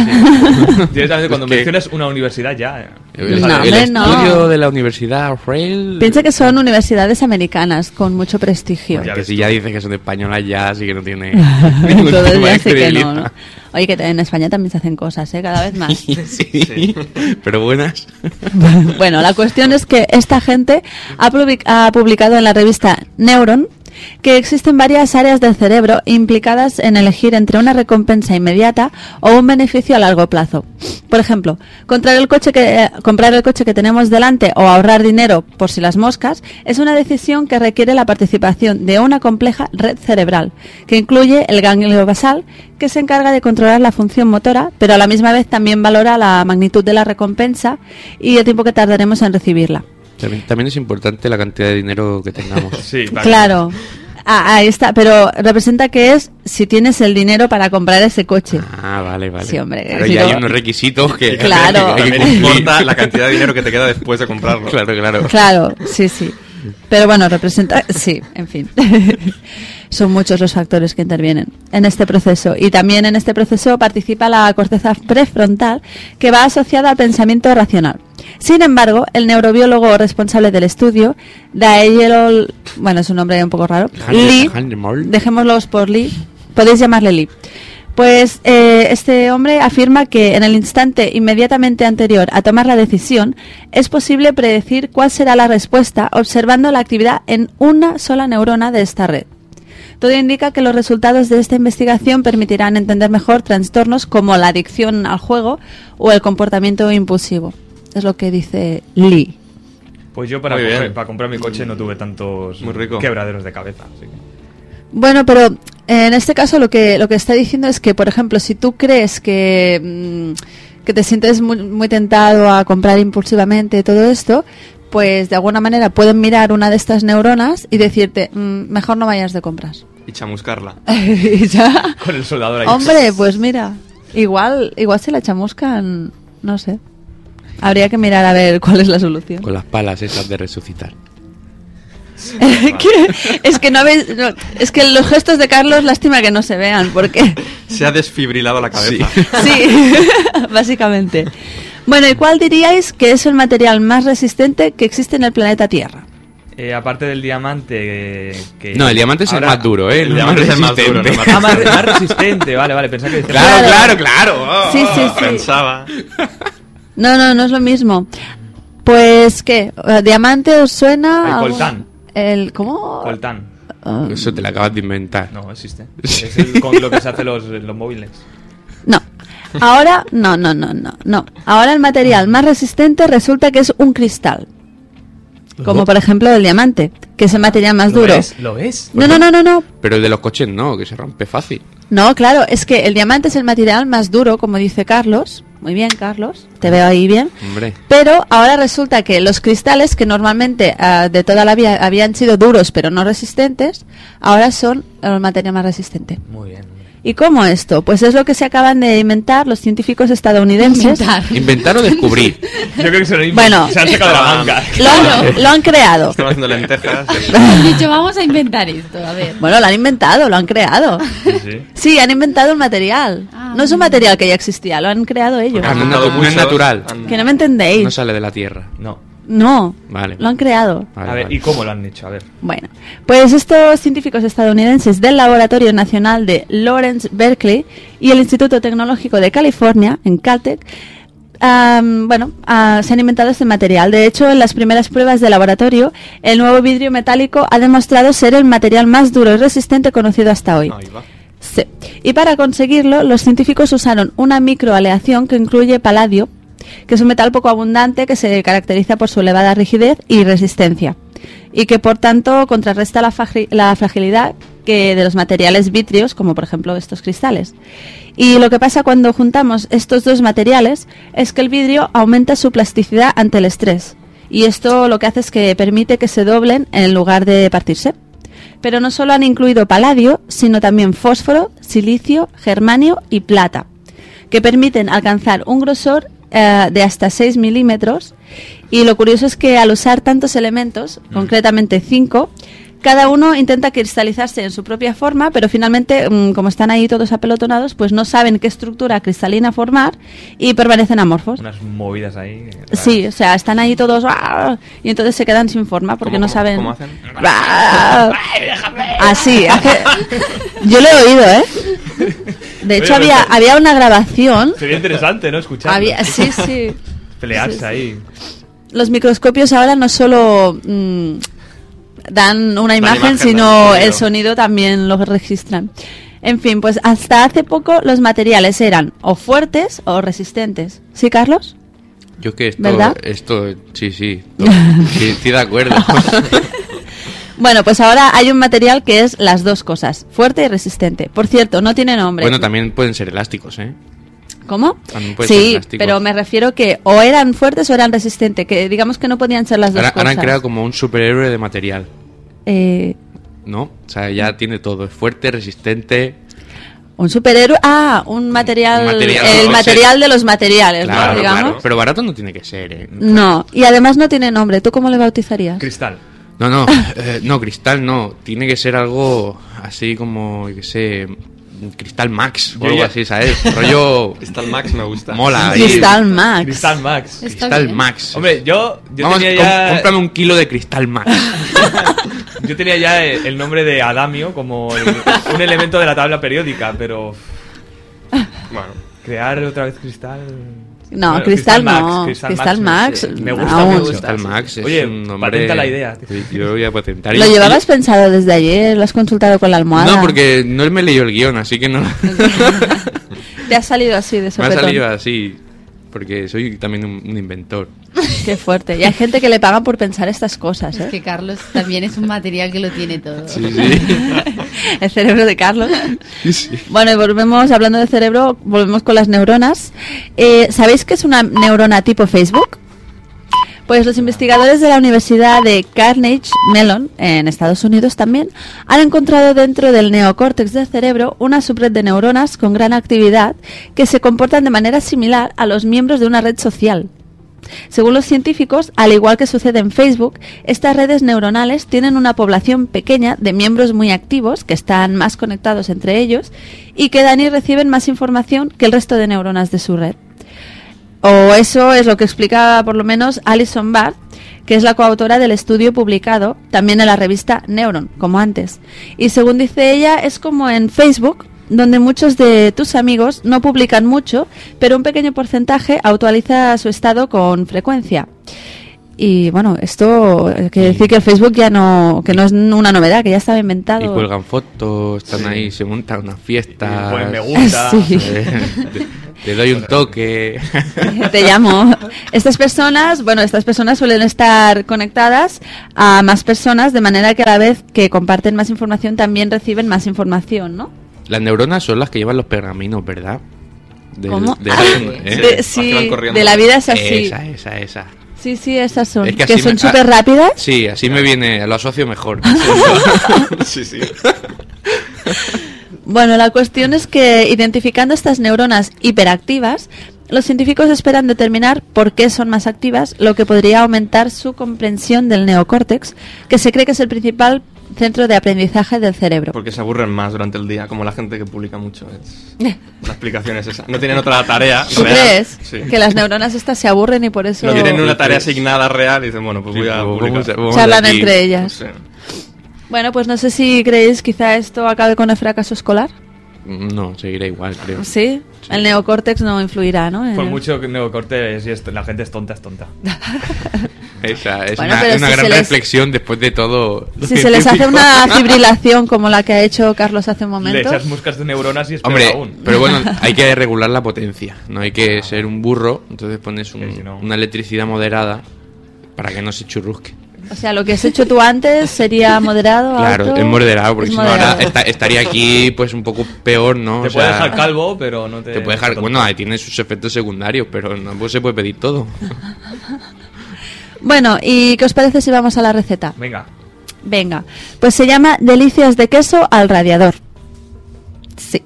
Directamente cuando
Es que-
mencionas una universidad
eh.
ya.
El,
No,
el
hombre, no.
estudio de la Universidad Rail.
Piensa que son universidades americanas con mucho prestigio. <laughs>
que si ya dice que son españolas ya, sí que no tiene ningún
Entonces
tipo
ya
de
sé que no,
credibilidad. <laughs>
¿no? Oye, que en España también se hacen cosas, ¿eh? Cada vez más.
Sí, pero buenas.
<laughs> Bueno, la cuestión es que esta gente ha, public- ha publicado en la revista Neuron que existen varias áreas del cerebro implicadas en elegir entre una recompensa inmediata o un beneficio a largo plazo. Por ejemplo, comprar el coche que, eh, comprar el coche que tenemos delante o ahorrar dinero por si las moscas es una decisión que requiere la participación de una compleja red cerebral, que incluye el ganglio basal, que se encarga de controlar la función motora, pero a la misma vez también valora la magnitud de la recompensa y el tiempo que tardaremos en recibirla.
También, también es importante la cantidad de dinero que tengamos.
sí,
Claro. Ah, ahí está, pero representa que es si tienes el dinero para comprar ese coche.
Ah, vale, vale.
Sí, hombre,
Pero
si
ya
no-
hay unos
<laughs>
requisitos que,
Claro.
que <laughs> hay que
También
cumplir.
importa la cantidad de dinero que te queda después de comprarlo.
Claro,
<laughs>
claro.
Claro, sí, sí. Pero bueno, representa, sí, en fin. <laughs> Son muchos los factores que intervienen en este proceso. Y también en este proceso participa la corteza prefrontal, que va asociada al pensamiento racional. Sin embargo, el neurobiólogo responsable del estudio, Daegerol, bueno, es un nombre un poco raro, Lee, dejémoslos por Lee, podéis llamarle Lee. Pues eh, este hombre afirma que en el instante inmediatamente anterior a tomar la decisión es posible predecir cuál será la respuesta observando la actividad en una sola neurona de esta red. Todo indica que los resultados de esta investigación permitirán entender mejor trastornos como la adicción al juego o el comportamiento impulsivo. Es lo que dice Lee.
Pues yo para,
Muy
comprar-
bien.
para comprar mi coche no tuve tantos quebraderos de cabeza. así que-
Bueno, pero eh, en este caso lo que lo que está diciendo es que, por ejemplo, si tú crees que mm, que te sientes muy, muy tentado a comprar impulsivamente todo esto, pues de alguna manera pueden mirar una de estas neuronas y decirte "Mm, mejor no vayas de compras.
Y chamuscarla.
<laughs> Y ya.
Con el soldador ahí.
Hombre, pues mira, igual igual se la chamuscan, no sé. Habría que mirar a ver cuál es la solución.
Con las palas esas de resucitar.
Que- <laughs> es que no habéis- no, es que los gestos de Carlos lástima que no se vean porque
Se ha desfibrilado la cabeza.
Sí, <laughs> básicamente. Bueno, ¿y cuál diríais que es el material más resistente que existe en el planeta Tierra?
Eh, aparte del diamante eh, que...
No, el diamante es el más duro, ¿eh? El
El diamante
más
es el más duro. no,
resistente.
más- Ah, más, más
<laughs>
resistente, vale, vale. Pensaba que... Pues
Claro, claro, claro. Oh,
Sí, sí,
oh,
sí.
Pensaba.
No, no, no es lo mismo. Pues, ¿qué? Eh, ¿Diamante os suena?
El
a un-
coltán.
El, ¿Cómo? Ah.
Eso te lo acabas de inventar.
No,
<laughs>
existe. Es el- con lo que se hace los, los móviles.
No. Ahora, no, no, no, no, no. Ahora el material más resistente resulta que es un cristal. Como por ejemplo el diamante, que <laughs> es el material más duro.
¿Lo ves?
No, no, no, no, no.
Pero el de los coches no, que se rompe fácil.
No, claro, es que el diamante es el material más duro, como dice Carlos. Muy bien, Carlos. Te veo ahí bien.
Hombre.
Pero ahora resulta que los cristales que normalmente ah, de toda la vida habían sido duros pero no resistentes, ahora son el material más resistente.
Muy bien.
¿Y cómo esto? Pues es lo que se acaban de inventar los científicos estadounidenses. <laughs>
Inventar o descubrir. Ah.
Yo creo que se lo inventan.
Bueno,
se han sacado de la manga.
Lo han, lo han creado.
Estaba haciendo lentejas.
Han dicho, vamos a inventar esto, a ver.
Bueno, lo han inventado, lo han creado. Sí, han inventado el material.
Ah.
No es un material que ya existía, lo han creado ellos.
Ah, no, no, no es natural.
Que no me entendéis.
No sale de la tierra.
No.
No,
Vale.
lo han creado.
A ver, ¿y cómo lo han hecho? A ver.
Bueno, pues estos científicos estadounidenses del Laboratorio Nacional de Lawrence Berkeley y el Instituto Tecnológico de California, en Caltech, am, bueno, ah, se han inventado este material. De hecho, en las primeras pruebas de laboratorio, el nuevo vidrio metálico ha demostrado ser el material más duro y resistente conocido hasta hoy. Sí. Y para conseguirlo, los científicos usaron una microaleación que incluye paladio, que es un metal poco abundante que se caracteriza por su elevada rigidez y resistencia, y que por tanto contrarresta la, fagri- la fragilidad que de los materiales vitrios, como por ejemplo estos cristales. Y lo que pasa cuando juntamos estos dos materiales es que el vidrio aumenta su plasticidad ante el estrés. Y esto lo que hace es que permite que se doblen en lugar de partirse. Pero no solo han incluido paladio, sino también fósforo, silicio, germanio y plata, que permiten alcanzar un grosor eh, de hasta 6 milímetros. Y lo curioso es que al usar tantos elementos, concretamente 5, cada uno intenta cristalizarse en su propia forma, pero finalmente, mm, como están ahí todos apelotonados, pues no saben qué estructura cristalina formar y permanecen amorfos.
Unas movidas ahí. eh, raras.
Sí, o sea, están ahí todos ¡ah! y entonces se quedan sin forma porque no saben.
cómo hacen?
¡Ah! Así, hace- yo lo he oído, ¿eh? De hecho,
Oye,
había,
pero-
había una grabación.
Sería interesante, ¿no? Escuchar.
¿Mm? Había- sí, sí.
<laughs> Pelearse
Sí, sí.
ahí.
Los microscopios ahora no solo mm, dan una
La
imagen,
imagen,
sino
¿no?
el sonido también lo registran. En fin, pues hasta hace poco los materiales eran o fuertes o resistentes. ¿Sí, Carlos?
<laughs> Yo que esto,
¿Verdad?
esto,
<laughs>
sí, sí, to- sí, estoy de acuerdo.
Bueno, pues ahora hay un material que es las dos cosas, fuerte y resistente. Por cierto, no tiene nombre.
bueno, también pueden ser elásticos, ¿eh?
¿Cómo?
También pueden ser
Sí,
elásticos.
pero me refiero que o eran fuertes o eran resistentes, que digamos que no podían ser las dos
Ahora, ahora
cosas.
han creado como un superhéroe de material,
Eh,
¿no? O sea, ya tiene todo, es fuerte, resistente,
un superhéroe, ah, un material,
Un material,
el
o sea,
material de los materiales, ¿no?
claro,
digamos.
claro. Pero barato no tiene que ser, ¿eh?
No, y además no tiene nombre. ¿Tú cómo le bautizarías?
Cristal.
No, no, eh, no, cristal no. Tiene que ser algo así como, yo qué sé, cristal max o
Yo
algo
ya-
así, ¿sabes?
<laughs>
Rollo.
Cristal Max me gusta.
Mola. ahí.
Cristal Max.
Cristal Max.
Cristal max.
Hombre, yo, yo
Vamos,
tenía
com-
ya.
cómprame un kilo de cristal max.
Yo tenía ya el, el nombre de Adamio como el- un elemento de la tabla periódica, pero. Bueno. Crear otra vez cristal.
No,
Bueno,
cristal
Max,
no, cristal Max,
me-
sí.
Me
no.
gusta, me gusta.
Cristal max es
Oye,
un nombre.
patenta la idea.
Sí, Yo lo voy a patentar.
¿Lo
Y-
llevabas pensado desde ayer? ¿Lo has consultado con la almohada?
No, porque no me he leído el guión, así que no.
Te ha salido así de
<laughs> me ha
sopetón.
salido así. Porque soy también un, un inventor.
<laughs> Qué fuerte. Y hay gente que le pagan por pensar estas cosas, ¿eh?
Es que Carlos también es un material que lo tiene todo.
<laughs> El cerebro de Carlos. Bueno, y volvemos, hablando de cerebro, volvemos con las neuronas. Eh, ¿Sabéis qué es una neurona tipo Facebook? Pues los investigadores de la Universidad de Carnegie Mellon, en Estados Unidos también, han encontrado dentro del neocórtex del cerebro una subred de neuronas con gran actividad que se comportan de manera similar a los miembros de una red social. Según los científicos, al igual que sucede en Facebook, estas redes neuronales tienen una población pequeña de miembros muy activos que están más conectados entre ellos y que dan y reciben más información que el resto de neuronas de su red. O eso es lo que explicaba por lo menos Alison Barr, que es la coautora del estudio publicado también en la revista Neuron, como antes. Y según dice ella, es como en Facebook, donde muchos de tus amigos no publican mucho, pero un pequeño porcentaje actualiza su estado con frecuencia. Y bueno, esto eh, quiere decir que Facebook ya no, que no es una novedad, que ya estaba inventado.
Y cuelgan fotos, están ahí, se montan unas fiestas.
Y
<laughs>
ponen me gusta. Sí.
Eh, te, te doy un
<laughs>
toque.
Te llamo. Estas personas, bueno, estas personas suelen estar conectadas a más personas, de manera que a la vez que comparten más información también reciben más información, ¿no?
Las neuronas son las que llevan los pergaminos, ¿verdad? Del-
¿Cómo?
del-
Ah,
¿eh?
de- Las sí, que van corriendo. de la vida es así.
Esa, esa, esa.
Sí, sí, esas son.
Es
que
así
son
me-
súper
ah,
rápidas.
Sí, así me viene, lo asocio
<laughs>
mejor. sí, sí.
Bueno, la cuestión es que identificando estas neuronas hiperactivas, los científicos esperan determinar por qué son más activas, lo que podría aumentar su comprensión del neocórtex, que se cree que es el principal centro de aprendizaje del cerebro.
Porque se aburren más durante el día, como la gente que publica mucho.
<laughs>
Es... La explicación es esa. No tienen otra tarea
¿Tú
real.
crees
Sí.
que las neuronas estas se aburren y por eso
No tienen una tarea asignada real y dicen, bueno, pues voy a publicar.
charlan entre ellas?
Sí.
Bueno, pues no sé si creéis quizá esto acabe con el fracaso escolar.
No, seguirá igual, creo.
Pues ¿Sí? El neocórtex no influirá, ¿no? En
Pues
Por
el-
mucho que no cortes y esto, la gente es tonta, es tonta.
Esa es
Bueno,
una,
pero
una
si
gran
se les-
reflexión después de todo. lo
Si se
<laughs>
les hace
científico.
una fibrilación como la que ha hecho Carlos hace un
Le
momento.
echas moscas de neuronas y es peor
Hombre,
aún.
pero
<laughs>
bueno, hay que regular la potencia. No hay que ser un burro, entonces pones un- una electricidad moderada para que no se churrusque.
O sea, lo que has hecho tú antes sería moderado.
Claro,
alto,
es moderado, porque
es
si no ahora
moderado.
esta- estaría aquí pues un poco peor, ¿no?
Te
O
puede
sea,
dejar calvo, pero no te.
Te puede dejar, bueno, ahí tiene sus efectos secundarios, pero no pues, se puede pedir todo.
Bueno, ¿y qué os parece si vamos a la receta?
Venga.
Venga, pues se llama delicias de queso al radiador. Sí.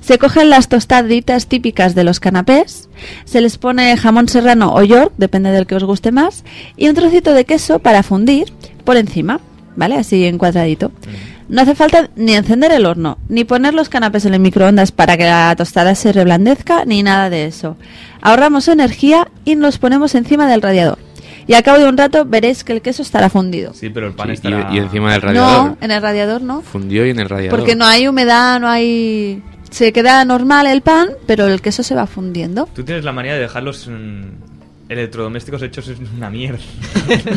Se cogen las tostaditas típicas de los canapés, se les pone jamón serrano o york, depende del que os guste más, y un trocito de queso para fundir por encima, ¿vale? Así en cuadradito. No hace falta ni encender el horno, ni poner los canapés en el microondas para que la tostada se reblandezca, ni nada de eso. Ahorramos energía y los ponemos encima del radiador. Y al cabo de un rato veréis que el queso estará fundido.
Sí, pero el pan
Sí, y-
estará.
y, encima del radiador.
No, en el radiador no.
Fundió y en el radiador.
Porque no hay humedad, no hay... Se queda normal el pan, pero el queso se va fundiendo.
Tú tienes la manía de dejarlos mm,
Electrodomésticos hechos es una mierda.
<laughs>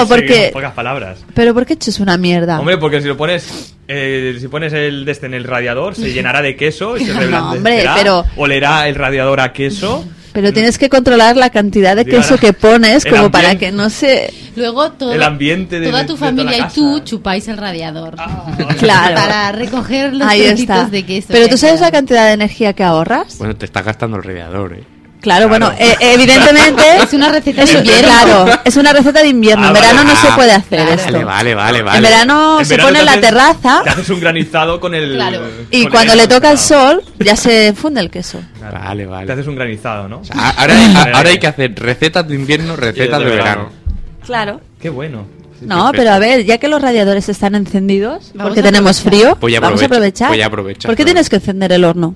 <laughs>
<laughs>
Sí,
porque.
en pocas palabras.
Pero ¿por qué hecho es una mierda?
Hombre, porque si lo pones eh, si pones el de este en el radiador,
<laughs>
se llenará de queso y se
No,
reblandecerá,
hombre, pero-
olerá el radiador a queso.
Pero tienes que controlar la cantidad de
Digo,
queso
ahora,
que pones
el
como para
ambiente-
que no se...
Luego todo-
El ambiente de-
toda
de
tu
toda la
familia y
casa.
tú chupáis el radiador. <laughs>
Claro.
Para recoger los
Ahí
trocitos
está.
de queso.
Pero
que
tú
han
sabes la
quedado.
cantidad de energía que ahorras.
Bueno, te está gastando el radiador, ¿eh?
Claro, bueno, eh, evidentemente
<laughs> Es una receta de
es-
invierno.
Claro, es una receta de invierno.
Ah,
en verano
vale.
no se
Ah,
puede hacer esto.
Vale, vale, vale, vale.
En verano se
verano
pone en
te
la
haces-
terraza
Te haces un granizado con el.
y
con
cuando
el-
le toca el sol ya se funde el queso.
Vale, vale.
Te haces un granizado, ¿no?
Ah, Ahora,
<laughs>
a- ahora hay que hacer recetas de invierno, recetas
de
de, verano.
Claro.
Qué bueno.
No, pero a ver, ya que los radiadores están encendidos
Vamos
porque
a
tenemos
aprovechar.
frío,
Voy a
vamos a
aprovechar,
aprovechar.
voy a aprovechar,
¿Por qué
claro.
tienes que encender el horno?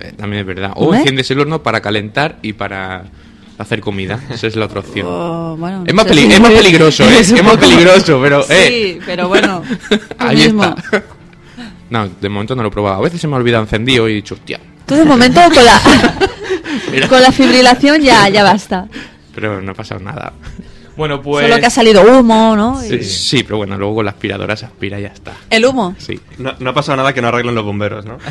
Eh, también es verdad. O
¿Eh?
enciendes el horno para calentar y para hacer comida. Esa es la otra opción.
Oh, bueno,
es, más
entonces-
peli- es más peligroso, ¿eh?
<laughs> Es un
Es más
poco-
peligroso, pero...
Sí,
eh.
pero
<laughs>
bueno, tú
Ahí
mismo.
está. <laughs> No, de momento no lo he probado. A veces se me ha olvidado encendido y he dicho, hostia.
Tú de
<laughs>
momento con la,
Mira.
con la fibrilación ya, ya basta.
Pero no ha pasado nada.
Bueno, pues.
Solo que ha salido humo, ¿no?
Sí,
Y-
sí, pero bueno, luego con la aspiradora se aspira y ya está.
El humo.
Sí.
No, no ha pasado nada que no arreglen los bomberos, ¿no? <laughs>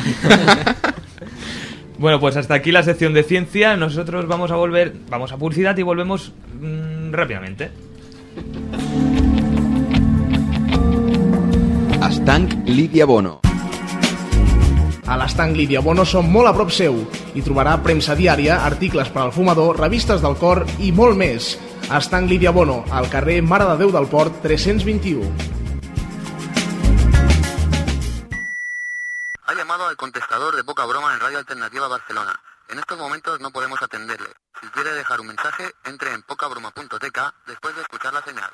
Bueno, pues hasta aquí la sección de ciencia. Nosotros vamos a volver, vamos a publicidad y volvemos mm, rápidamente.
Estanc Lídia Bono.
A l'estanc Lídia Bono som molt a prop seu. Hi trobarà premsa diària, articles per al fumador, revistes del cor i molt més. Estanc Lídia Bono, al carrer Mare de Déu del Port 321.
Ha llamado al contestador de Poca Broma en Radio Alternativa Barcelona. En estos momentos no podemos atenderle. Si quiere dejar un mensaje, entre en pocabroma.tk después de escuchar la señal.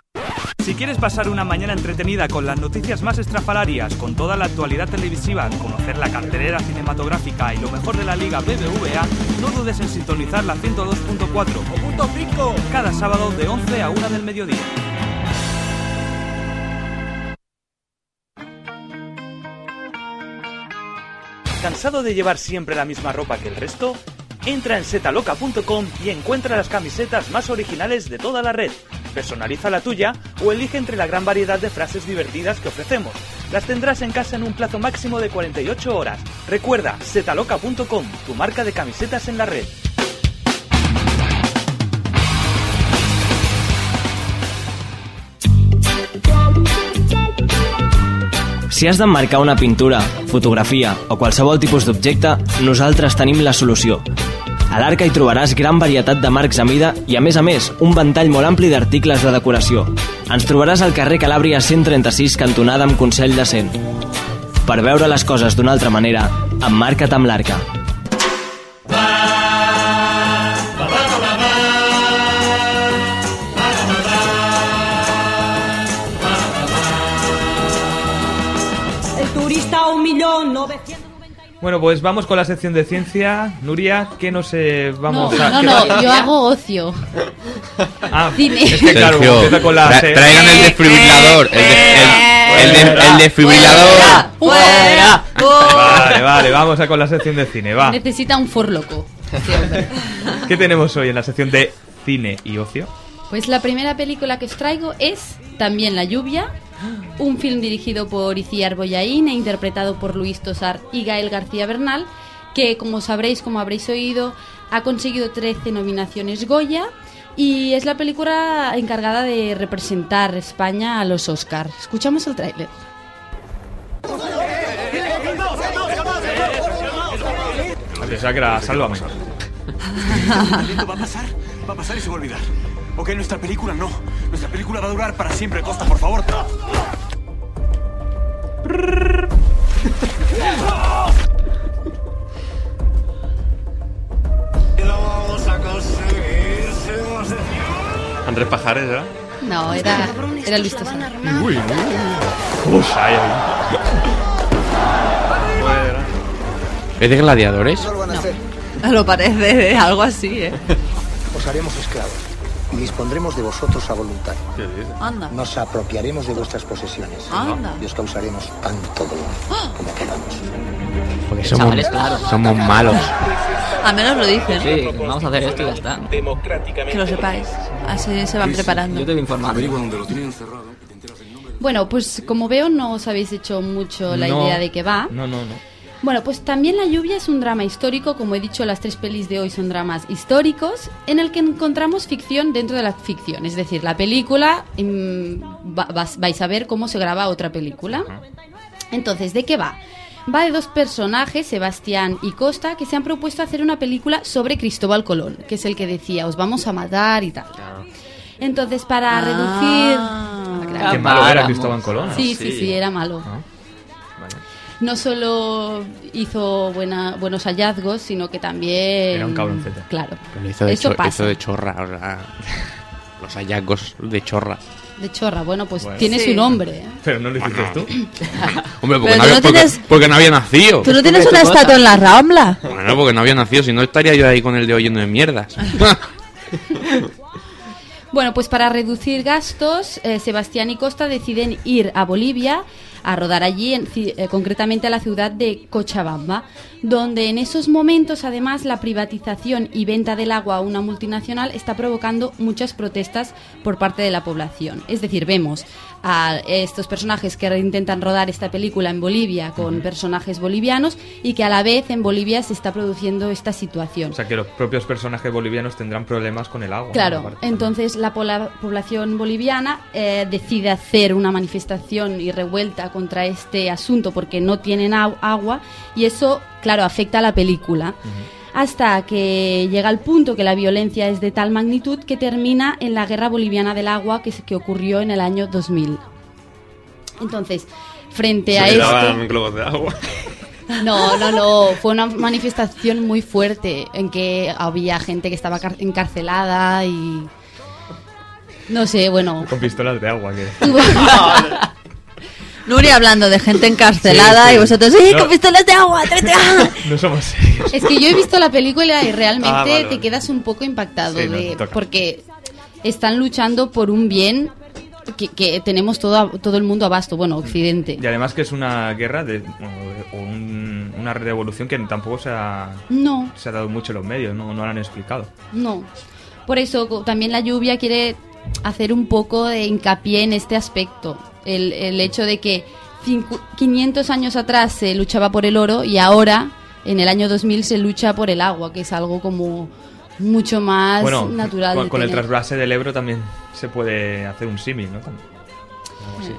Si quieres pasar una mañana entretenida con las noticias más estrafalarias, con toda la actualidad televisiva, conocer la cartelera cinematográfica y lo mejor de la liga BBVA, no dudes en sintonizar la 102.4 o punto pico cada sábado de 11 a 1 del mediodía. ¿Cansado de llevar siempre la misma ropa que el resto? Entra en setaloca.com y encuentra las camisetas más originales de toda la red. Personaliza la tuya o elige entre la gran variedad de frases divertidas que ofrecemos. Las tendrás en casa en un plazo máximo de 48 horas. Recuerda, setaloca.com, tu marca de camisetas en la red.
Si has d'emmarcar una pintura, fotografia o qualsevol tipus d'objecte, nosaltres tenim la solució. A l'Arca hi trobaràs gran varietat de marcs a mida i, a més a més, un ventall molt ampli d'articles de decoració. Ens trobaràs al carrer Calàbria 136, cantonada amb Consell de Cent. Per veure les coses d'una altra manera, emmarca't amb l'Arca.
El turista un millón novecientos...
Bueno, pues vamos con la sección de ciencia. Nuria, ¿qué no sé?
No,
Vamos a.
no,
¿qué
no,
va-
yo hago ocio.
Ah,
cine.
es que claro,
Sergio,
empieza con la.
tra-
se-
traigan el desfibrilador. El, de- el- el de- el desfibrilador.
¡Fuera!
Vale, vale, vamos a con la sección de cine, va.
Necesita un forloco.
¿Qué tenemos hoy en la sección de cine y ocio?
Pues la primera película que os traigo es también La lluvia, un film dirigido por Iciar Boyaín e interpretado por Luis Tosar y Gael García Bernal, que como sabréis, como habréis oído, ha conseguido 13 nominaciones Goya y es la película encargada de representar España a los Oscars. Escuchamos el tráiler.
Pensaba que era Sálvame.
va a pasar, va a pasar y se va a olvidar. Ok, nuestra película no. Nuestra película va a durar para siempre, Costa, por favor.
¿eh?
Andrés Pajares, ¿verdad?
No, era, era Luis Tosar.
Uy,
¿Es de gladiadores?
Lo parece, ¿eh? algo así, ¿eh?
Os haremos esclavos.
y dispondremos de vosotros a voluntad.
Anda.
Nos apropiaremos de vuestras posesiones
Anda.
y os causaremos tanto dolor como queramos.
Porque
Los
somos,
chavales, claro.
somos malos.
Al menos lo dicen.
Sí, vamos a hacer esto y ya está.
Que lo sepáis. Así se van preparando.
Yo te voy informando.
Bueno, pues como veo no os habéis hecho mucho la
No.
idea de que va.
No, no, no.
Bueno, pues también La lluvia es un drama histórico, como he dicho, las tres pelis de hoy son dramas históricos, en el que encontramos ficción dentro de la ficción, es decir, la película, mm, va- vas- vais a ver cómo se graba otra película. Entonces, ¿de qué va? Va de dos personajes, Sebastián y Costa, que se han propuesto hacer una película sobre Cristóbal Colón, que es el que decía, os vamos a matar y tal. Entonces, para reducir...
Ah.
Ah,
Qué malo era Cristóbal Colón. Ah.
Sí, sí, sí, era malo. No solo hizo buena- buenos hallazgos, sino que también...
Era un cabroncete.
Claro.
Pero lo hizo de,
Eso
cho-
pasa.
hizo de chorra, o sea, <laughs> los hallazgos de chorra.
De chorra, bueno, pues
Bueno.
tiene
Sí.
su nombre. ¿eh?
Pero no lo hiciste tú.
Hombre,
Pero
porque no,
tú
había,
no
porque-
tienes-
porque no había nacido.
¿Tú no tienes una estatua en la Rambla?
Bueno, porque no había nacido, si no estaría yo ahí con el dedo lleno de mierdas.
Bueno, pues para reducir gastos, eh, Sebastián y Costa deciden ir a Bolivia a rodar allí, en ci- eh, concretamente a la ciudad de Cochabamba, donde en esos momentos además la privatización y venta del agua a una multinacional está provocando muchas protestas por parte de la población. Es decir, vemos a estos personajes que intentan rodar esta película en Bolivia con personajes bolivianos y que a la vez en Bolivia se está produciendo esta situación.
O sea, que los propios personajes bolivianos tendrán problemas con el agua.
Claro,
aparte.
entonces la pola- población boliviana eh, decide hacer una manifestación y revuelta contra este asunto porque no tienen au- agua y eso, claro, afecta a la película. Hasta que llega el punto que la violencia es de tal magnitud que termina en la guerra boliviana del agua que, se- que ocurrió en el año 2000. Entonces, frente
Se
a
le
esto...
daban globos de agua.
No, no, no. Fue una manifestación muy fuerte en que había gente que estaba car- encarcelada y. No sé, bueno.
Con pistolas de agua. que-
<laughs>
Nuria hablando de gente encarcelada
Sí, sí.
y vosotros, ¡sí,
No.
con pistolas de agua! ¡Tráete agua!
<laughs> No somos
Es que yo he visto la película y realmente
Ah, vale, vale.
te quedas un poco impactado
Sí, no,
de,
te toca.
porque están luchando por un bien que, que tenemos todo, a- todo el mundo abasto, bueno, Occidente.
Y además que es una guerra de, o, o un- una revolución que tampoco se ha,
No.
se ha dado mucho en los medios, no, no la han explicado.
No. Por eso co- también la lluvia quiere hacer un poco de hincapié en este aspecto. El, el hecho de que cincu- 500 años atrás se luchaba por el oro y ahora, en el año 2000, se lucha por el agua, que es algo como mucho más
bueno,
Ah, natural.
con,
de
con el
tener.
trasvase del Ebro también se puede hacer un símil, ¿no? También. Algo así.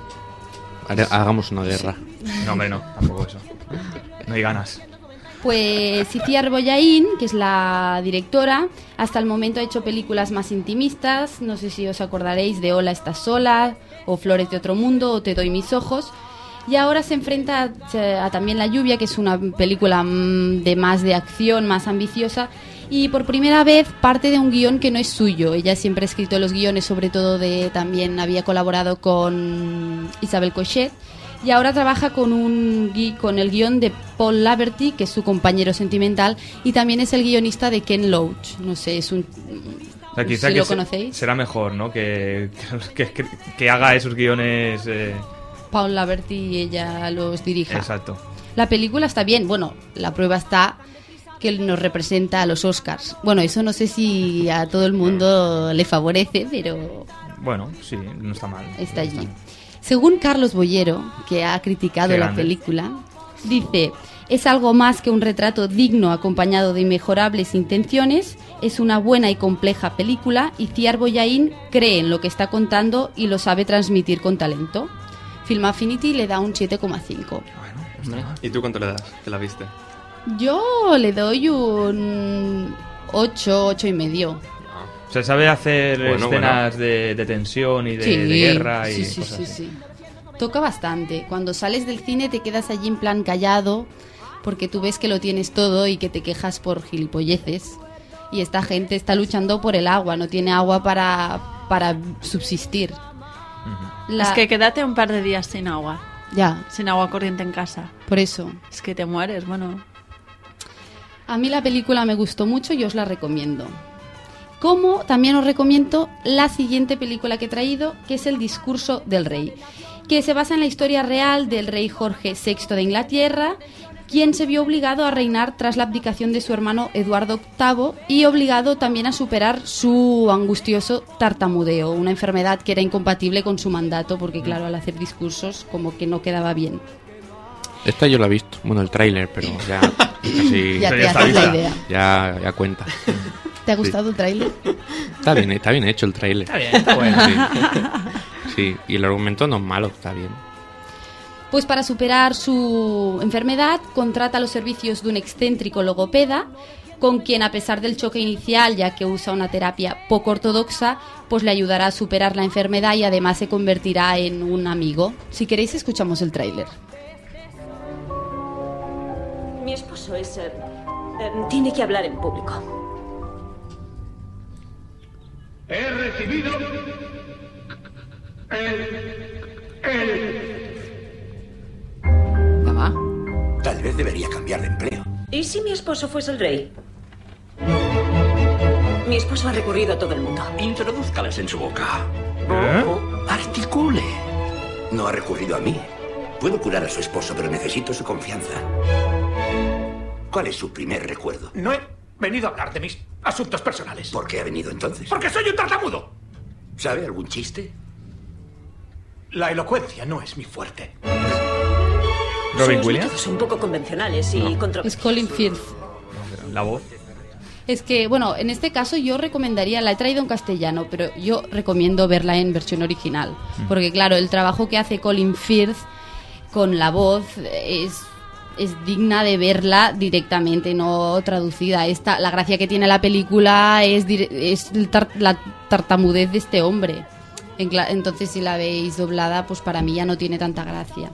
Ahora Hagamos una guerra.
No, hombre, no, tampoco eso. No hay ganas.
Pues Iciar Boyaín, que es la directora, hasta el momento ha hecho películas más intimistas, no sé si os acordaréis de Hola estás sola, o Flores de otro mundo, o Te doy mis ojos, y ahora se enfrenta a, a también La lluvia, que es una película mm, de más de acción, más ambiciosa, y por primera vez parte de un guión que no es suyo, ella siempre ha escrito los guiones, sobre todo de, también había colaborado con Isabel Cochet, y ahora trabaja con un gui- con el guión de Paul Laverty, que es su compañero sentimental, y también es el guionista de Ken Loach. No sé, es un
O sea, quizá
si
que
lo
se-
conocéis,
será mejor, ¿no? Que, <laughs> que, que- que haga esos guiones. eh,
Paul Laverty y ella los dirija.
exacto.
La película está bien, bueno, la prueba está que nos representa a los Oscars. Bueno, eso no sé si a todo el mundo le favorece, pero
Bueno, sí, no está mal.
está allí. Según Carlos Boyero, que ha criticado
Qué
la
grande.
película, dice, es algo más que un retrato digno acompañado de inmejorables intenciones, es una buena y compleja película y Ciar Boyain cree en lo que está contando y lo sabe transmitir con talento. Film Affinity le da un 7,5.
¿Y tú cuánto le das? ¿Te la viste?
Yo le doy un 8, 8 y medio.
O sea, sabe hacer
Bueno,
escenas De, de tensión y de,
Sí,
de guerra y
sí, sí,
cosas
sí,
así.
sí. Toca bastante. Cuando sales del cine te quedas allí en plan callado porque tú ves que lo tienes todo y que te quejas por gilipolleces. Y esta gente está luchando por el agua, no tiene agua para, para subsistir. La-
Es que quédate un par de días sin agua.
Ya.
Sin agua corriente en casa.
Por eso.
Es que te mueres, bueno.
A mí la película me gustó mucho y os la recomiendo. Como también os recomiendo la siguiente película que he traído, que es El discurso del rey, que se basa en la historia real del rey Jorge VI de Inglaterra, quien se vio obligado a reinar tras la abdicación de su hermano Eduardo VIII y obligado también a superar su angustioso tartamudeo, una enfermedad que era incompatible con su mandato, porque claro, al hacer discursos como que no quedaba bien.
Esta yo la he visto. Bueno, el tráiler, pero ya
<laughs>
casi...
Ya te Ya está haces la vista. idea.
Ya, ya cuenta.
¿Te ha
Sí.
gustado el tráiler?
Está bien, está bien hecho el tráiler.
Está bien, está bueno. <laughs>
Sí. Sí, y el argumento no es malo, está bien.
Pues para superar su enfermedad, contrata los servicios de un excéntrico logopeda, con quien a pesar del choque inicial, ya que usa una terapia poco ortodoxa, pues le ayudará a superar la enfermedad y además se convertirá en un amigo. Si queréis, escuchamos el tráiler.
Mi esposo es... eh, eh, tiene que hablar en público.
He recibido el, el...
Tal vez debería cambiar de empleo.
¿Y si mi esposo fuese el rey? Mi esposo ha recurrido a todo el mundo.
Introduzcalas en su boca. Articule. No ha recurrido a mí. Puedo curar a su esposo, pero necesito su confianza. ¿Cuál es su primer recuerdo?
No he venido a hablar de mis asuntos personales.
¿Por qué ha venido entonces?
Porque soy un tartamudo.
¿Sabe algún chiste?
La elocuencia no es mi fuerte.
Robin
Sus
Williams.
métodos son Pues poco convencionales y
No.
contro-
Es Colin Firth.
La voz.
Es que, bueno, en este caso yo recomendaría, la he traído en castellano, pero yo recomiendo verla en versión original.
Mm.
Porque, claro, el trabajo que hace Colin Firth con la voz es, es digna de verla directamente, no traducida. Esta, la gracia que tiene la película es, dire- es el tar- la tartamudez de este hombre. En cla- Entonces, si la veis doblada, pues para mí ya no tiene tanta gracia.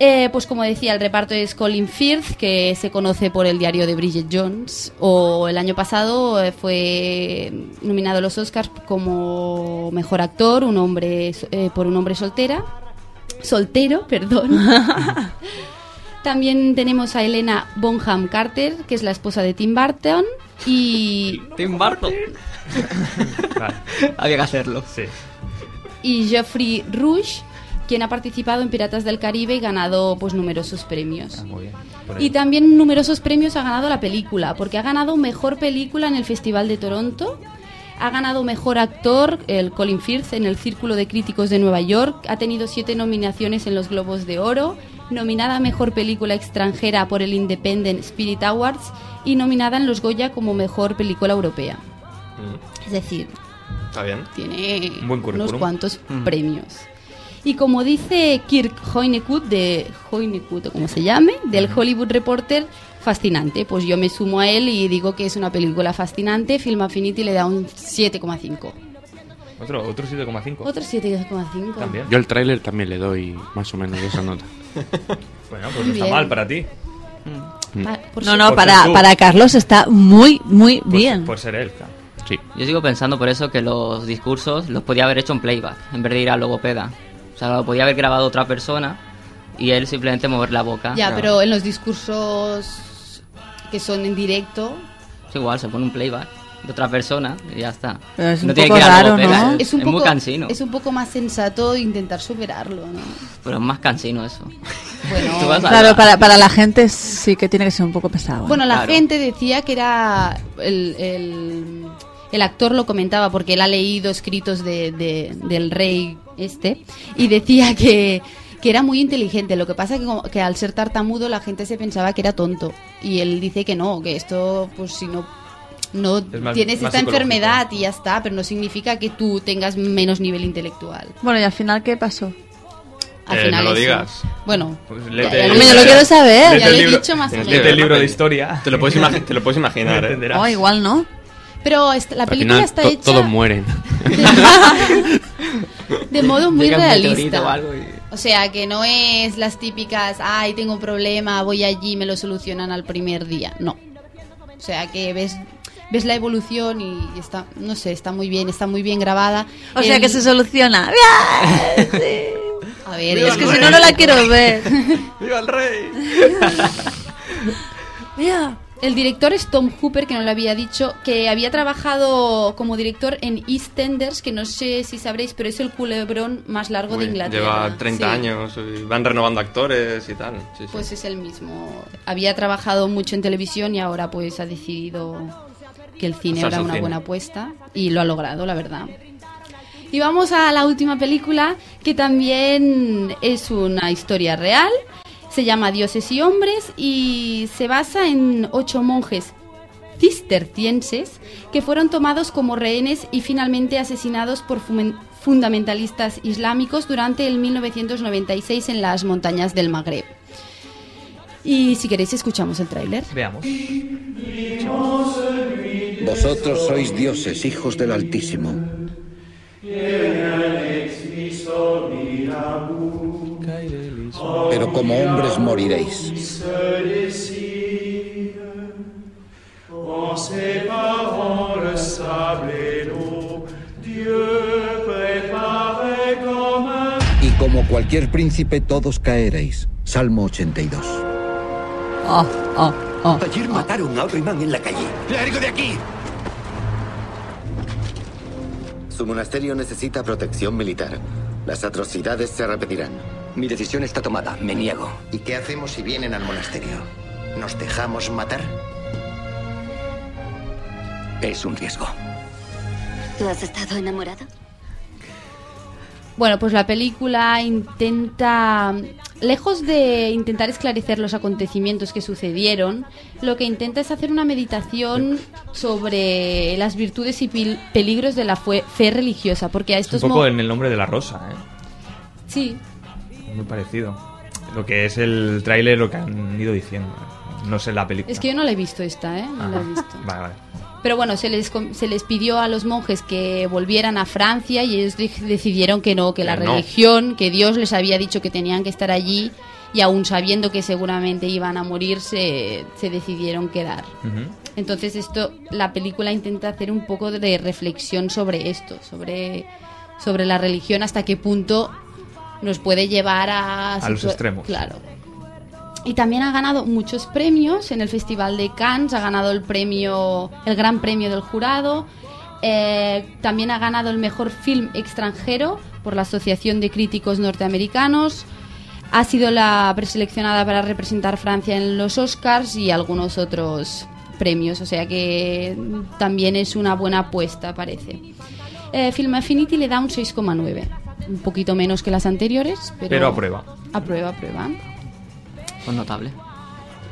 Eh, pues como decía, el reparto es Colin Firth, que se conoce por el diario de Bridget Jones, o el año pasado eh, fue nominado a los Oscars como mejor actor, un hombre so- eh, por un hombre soltera, soltero, <laughs> perdón. También tenemos a Elena Bonham Carter, que es la esposa de Tim Burton, y,
Tim Burton. <laughs> Había que hacerlo. Sí.
y Geoffrey Rush, quien ha participado en Piratas del Caribe y ganado pues numerosos premios. Y también numerosos premios ha ganado la película, porque ha ganado mejor película en el Festival de Toronto, ha ganado mejor actor, el Colin Firth, en el Círculo de Críticos de Nueva York, ha tenido siete nominaciones en los Globos de Oro, nominada a mejor película extranjera por el Independent Spirit Awards y nominada en los Goya como mejor película europea. Es decir,
Está bien.
tiene
Un buen currículum.
unos cuantos
Mm.
premios. Y como dice Kirk Hoinecut, de Hoinecut, o como se llame, del Hollywood Reporter, fascinante. Pues yo me sumo a él y digo que es una película fascinante. Film Affinity le da un 7,5.
Otro, otro 7,5.
Pues
Otro 7,5.
También.
Yo al tráiler también le doy más o menos esa nota.
Bueno, pues
Muy
no está
bien.
mal para ti.
Pa- por
No,
su-
no,
por
para,
ser tú.
para Carlos está muy, muy
Pues
bien.
Por ser él, claro.
Yo sigo pensando por eso que los discursos los podía haber hecho en playback, en vez de ir a logopeda. O sea, lo podía haber grabado otra persona y él simplemente mover la boca.
Ya, pero en los discursos que son en directo.
Es igual, se pone un playback de otra persona y ya está.
Pero es un
tiene
poco
que ir a
raro,
logopeda,
¿no?
Es,
Es un,
es
poco,
muy cansino,
es un poco más sensato intentar superarlo, ¿no?
pero es más cansino eso.
Bueno,
<laughs> Tú vas a-
Claro, para, para la gente sí que tiene que ser un poco pesado. ¿eh?
Bueno, la
Claro.
gente decía que era. El, el- el actor lo comentaba porque él ha leído escritos de- de- del rey este y decía <laughs> que, que era muy inteligente. Lo que pasa que, como- que al ser tartamudo la gente se pensaba que era tonto. Y él dice que no, que esto, pues si no. No
Es más-
tienes
más
esta
psicológico.
enfermedad y ya está, pero no significa que tú tengas menos nivel intelectual.
Bueno, y al final, ¿qué pasó?
Al
Eh,
final
no lo
eso.
digas.
Bueno,
Pues
ya-
léete
ya
el
lo-
libro.
ya lo quiero saber.
Léete
Ya
el
lo he
libro.
dicho más o
Tienes que
menos.
leer
libro de
peli.
historia.
Te lo puedes, imagi- te lo puedes imaginar. ¿eh?
Oh, igual no.
Pero esta- la
Al
película
final,
está
to-
hecha.
todos mueren.
de modo muy
Llega un
realista.
meteorito
O,
o algo
sea, que no es las típicas, ay, tengo un problema, voy allí, me lo solucionan al primer día. No. O sea, que ves ves la evolución y está, no sé, está muy bien, está muy bien grabada.
O sea, que se
<laughs>
soluciona.
A ver,
es que si
<laughs>
no, no la quiero ver.
¡Viva el rey!
Mira,
El director es Tom Hooper, que no lo había dicho, que había trabajado como director en EastEnders, que no sé si sabréis, pero es el culebrón más largo
Uy,
de Inglaterra.
Lleva 30
Sí.
años, y van renovando actores y tal. Sí, sí.
Pues es el mismo. Había trabajado mucho en televisión y ahora pues ha decidido que el cine
Pasarse
era
al
una
cine.
buena apuesta y lo ha logrado, la verdad. Y vamos a la última película que también es una historia real. Se llama Dioses y Hombres y se basa en ocho monjes cistercienses que fueron tomados como rehenes y finalmente asesinados por fumen- fundamentalistas islámicos durante el 1996 en las montañas del Magreb. Y si queréis escuchamos el tráiler.
Veamos.
Vosotros sois dioses, hijos del Altísimo. Pero como hombres moriréis.
En ses paroles sable et l'eau, Dieu préparé comme un
Y como cualquier príncipe, todos caeréis. Salmo 82.
Ah,
Ayer mataron a otro imán en la calle. ¡Largo de aquí!
Su monasterio necesita protección militar. Las atrocidades se repetirán. Mi decisión está tomada. Me niego.
¿Y qué hacemos si vienen al monasterio? ¿Nos dejamos matar? Es un riesgo.
¿Tú has estado enamorado?
Bueno, pues la película intenta, lejos de intentar esclarecer los acontecimientos que sucedieron, lo que intenta es hacer una meditación sobre las virtudes y pil- peligros de la fue- fe religiosa, porque a
Un
estos mo-
poco en el nombre de la rosa, ¿eh?
sí,
Muy parecido. Lo que es el tráiler, lo que han ido diciendo. ¿eh? No sé la película.
es que yo no la he visto esta, ¿eh? No la he
Ah,
visto.
Vale, vale.
Pero bueno, se les, com- se les pidió a los monjes que volvieran a Francia y ellos de- decidieron que no, que la
Que no.
religión, que Dios les había dicho que tenían que estar allí y aún sabiendo que seguramente iban a morir, se, se decidieron quedar. Entonces esto, la película intenta hacer un poco de reflexión sobre esto, sobre, sobre la religión, hasta qué punto nos puede llevar a...
A los
situa-
extremos.
Claro. Y también ha ganado muchos premios en el Festival de Cannes, ha ganado el premio, el Gran Premio del Jurado, eh, también ha ganado el mejor film extranjero por la Asociación de Críticos Norteamericanos, ha sido la preseleccionada para representar Francia en los Oscars y algunos otros premios, o sea que también es una buena apuesta, parece. Eh, film Affinity le da un 6,9, un poquito menos que las anteriores, pero,
Pero aprueba.
Aprueba, aprueba.
Pues notable.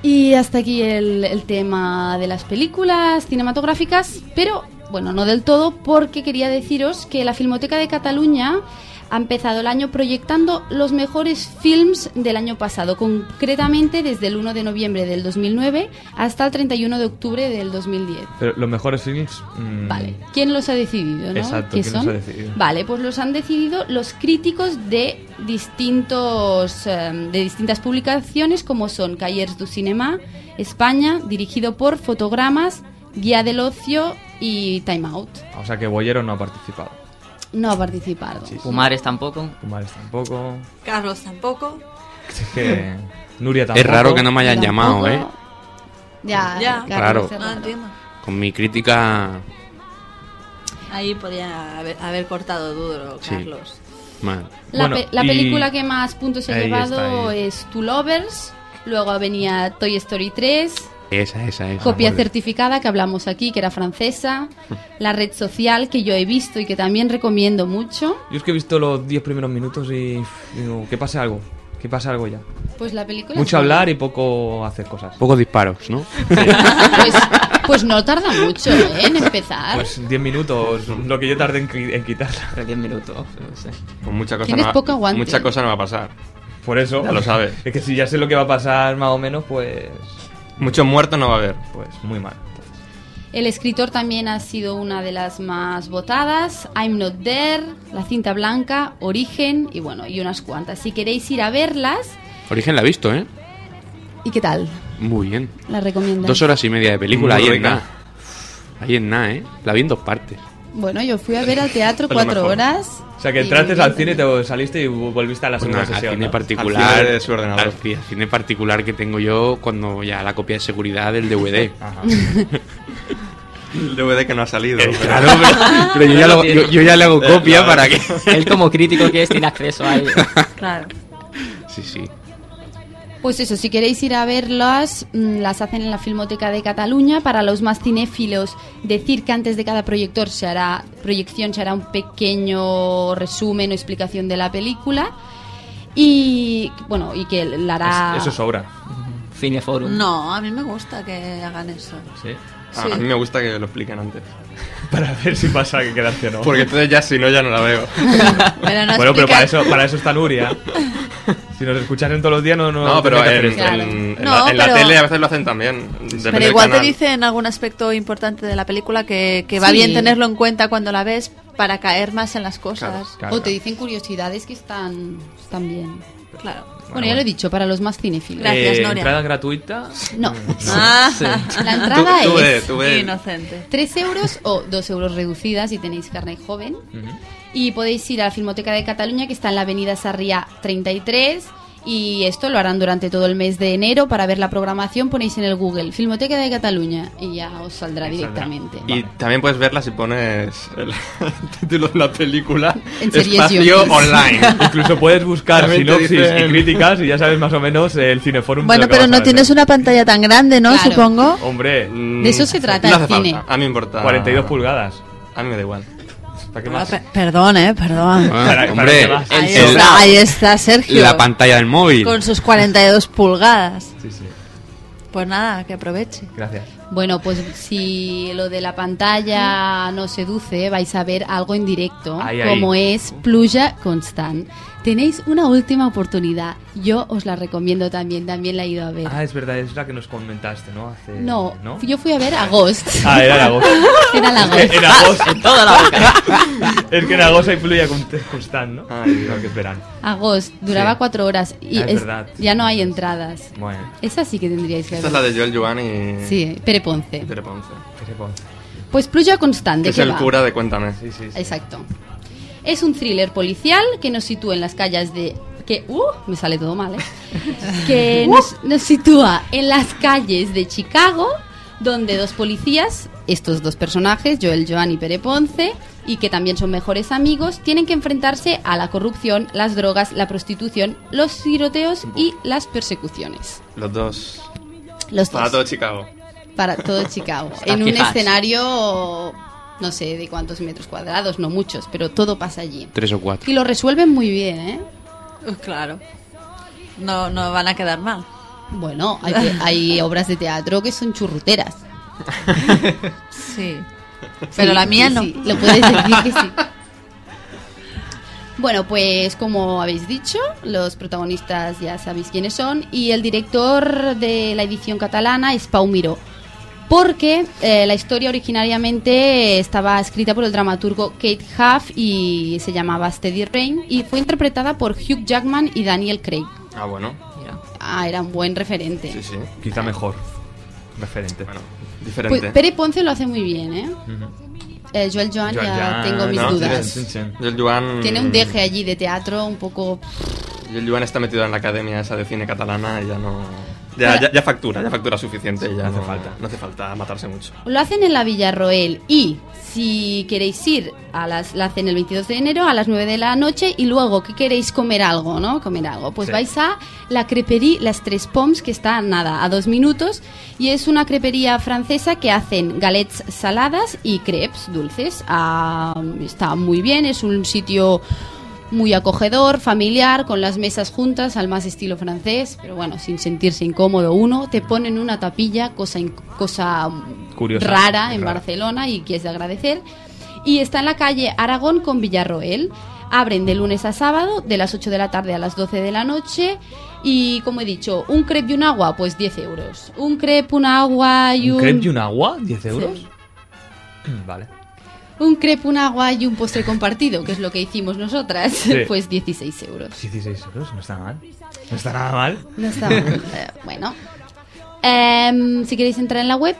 Y hasta aquí el, el tema de las películas cinematográficas, pero bueno, no del todo, porque quería deciros que la Filmoteca de Cataluña ha empezado el año proyectando los mejores films del año pasado, concretamente desde el 1 de noviembre del 2009 hasta el 31 de octubre del 2010.
Pero los mejores films. mm,
Vale. ¿Quién los ha decidido? ¿no?
Exacto,
¿Qué
¿quién los
son?
ha decidido?
Vale, pues los han decidido los críticos de distintos em, de distintas publicaciones como son Callers du Cinema, España, dirigido por Fotogramas, Guía del Ocio y Time Out.
O sea que Boyero no ha participado.
No ha participado.
Pumares tampoco.
Pumares tampoco.
Carlos tampoco.
Es que. Nuria tampoco.
Es raro que no me hayan llamado, ¿eh?
Ya, ya.
Claro.
No Ah, entiendo.
Con mi crítica...
Ahí podía haber, haber cortado duro,
Sí.
Carlos.
Mal.
La,
Bueno,
pe- la
y-
película que más puntos ha
Ahí
llevado
está, ahí.
es Two Lovers, luego venía Toy Story 3,
Esa, esa, esa.
Copia
Vale.
certificada que hablamos aquí, que era
<laughs>
francesa. La red social que yo he visto y que también recomiendo mucho.
Yo es que he visto los 10 primeros minutos y. uf, digo, que pase algo. Que pase algo ya.
Pues la película.
Mucho hablar y poco hacer cosas.
Pocos disparos, ¿no?
<laughs> Pues, pues no tarda mucho ¿eh? en empezar.
Pues 10 minutos, lo que yo tardé en, qui- en quitarla. 10 minutos,
Con Pues mucha cosa,
Tienes
no va,
poco aguante. ¿eh?
mucha cosa no va a pasar.
Por eso.
Ya lo sabes.
Es que si ya sé lo que va a pasar, más o menos, pues.
Muchos muertos no va a haber.
Pues muy mal.
El escritor también ha sido una de las más votadas. I'm Not There, La Cinta Blanca, Origen y bueno, y unas cuantas. Si queréis ir a verlas,
Origen la ha visto, ¿eh?
¿y qué tal?
Muy bien.
¿La recomiendas?
Dos horas y media de película,
Muy
ahí en
rica.
nada. Ahí en nada, ¿eh? La vi en dos partes.
Bueno, yo fui a ver al teatro
Es lo
cuatro
mejor.
horas.
O
sea, que entraste al cine, te saliste y volviste a la segunda
Bueno, al
sesión.
cine
¿no?
particular al ci- al cine particular que tengo yo cuando ya la copia de seguridad del DVD
El DVD que no ha salido. Eh,
claro, pero- pero yo ya lo- yo- yo ya
<laughs>
le hago copia para que-
Eh, <laughs> Él como crítico que es tiene
<laughs>
acceso a
<laughs>
ello.
Claro.
sí sí
Pues eso, si queréis ir a verlas, mm, las hacen en la Filmoteca de Cataluña. Para los más cinéfilos, decir que antes de cada proyector se hará, proyección se hará un pequeño resumen o explicación de la película. Y bueno, y que la hará.
Eso sobra.
Cineforum.
No, a mí me gusta que hagan eso.
Sí.
Ah,
<laughs>
A- A mí me gusta que lo expliquen antes.
Para ver si pasa que quedaste o no.
Porque entonces ya, si no, ya no la veo.
<laughs>
Pero no
bueno, pero
explica-
para eso, para eso está Nuria. Si nos escuchasen todos los días, no. No,
No, pero
tiene que hacer
en,
esto.
Claro.
en- en
No,
la, en la
pero-
tele a veces lo hacen también. depende
Pero
del
igual te
canal.
dicen algún aspecto importante de la película que, que va
Sí.
bien tenerlo en cuenta cuando la ves para caer más en las cosas.
o te dicen curiosidades que están, están bien. Claro. Bueno,
Bueno,
ya lo
bueno.
he dicho, para los más cinéfilos.
Eh, ¿Entrada gratuita?
No. <laughs>
Ah.
Sí.
La entrada
Tú- tú ve,
es
tú ve.
Inocente.
3 euros o 2 euros reducidas si tenéis carne joven. Y podéis ir a la Filmoteca de Cataluña, que está en la avenida Sarriá 33. Y esto lo harán durante todo el mes de enero. Para ver la programación ponéis en el Google Filmoteca de Cataluña y ya os saldrá directamente.
Y también puedes verla si pones el <laughs> título de la película.
En series y
espacio
otros. <laughs>
online.
Incluso puedes buscar
También te
sinopsis
dicen-
y críticas y ya sabes más o menos el cineforum.
Bueno,
de lo que
pero
vas a
no
ver.
tienes una pantalla tan grande, ¿no? Supongo.
Hombre.
De eso se trata
mm, no
el
hace
cine.
falta. A mí me importa.
42 pulgadas.
A mí me da igual. ¿Para qué más?
Ah, pe- perdón, eh, perdón.
Ah,
para-
hombre
para que
Ahí,
el-
está, ahí está Sergio.
la pantalla del móvil
Con sus 42 pulgadas.
Sí, sí.
Pues nada, que aproveche.
Gracias.
Bueno, pues si lo de la pantalla no seduce, vais a ver algo en directo,
Ahí, ahí.
como es Pluja Constant. Tenéis una última oportunidad. Yo os la recomiendo también, también la he ido a ver.
Ah, es verdad, es la que nos comentaste, ¿no? Hace-
No, yo fui a ver a Ghost.
<laughs> Ah, era la Ghost.
<laughs> Era la
Es que
Ghost.
en agosto.
En <laughs> toda la boca.
<laughs>
<laughs>
es que en agosto hay fluya con constant, ¿no? Ay, no, que esperan.
A Ghost, duraba
Sí.
cuatro horas y
Ah, es
es-
verdad.
ya no hay entradas.
Bueno.
Esa sí que tendríais que ver.
Esta es la de Joel Joan y.
Sí, Pere Ponce.
y Pere Ponce.
Pues Pluja Constant,
Que
¿de
es
qué
el
va?
cura de Cuéntame.
Sí, sí,
Exacto. Es un thriller policial que nos sitúa en las calles de... Que, uh, me sale todo mal, ¿eh? Que nos, nos sitúa en las calles de Chicago, donde dos policías, estos dos personajes, Joel Joan y Pere Ponce, y que también son mejores amigos, tienen que enfrentarse a la corrupción, las drogas, la prostitución, los tiroteos y las persecuciones.
Los dos.
Los
Para
dos.
todo Chicago.
Para todo Chicago.
Está
en un
fijas.
escenario, no sé de cuántos metros cuadrados, no muchos, pero todo pasa allí.
tres o cuatro
Y lo resuelven muy bien, ¿eh?
Claro. No, no van a quedar mal.
Bueno, hay, que-
<laughs>
hay obras de teatro que son churruteras.
Sí.
Sí,
Pero la
sí,
mía no.
sí, lo puedes decir que sí. Bueno, pues como habéis dicho, los protagonistas ya sabéis quiénes son y el director de la edición catalana es Pau Miró. Porque eh, la historia originariamente estaba escrita por el dramaturgo Kate Huff y se llamaba Steady Rain y fue interpretada por Hugh Jackman y Daniel Craig.
Ah, bueno.
Ah, era un buen referente.
Sí, sí.
Quizá mejor. Referente. Bueno,
Pues
diferente.
Pere Ponce lo hace muy bien, ¿eh? Eh, Joel Joan
Joel
ya
Joan, Mm.
tengo mis
¿no?
dudas.
Sí, sí. Joel Joan.
Tiene un deje allí de teatro un poco...
Joel Joan está metido en la academia esa de cine catalana y ya no. Ya,
Para-
ya, ya factura, ya factura suficiente. ya
no hace
falta. No hace falta matarse mucho.
Lo hacen en la Villarroel y si queréis ir, a las, la hacen el 22 de enero a las 9 de la noche y luego que queréis comer algo, ¿no? Comer algo. Pues
Sí.
vais a la creperie Las Tres Poms que está nada, a dos minutos y es una crepería francesa que hacen galets saladas y crepes dulces. Ah, está muy bien, es un sitio muy acogedor, familiar, con las mesas juntas, al más estilo francés, pero bueno, sin sentirse incómodo uno, te ponen una tapilla, cosa, inc- cosa
Curiosa.
rara en
Rara.
Barcelona y que es de agradecer, y está en la calle Aragón con Villarroel. Abren de lunes a sábado, de las 8 de la tarde a las 12 de la noche. Y como he dicho, un crepe y un agua, pues 10 euros. Un crepe, un agua y
¿Un
un.
crepe y un agua? ¿10 euros? <clears throat> Vale.
Un crepe, un agua y un postre compartido, que es lo que hicimos nosotras,
Sí.
<laughs> pues 16 euros.
16 euros, no está mal. No está nada mal. <laughs>
<laughs> No está mal. Eh, bueno. Em, si queréis entrar en la web,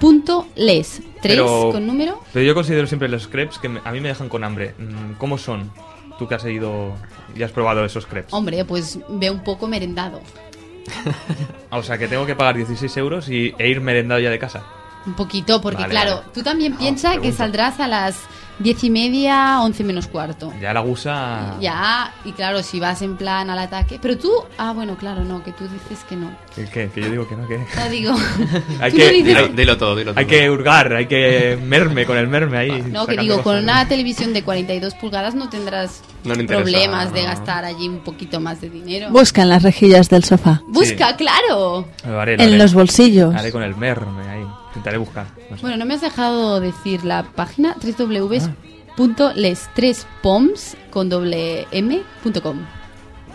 www.les. 3
Pero-
con número.
Pero yo considero siempre los crepes que me- a mí me dejan con hambre. Mm, ¿Cómo son? Tú que has ido y has probado esos crepes.
Hombre, pues ve un poco merendado.
Ah, O sea, que tengo que pagar 16 euros y, e ir merendado ya de casa.
Un poquito, porque
Vale,
claro,
vale. Ah,
tú también piensas que
pregunto.
saldrás a las diez y media, once menos cuarto.
Ya la gusa...
Ya, y claro, si vas en plan al ataque. Pero tú, ah, bueno, claro, no, que tú dices que no.
¿Qué, qué? Que yo
<laughs>
digo que no, que...
Ya digo.
<laughs> Hay
tú no
que,
dices-
Dilo- dilo todo, dilo
Hay
todo.
que hurgar, hay que merme con el merme ahí.
No, que
sacando
digo, con
cosas.
una televisión de 42 pulgadas no tendrás
No le interesa,
problemas de
no.
gastar allí un poquito más de dinero.
Busca en las rejillas del sofá.
Busca, claro.
Lo haré, lo
En
haré.
los bolsillos.
Haré con el merme ahí. Intentaré buscar. no sé.
Bueno, no me has dejado decir la página
Ah.
www.les3poms con doble m punto com.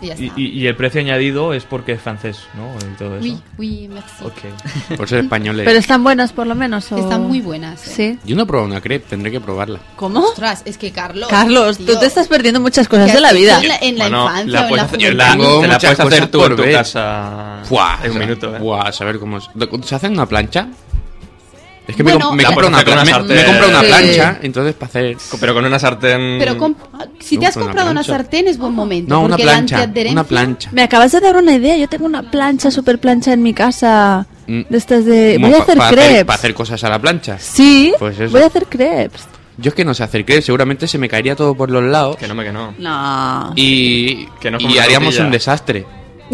Y ya
Y,
está.
y- y el precio añadido es porque es francés, ¿no? Y todo eso.
Uy, uy, merci.
Ok.
Por ser
<laughs>
españoles.
Pero están buenas por lo menos. o-
Están muy buenas.
Sí.
Yo no he probado una crepe, tendré que probarla.
¿Cómo?
Ostras, es que Carlos.
Carlos,
tío,
tú te estás perdiendo muchas cosas
Que
de la
así
vida.
en la- en la infancia o en la
puedes hacer-
juventud.
la- te la
muchas
puedes hacer
cosas
tú
por
en tu
ver.
casa
Buah,
en
o
un
sea,
minuto, ¿eh?
Buah, a saber cómo es. ¿Se hace en una plancha? Es que
Bueno,
me,
La
compro
puedes
una,
pues hacer con una
pla- me,
sartén.
me he comprado una
Sí.
plancha, entonces para hacer...
Pero con una sartén...
Pero comp- si te has
con una
comprado una
plancha.
sartén es buen momento.
No, una
porque
plancha,
La antiadherencia-
una plancha.
Me acabas de dar una idea. Yo tengo una plancha, super plancha en mi casa.
Mm.
De estas de.
Como
Eh, Voy a
pa-
hacer
para
crepes.
Hacer, para hacer cosas a la plancha.
Sí,
Pues eso.
voy a hacer crepes.
Yo es que no sé hacer crepes, seguramente se me caería todo por los lados. Que no, que no.
No.
Y,
no es como
y
una
haríamos
tortilla.
un desastre.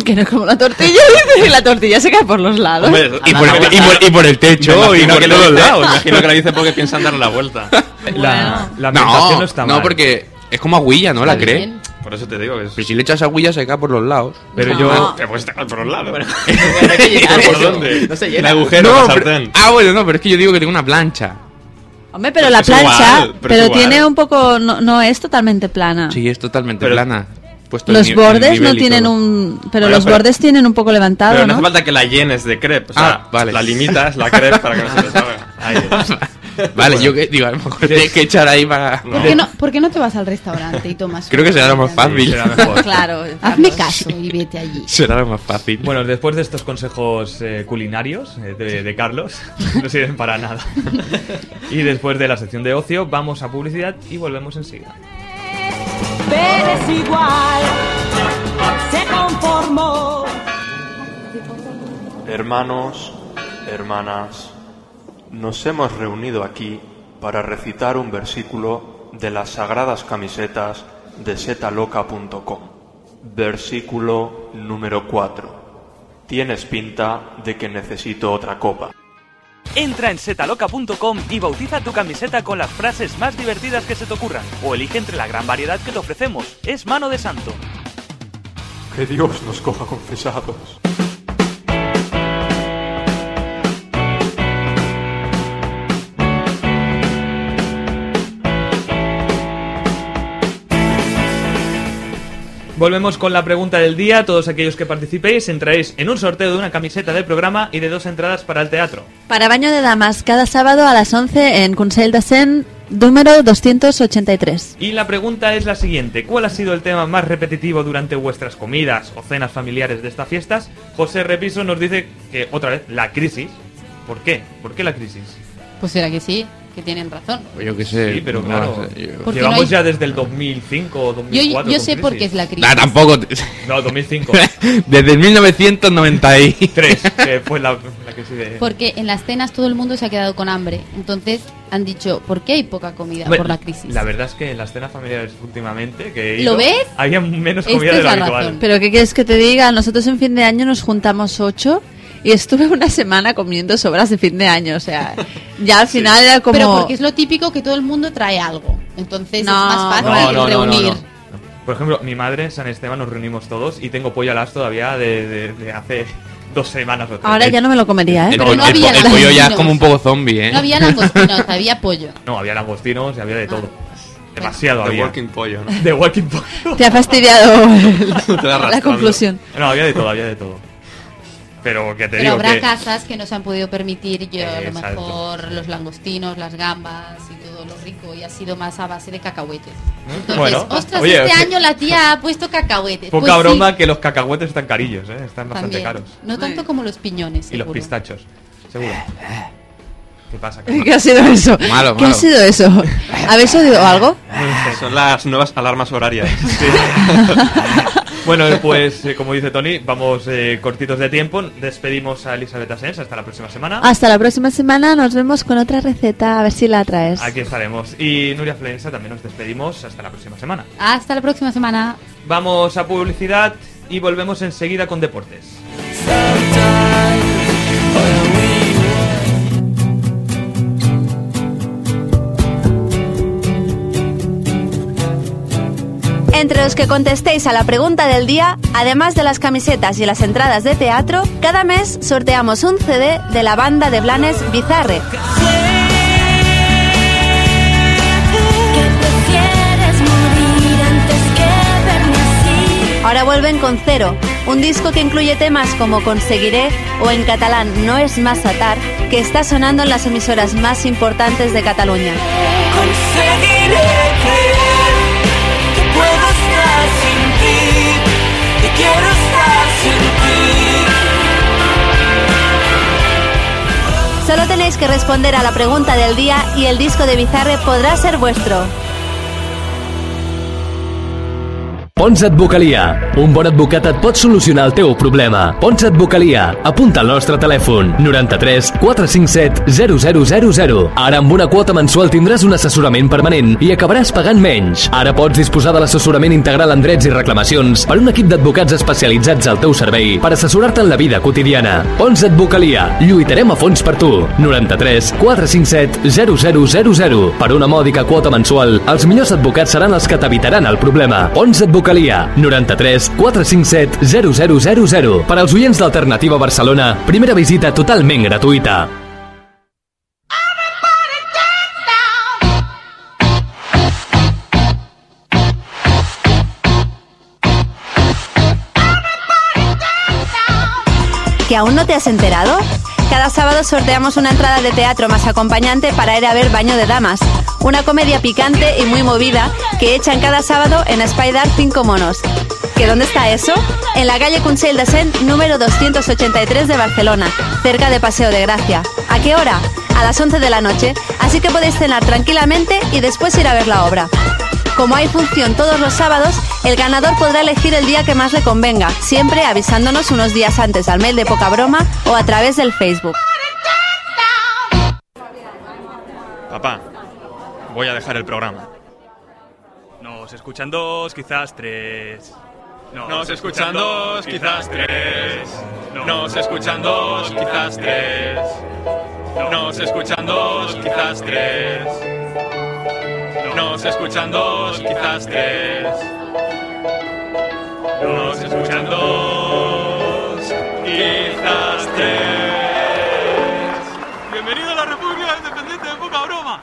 Que no es como la tortilla. <laughs> dice, la tortilla se cae por los lados.
Ah,
y, por el, y por- y por el techo
Me
y
imagino
por
que lo
todos
dice-
lados.
me imagino que lo dice porque piensan darle la vuelta. Ah.
La, la ambientación
No,
no, está
no,
mal.
porque es como aguilla, ¿no? La
Está
cree.
bien.
Por eso te digo que es...
Pero si le echas aguilla se cae por los lados.
Pero No.
Ah.
yo-
Te puedes sacar por un lado.
<laughs>
llenar
<laughs> ¿Por
eso.
dónde?
No
El agujero,
No,
la
pero-
sartén.
ah, bueno, no, pero es que yo digo que tengo una plancha.
Hombre, pero la
Es igual,
plancha.
pero es
pero
igual.
tiene un poco. No, no es totalmente plana.
Sí, es totalmente plana. Puesto el
Los
ni- el
bordes
nivel
no
y
tienen
todo.
un. Pero
Bueno,
los
pero-
bordes tienen un poco levantado,
Pero no
¿no?
hace falta que la llenes de crepe. O sea,
Ah, vale.
la limitas, la crepe, para que no se le salga.
Vale, yo que digo, a lo mejor tienes que echar ahí para.
¿Por qué, no, por qué no te vas al restaurante y
<laughs>
tomas?
Creo que será lo más fácil.
Claro. Hazme caso y vete allí.
Será lo más fácil.
Bueno, después de estos consejos eh, culinarios eh, de, de Carlos, <laughs> no sirven para nada. y después de la sección de ocio, vamos a publicidad y volvemos enseguida.
Pero es igual, se conformó.
<laughs> Hermanos, hermanas, nos hemos reunido aquí para recitar un versículo de las sagradas camisetas de setaloca.com. Versículo número 4. Tienes pinta de que necesito otra copa.
Entra en setaloca.com y bautiza tu camiseta con las frases más divertidas que se te ocurran. O elige entre la gran variedad que te ofrecemos. Es mano de santo.
Que Dios nos coja confesados.
Volvemos con la pregunta del día. Todos aquellos que participéis entraréis en un sorteo de una camiseta del programa y de dos entradas para el teatro.
Para baño de damas, cada sábado a las 11 en Consell de Sen, número 283.
Y la pregunta es la siguiente: ¿Cuál ha sido el tema más repetitivo durante vuestras comidas o cenas familiares de estas fiestas? José Repiso nos dice que otra vez la crisis. ¿Por qué? ¿Por qué la crisis?
Pues será que sí, que tienen razón.
<laughs> Yo qué sé.
Sí, pero
Eh, no
claro.
sé, yo-
Porque
Llevamos
no hay-
ya desde el 2005 o
Yo,
2004.
yo
con
sé por
crisis.
qué es la crisis.
Ah,
<laughs>
tampoco.
No,
<laughs>
2005.
Desde
<laughs>
el 1993.
que fue la, la crisis de.
Porque en las cenas todo el mundo se ha quedado con hambre. Entonces han dicho, ¿por qué hay poca comida?
Hombre,
Por la crisis.
La verdad es que en las cenas familiares últimamente. Que he
¿Lo
ido,
ves?
Había menos
Esta
Este
comida
es
de lo
la
habitual.
razón.
¿Pero qué quieres que te diga? Nosotros en fin de año nos juntamos ocho y estuve <laughs> una semana comiendo sobras de fin de año. O sea, ya al final era eh, como...
Pero porque es lo típico que todo el mundo trae algo. Entonces
No,
es más fácil Ah, reunir.
Por ejemplo, mi madre en San Esteban nos reunimos todos y tengo pollo alas todavía de, de- de hace <laughs> dos semanas o tres.
Ahora ya no me lo comería, ¿eh?
El,
Pero
po-
no
el po-
había
el pollo ya es
langostinos.
como un poco zombie, ¿eh?
No había langostinos, había pollo.
<laughs>
Ah,
No, había langostinos y había de todo. Demasiado había.
Walking Pollo, ¿no?
De Walking Pollo. <laughs>
Te ha fastidiado el-
Te va
la
arrastrando.
conclusión.
No, había de todo, había de todo. Pero que te
Pero
digo
habrá
que...
casas que no se han podido permitir, yo a lo
Exacto.
mejor los langostinos, las gambas y todo lo rico, y ha sido más a base de cacahuetes. Entonces,
Bueno.
ostras,
Oye,
este
o sea-
año la tía ha puesto cacahuetes.
Poca
Pues sí,
broma que los cacahuetes están carillos, ¿eh? Están bastante
también.
caros.
No tanto como los piñones,
Y los
seguro.
pistachos, seguro. ¿Qué pasa?
<laughs> ¿Qué ha sido eso?
Malo,
¿Qué ha
malo.
<laughs>
sido
<laughs>
eso? ¿Habéis oído algo?
Son las nuevas alarmas horarias.
Bueno, pues eh, como dice Tony, vamos eh, cortitos de tiempo. Despedimos a Elizabeth Asens. Hasta la próxima semana.
<laughs> Hasta la próxima semana, nos vemos con otra receta, a ver si la traes.
Aquí estaremos. Y Nuria Flensa también nos despedimos. Hasta la próxima semana.
Hasta la próxima semana.
Vamos a publicidad y volvemos enseguida con deportes.
Entre los que contestéis a la pregunta del día, además de las camisetas y las entradas de teatro, cada mes sorteamos un CD de la banda de Blanes Bizarre. Ahora vuelven con Cero, un disco que incluye temas como Conseguiré o en catalán No es más atar, que está sonando en las emisoras más importantes de Cataluña.
Conseguiré creer que puedo estar sin ti, que quiero estar sin
Solo tenéis que responder a la pregunta del día y el disco de Bizarre podrá ser vuestro.
Pons Advocalia. Un bon advocat et pot solucionar el teu problema. Pons Advocalia. Apunta al nostre telèfon 93 457 0000. Ara amb una quota mensual tindràs un assessorament permanent i acabaràs pagant menys. Ara pots disposar de l'assessorament integral en drets i reclamacions per un equip d'advocats especialitzats al teu servei per assessorar-te en la vida quotidiana. Pons Advocalia. Lluitarem a fons per tu. 93 457 0000. Per una mòdica quota mensual, els millors advocats seran els que t'evitaran el problema. Pons Advocalia. 93 457 0000. Per als oients d'Alternativa Barcelona, primera visita totalment gratuïta.
¿Que aún no te has enterado? Cada sábado sorteamos una entrada de teatro más acompañante para ir a ver Baño de Damas, una comedia picante y muy movida que echan cada sábado en Spider 5 Monos. ¿Que dónde está eso? En la calle Consell de Sent número 283 de Barcelona, cerca de Paseo de Gracia. ¿A qué hora? A las 11 de la noche, así que podéis cenar tranquilamente y después ir a ver la obra. Como hay función todos los sábados, el ganador podrá elegir el día que más le convenga, siempre avisándonos unos días antes al mail de Poca Broma o a través del Facebook.
Papá, voy a dejar el programa.
Nos escuchan dos, quizás tres.
Nos escuchan dos, quizás tres. Nos escuchan dos, quizás tres. Nos escuchan dos, quizás tres. Nos escuchan dos, quizás tres. Nos escuchan dos, quizás tres.
Bienvenido a la República Independiente de Poca Broma.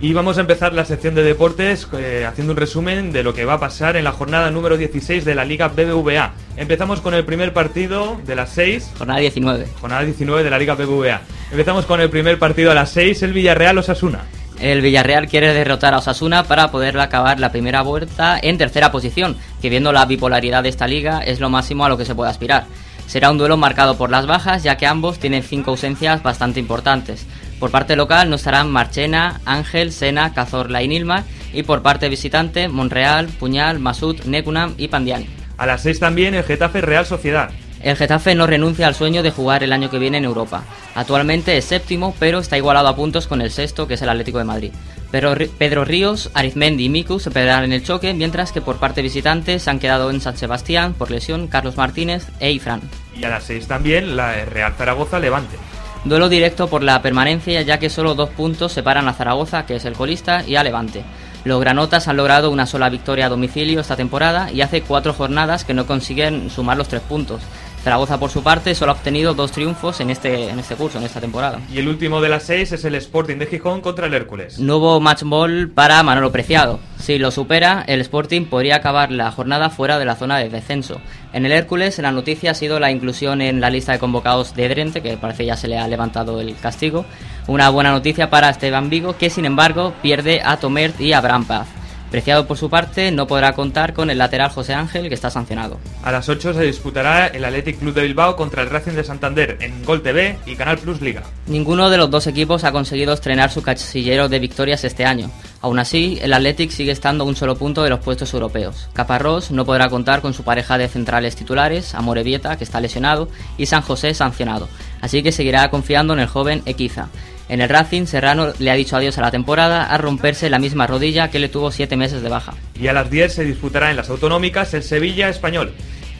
Y vamos a empezar la sección de deportes eh, haciendo un resumen de lo que va a pasar en la jornada número 16 de la Liga BBVA. Empezamos con el primer partido de las 6.
Jornada 19.
Jornada 19 de la Liga BBVA. Empezamos con el primer partido a las 6, el Villarreal Osasuna.
El Villarreal quiere derrotar a Osasuna para poder acabar la primera vuelta en tercera posición, que viendo la bipolaridad de esta liga es lo máximo a lo que se puede aspirar. Será un duelo marcado por las bajas, ya que ambos tienen cinco ausencias bastante importantes. Por parte local no estarán Marchena, Ángel, Sena, Cazorla y Nilmar, y por parte visitante Monreal, Puñal, Masud, Necunam y Pandiani.
A las 6 también el Getafe Real Sociedad.
El Getafe no renuncia al sueño de jugar el año que viene en Europa. Actualmente es séptimo, pero está igualado a puntos con el sexto, que es el Atlético de Madrid. Pero Ri- Pedro Ríos, Arizmendi y Miku se perderán en el choque, mientras que por parte visitante se han quedado en San Sebastián por lesión Carlos Martínez e Ifran.
Y a las 6 también la eh, Real Zaragoza Levante.
Duelo directo por la permanencia, ya que solo dos puntos separan a Zaragoza, que es el colista, y a Levante. Los granotas han logrado una sola victoria a domicilio esta temporada y hace cuatro jornadas que no consiguen sumar los tres puntos. Zaragoza, por su parte, solo ha obtenido dos triunfos en este, en este curso, en esta temporada.
Y el último de las seis es el Sporting de Gijón contra el Hércules.
No hubo match ball para Manolo Preciado. Si lo supera, el Sporting podría acabar la jornada fuera de la zona de descenso. En el Hércules, la noticia ha sido la inclusión en la lista de convocados de Drente, que parece ya se le ha levantado el castigo. Una buena noticia para Esteban Vigo, que sin embargo pierde a Tomert y a Bram Paz. Preciado por su parte, no podrá contar con el lateral José Ángel, que está sancionado.
A las 8 se disputará el Athletic Club de Bilbao contra el Racing de Santander en Gol TV y Canal Plus Liga.
Ninguno de los dos equipos ha conseguido estrenar su casillero de victorias este año. Aún así, el Athletic sigue estando a un solo punto de los puestos europeos. Caparrós no podrá contar con su pareja de centrales titulares, Amorebieta, que está lesionado, y San José sancionado. Así que seguirá confiando en el joven Equiza. En el Racing, Serrano le ha dicho adiós a la temporada a romperse la misma rodilla que le tuvo siete meses de baja.
Y a las 10 se disputará en las autonómicas el Sevilla Español.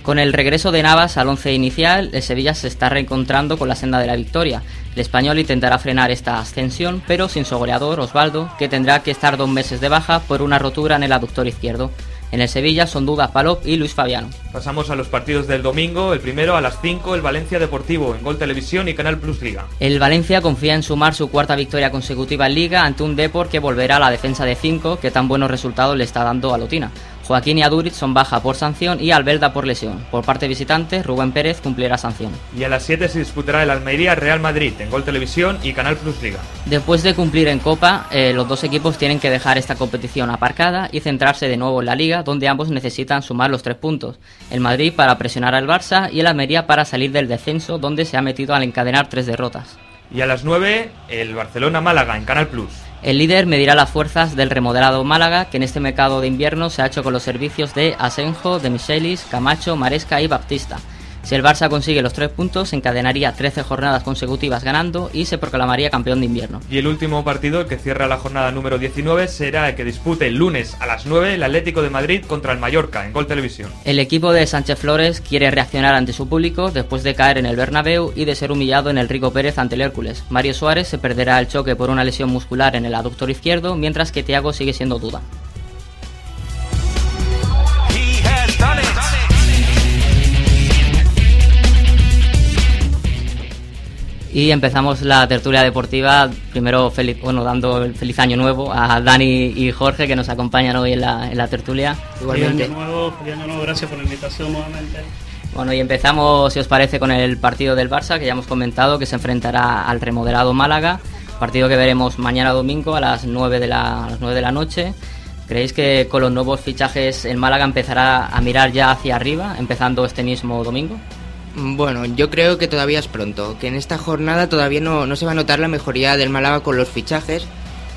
Con el regreso de Navas al once inicial, el Sevilla se está reencontrando con la senda de la victoria. El español intentará frenar esta ascensión, pero sin su goleador Osvaldo, que tendrá que estar dos meses de baja por una rotura en el aductor izquierdo. En el Sevilla son dudas Palop y Luis Fabiano.
Pasamos a los partidos del domingo. El primero a las 5, el Valencia Deportivo en Gol Televisión y Canal Plus Liga.
El Valencia confía en sumar su cuarta victoria consecutiva en Liga ante un Depor que volverá a la defensa de 5 que tan buenos resultados le está dando a Lotina. Joaquín y Aduriz son baja por sanción y Alberda por lesión. Por parte visitante, Rubén Pérez cumplirá sanción.
Y a las 7 se disputará el Almería Real Madrid en Gol Televisión y Canal Plus Liga.
Después de cumplir en Copa, eh, los dos equipos tienen que dejar esta competición aparcada y centrarse de nuevo en la Liga, donde ambos necesitan sumar los tres puntos. El Madrid para presionar al Barça y el Almería para salir del descenso, donde se ha metido al encadenar tres derrotas.
Y a las 9, el Barcelona-Málaga en Canal Plus.
El líder medirá las fuerzas del remodelado Málaga, que en este mercado de invierno se ha hecho con los servicios de Asenjo, de Michelis, Camacho, Maresca y Baptista. Si el Barça consigue los tres puntos, encadenaría 13 jornadas consecutivas ganando y se proclamaría campeón de invierno.
Y el último partido, el que cierra la jornada número 19, será el que dispute el lunes a las 9 el Atlético de Madrid contra el Mallorca en Gol Televisión.
El equipo de Sánchez Flores quiere reaccionar ante su público después de caer en el Bernabéu y de ser humillado en el Rico Pérez ante el Hércules. Mario Suárez se perderá el choque por una lesión muscular en el aductor izquierdo, mientras que Thiago sigue siendo duda. Y empezamos la tertulia deportiva, primero feliz, bueno, dando el feliz año nuevo a Dani y Jorge que nos acompañan hoy en la, en la tertulia. Igualmente.
Feliz año nuevo, feliz año nuevo, gracias por la invitación nuevamente.
Bueno, y empezamos, si os parece, con el partido del Barça, que ya hemos comentado, que se enfrentará al remodelado Málaga, partido que veremos mañana domingo a las 9 de la, a las 9 de la noche. ¿Creéis que con los nuevos fichajes el Málaga empezará a mirar ya hacia arriba, empezando este mismo domingo?
Bueno, yo creo que todavía es pronto, que en esta jornada todavía no, no se va a notar la mejoría del Málaga con los fichajes.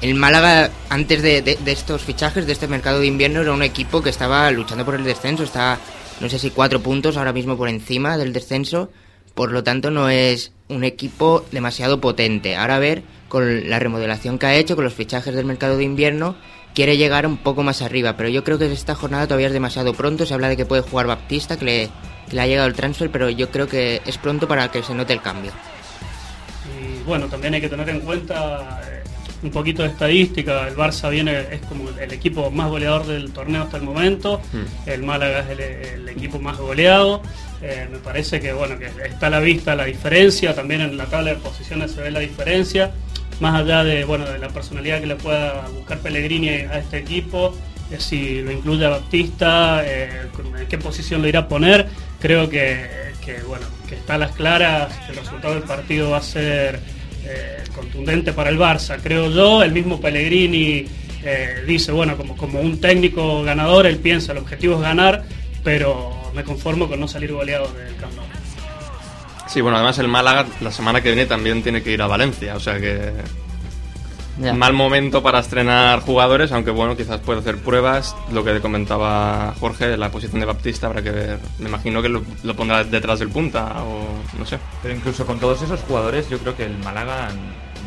El Málaga, antes de, de- de estos fichajes, de este mercado de invierno, era un equipo que estaba luchando por el descenso, está no sé si cuatro puntos ahora mismo por encima del descenso, por lo tanto no es un equipo demasiado potente. Ahora a ver, con la remodelación que ha hecho, con los fichajes del mercado de invierno, quiere llegar un poco más arriba, pero yo creo que esta jornada todavía es demasiado pronto, se habla de que puede jugar Baptista, que le, que le ha llegado el transfer, pero yo creo que es pronto para que se note el cambio.
Y bueno, también hay que tener en cuenta eh, un poquito de estadística. El Barça viene, es como el equipo más goleador del torneo hasta el momento.
Mm.
El Málaga es el, el equipo más goleado. Eh, me parece que bueno que está a la vista la diferencia, también en la tabla de posiciones se ve la diferencia, más allá de bueno de la personalidad que le pueda buscar Pellegrini a este equipo, eh, si lo incluye a Baptista, eh, con- en qué posición lo irá a poner, creo que, que, bueno que está a las claras, que el resultado del partido va a ser eh, contundente para el Barça, creo yo, el mismo Pellegrini eh, dice, bueno, como, como un técnico ganador, él piensa, el objetivo es ganar, pero me conformo con no salir goleado del Camp Nou.
Sí, bueno, además el Málaga la semana que viene también tiene que ir a Valencia, o sea que...
Ya.
Mal momento para estrenar jugadores, aunque bueno, quizás puede hacer pruebas. Lo que comentaba Jorge, la posición de Baptista, habrá que ver. Me imagino que lo, lo pondrá detrás del punta o no sé.
Pero incluso con todos esos jugadores, yo creo que el Málaga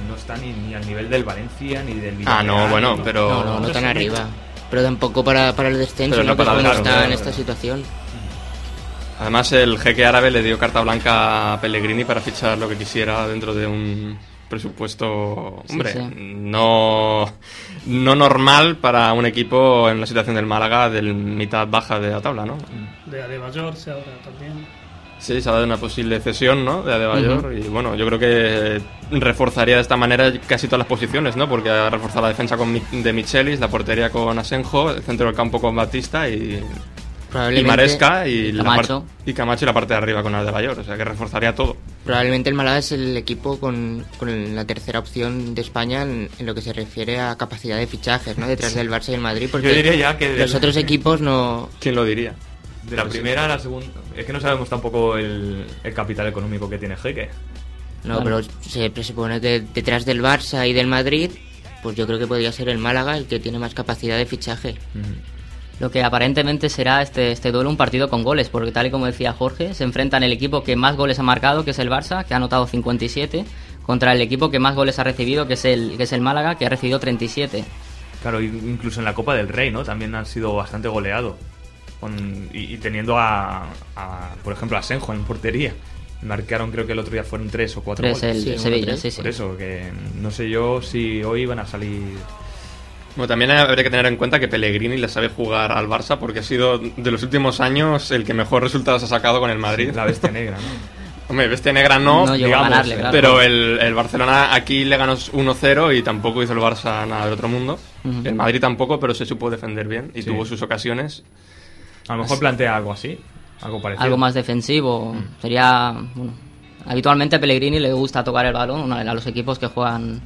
no está ni, ni al nivel del Valencia ni del
Ah, no,
Villarreal,
bueno,
ni-
pero-
No, no, no tan arriba. Pero tampoco para, para el descenso,
Pero
¿no?
no
Que es
para
cuando
bajar,
está
claro,
en
claro.
esta situación.
Además, el jeque árabe le dio carta blanca a Pellegrini para fichar lo que quisiera dentro de un presupuesto,
Sí,
hombre,
sí.
no no normal para un equipo en la situación del Málaga del mitad baja de la tabla, ¿no?
De Adebayor se habla también.
Sí, se ha dado una posible cesión, ¿no? De Adebayor. Y bueno, yo creo que eh, reforzaría de esta manera casi todas las posiciones, ¿no? Porque ha reforzado la defensa con, Mi- de Michelis, la portería con Asenjo, el centro del campo con Batista y.
Probablemente
y Maresca y la
Camacho.
par- y Camacho y la parte de arriba con Adebayor. O sea que reforzaría todo.
Probablemente el Málaga es el equipo con, con la tercera opción de España en, en lo que se refiere a capacidad de fichajes, ¿no? Detrás del Barça y el Madrid. Porque
Yo diría ya que del-
los otros equipos no.
¿Quién lo diría?
De la primera a la segunda. Es que no sabemos tampoco el, el capital económico que tiene Jeque.
No, pero se presupone que detrás del Barça y del Madrid, pues yo creo que podría ser el Málaga el que tiene más capacidad de fichaje.
Lo que aparentemente será este, este duelo un partido con goles, porque tal y como decía Jorge, se enfrentan el equipo que más goles ha marcado, que es el Barça, que ha anotado 57, contra el equipo que más goles ha recibido, que es el, que es el Málaga, que ha recibido 37.
Claro, in- incluso en la Copa del Rey, ¿no? También han sido bastante goleado. Con- y, y teniendo a, a, por ejemplo, a Senjo en portería. Marcaron, creo que el otro día fueron tres o cuatro
Tres,
goles.
el Sí, uno, Sevilla, tres. sí, sí.
Por eso, que no sé yo si hoy van a salir.
Bueno, también habría que tener en cuenta que Pellegrini le sabe jugar al Barça porque ha sido de los últimos años el que mejor resultados ha sacado con el Madrid.
la bestia negra, ¿no?
Hombre, bestia negra no,
No llegó a
digamos,
ganarle, claro.
pero el, el Barcelona aquí le ganó 1-0 y tampoco hizo el Barça nada del otro mundo.
Ujú.
El Madrid tampoco, pero se supo defender bien y
Sí.
tuvo sus ocasiones.
A lo mejor
Así-
plantea algo así, algo parecido.
Algo más defensivo. Sería. bueno, habitualmente a Pellegrini le gusta tocar el balón a los equipos que juegan.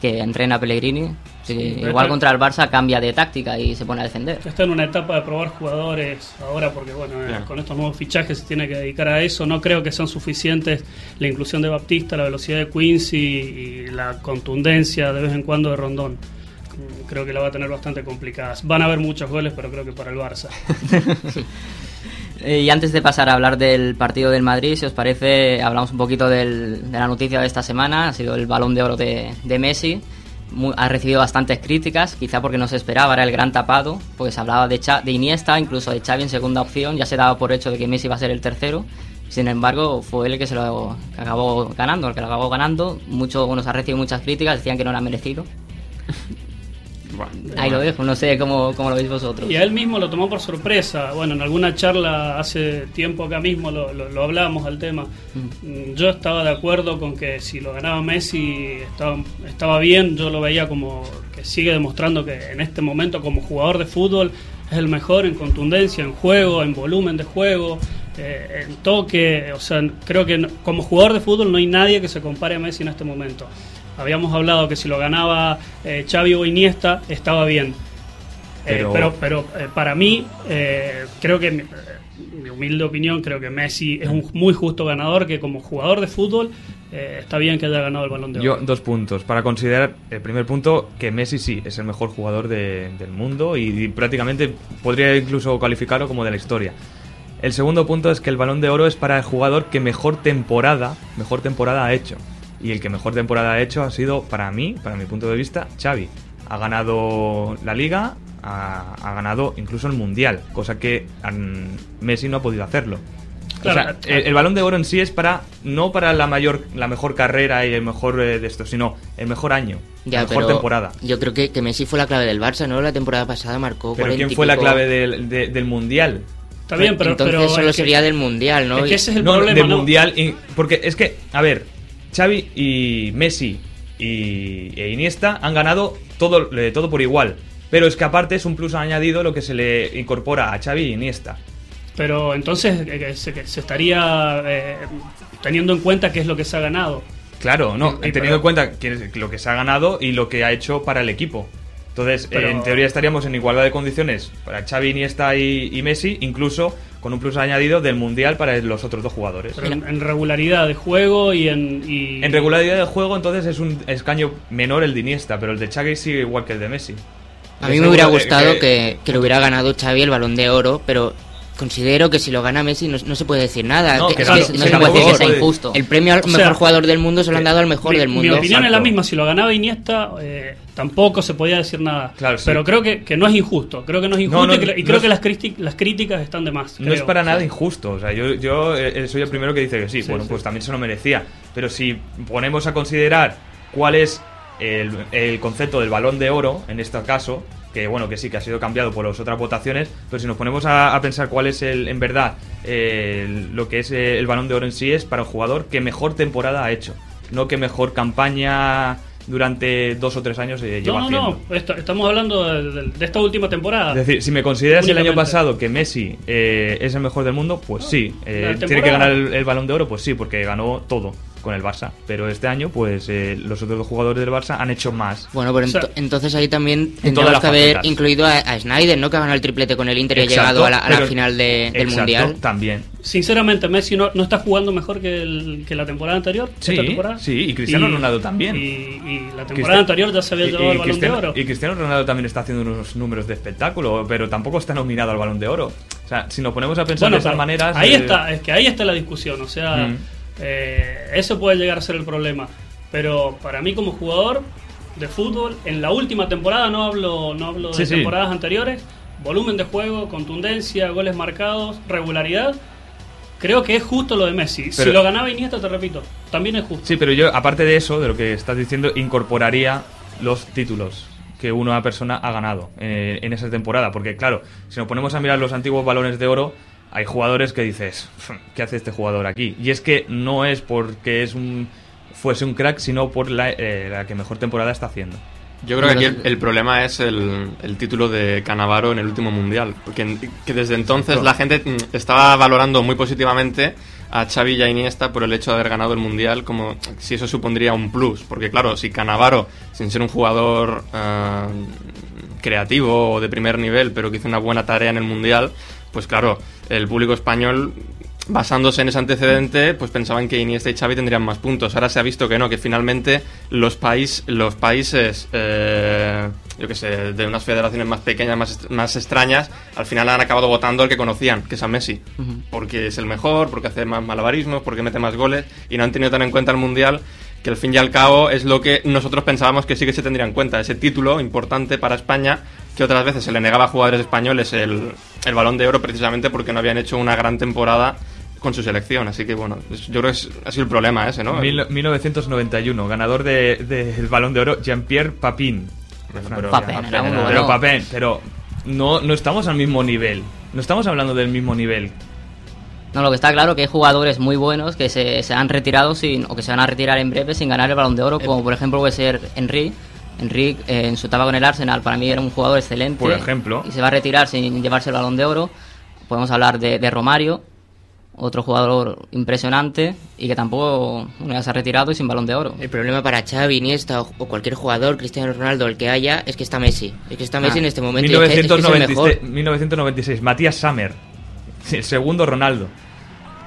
que entrena Pellegrini. Sí,
pero
igual
tal-
contra el Barça cambia de táctica y se pone a defender.
Está en una etapa de probar jugadores ahora porque, bueno, eh,
Claro.
con estos nuevos fichajes se tiene que dedicar a eso. No creo que sean suficientes la inclusión de Baptista, la velocidad de Quincy y la contundencia de vez en cuando de Rondón. Mm, Creo que la va a tener bastante complicada. Van a haber muchos goles, pero creo que para el <laughs> Barça.
Eh, Y antes de pasar a hablar del partido del Madrid, si os parece, hablamos un poquito del- de la noticia de esta semana. Ha sido el balón de oro de, de Messi. Mu- ha recibido bastantes críticas, quizá porque no se esperaba, era el gran tapado. Pues hablaba de, Cha- de Iniesta, incluso de Xavi en segunda opción. Ya se daba por hecho de que Messi iba a ser el tercero. Sin embargo, fue él el que se lo que acabó ganando, el que lo acabó ganando. Mucho, bueno, se ha recibido muchas críticas, decían que no era merecido. Ahí lo dejo, no sé cómo, cómo lo veis vosotros.
Y a él mismo lo tomó por sorpresa. Bueno, en alguna charla hace tiempo acá mismo lo, lo- lo hablábamos al tema. Mm, Yo estaba de acuerdo con que si lo ganaba Messi estaba, estaba bien. Yo lo veía como que sigue demostrando que en este momento como jugador de fútbol es el mejor en contundencia, en juego, en volumen de juego, eh, en toque. O sea, creo que no- como jugador de fútbol no hay nadie que se compare a Messi en este momento. Habíamos hablado que si lo ganaba eh, Xavi o Iniesta estaba bien. Eh,
Pero-
pero pero eh, para mí, eh, creo que, mi- eh, mi humilde opinión, creo que Messi es un muy justo ganador, que como jugador de fútbol eh, está bien que haya ganado el balón de oro.
Yo, dos puntos. Para considerar, el primer punto, que Messi sí es el mejor jugador de- del mundo y, y prácticamente podría incluso calificarlo como de la historia. El segundo punto es que el balón de oro es para el jugador que mejor temporada, mejor temporada ha hecho. Y el que mejor temporada ha hecho ha sido, para mí, para mi punto de vista, Xavi. Ha ganado la liga, ha, ha ganado incluso el mundial, cosa que mm, Messi no ha podido hacerlo.
Claro,
O sea, el, el balón de oro en sí es para no para la mayor la mejor carrera y el mejor eh, de esto, sino el mejor año,
Ya,
la mejor
pero
temporada.
Yo creo que, que Messi fue la clave del Barça, ¿no? La temporada pasada marcó
Pero
40
quién
y
fue la
pico.
clave del, de- del mundial?
Está bien, pero-
Entonces pero solo es que- sería del Mundial, ¿no? es que ese es el
No, no,
problema,
del
¿no?
mundial y- porque es que a ver, Xavi y Messi y e Iniesta han ganado todo eh, todo por igual. Pero es que aparte es un plus añadido lo que se le incorpora a Xavi y Iniesta.
Pero entonces eh, que se, que se estaría eh, teniendo en cuenta qué es lo que se ha ganado.
Claro, no,
Y- y
teniendo en cuenta que es lo que se ha ganado y lo que ha hecho para el equipo. Entonces, eh,
Pero-
en teoría estaríamos en igualdad de condiciones para Xavi, Iniesta y, y Messi, incluso con un plus añadido del Mundial para los otros dos jugadores.
Pero en, en regularidad de juego y en... y-
En regularidad de juego, entonces es un escaño menor el de Iniesta, pero el de Xavi sigue igual que el de Messi.
A
Y
mí me
seguro
hubiera
que-
Eh,
gustado
que-
que, que le hubiera ganado Xavi el balón de oro, pero Considero que si lo gana Messi no, no se puede decir nada.
No,
Que-
que
es
claro,
que no se puede
que
decir que
tampoco
sea
puede-
injusto. El premio al
O sea,
mejor jugador del mundo se lo han dado al mejor
mi,
del mundo.
mi opinión es la misma, si lo ganaba Iniesta eh, tampoco se podía decir nada.
sí.
Pero creo que, que no es injusto, creo que no es injusto
no,
y, cre- y
no
creo
es-
que las, cristi- las críticas están de más.
No es
creo.
para nada
Sí.
injusto. O sea, yo, yo eh, soy el primero que dice que sí. bueno, pues también se lo merecía. Pero si ponemos a considerar cuál es el, el concepto del balón de oro, en este caso, que bueno, que sí, que ha sido cambiado por las otras votaciones, pero si nos ponemos a, a pensar cuál es el, en verdad, eh, el- lo que es eh, el balón de oro en sí, es para un jugador que mejor temporada ha hecho, no que mejor campaña durante dos o tres años eh, lleva
No,
haciendo.
no, no, esto- estamos hablando de, de- de esta última temporada.
Es decir, si me consideras el año
Únicamente. Ah,
pasado que Messi eh, es el mejor del mundo, pues sí. Eh,
la
tiene que
temporada.
ganar el, el balón de oro, pues sí, porque ganó todo con el Barça. Pero este año, pues eh, los otros dos jugadores del Barça han hecho más.
Bueno, pero ento- entonces ahí también
todas
tendríamos
las
que haber
facetas.
incluido a, a Snyder, ¿no? Que ha ganado el triplete con el Inter y ha
Exacto,
llegado a la, a la
pero-
final de- del
Exacto,
Mundial.
También.
Sinceramente, Messi no, no está jugando mejor que, el- que la temporada anterior.
Sí,
esta temporada.
sí, y Cristiano Ronaldo también.
Y, y la temporada
Cristi-
anterior ya se había
y-
llevado
y
el balón
Cristiano-
de oro.
Y Cristiano Ronaldo también está haciendo unos números de espectáculo, pero tampoco está nominado al balón de oro. O sea, si nos ponemos a pensar de esas
pero
maneras.
Ahí
eh,
está, es que ahí está la discusión. O sea,
Mm.
eh, eso puede llegar a ser el problema. Pero para mí, como jugador de fútbol, en la última temporada, no hablo, no hablo
Sí,
de
sí.
temporadas anteriores, volumen de juego, contundencia, goles marcados, regularidad. Creo que es justo lo de Messi. si
Pero-
lo ganaba Iniesta, te repito, también es justo.
Sí, pero yo, aparte de eso, de lo que estás diciendo, incorporaría los títulos que una persona ha ganado eh, en esa temporada. Porque, claro, si nos ponemos a mirar los antiguos balones de oro, hay jugadores que dices, ¿qué hace este jugador aquí? Y es que no es porque es un fuese un crack, sino por la, eh, la que mejor temporada está haciendo.
Yo creo que aquí el, el problema es el, el título de Canavaro en el último mundial, porque en- que desde entonces la gente mm, estaba valorando muy positivamente a Xavi y a Iniesta por el hecho de haber ganado el mundial, como si eso supondría un plus, porque claro, si Canavaro, sin ser un jugador eh, creativo o de primer nivel, pero que hizo una buena tarea en el mundial, pues claro, el público español basándose en ese antecedente, pues pensaban que Iniesta y Xavi tendrían más puntos. Ahora se ha visto que no, que finalmente los, país, los países, eh, yo que sé, de unas federaciones más pequeñas, más, est- más extrañas, al final han acabado votando al que conocían, que es a Messi.
Ujú.
Porque es el mejor, porque hace más malabarismos, porque mete más goles, y no han tenido tan en cuenta el Mundial que al fin y al cabo es lo que nosotros pensábamos que sí que se tendría en cuenta, ese título importante para España que otras veces se le negaba a jugadores españoles el, el balón de oro precisamente porque no habían hecho una gran temporada con su selección. Así que bueno, es- yo creo que es- ha sido el problema ese, ¿no?
Mil- 1991, ganador de- del balón de oro, Jean-Pierre Papin. Pero,
Papin,
Papin,
era uno,
pero
¿no?
Papin, pero no, no estamos al mismo nivel. No estamos hablando del mismo nivel.
No, lo que está claro que hay jugadores muy buenos que se, se han retirado sin, o que se van a retirar en breve sin ganar el balón de oro, como por ejemplo puede ser Henry. Henry eh, en su etapa con el Arsenal para mí era un jugador excelente.
Por ejemplo.
Y se va a retirar sin llevarse el balón de oro. Podemos hablar de, de Romario, otro jugador impresionante y que tampoco bueno, ya se ha retirado y sin balón de oro.
El problema para Xavi, Iniesta o, o cualquier jugador, Cristiano Ronaldo, el que haya, es que está Messi. Es que está Messi
Ah,
en este momento. y es que- es que es el
1996,
mejor.
1996, Matías Sammer. <laughs> El segundo Ronaldo.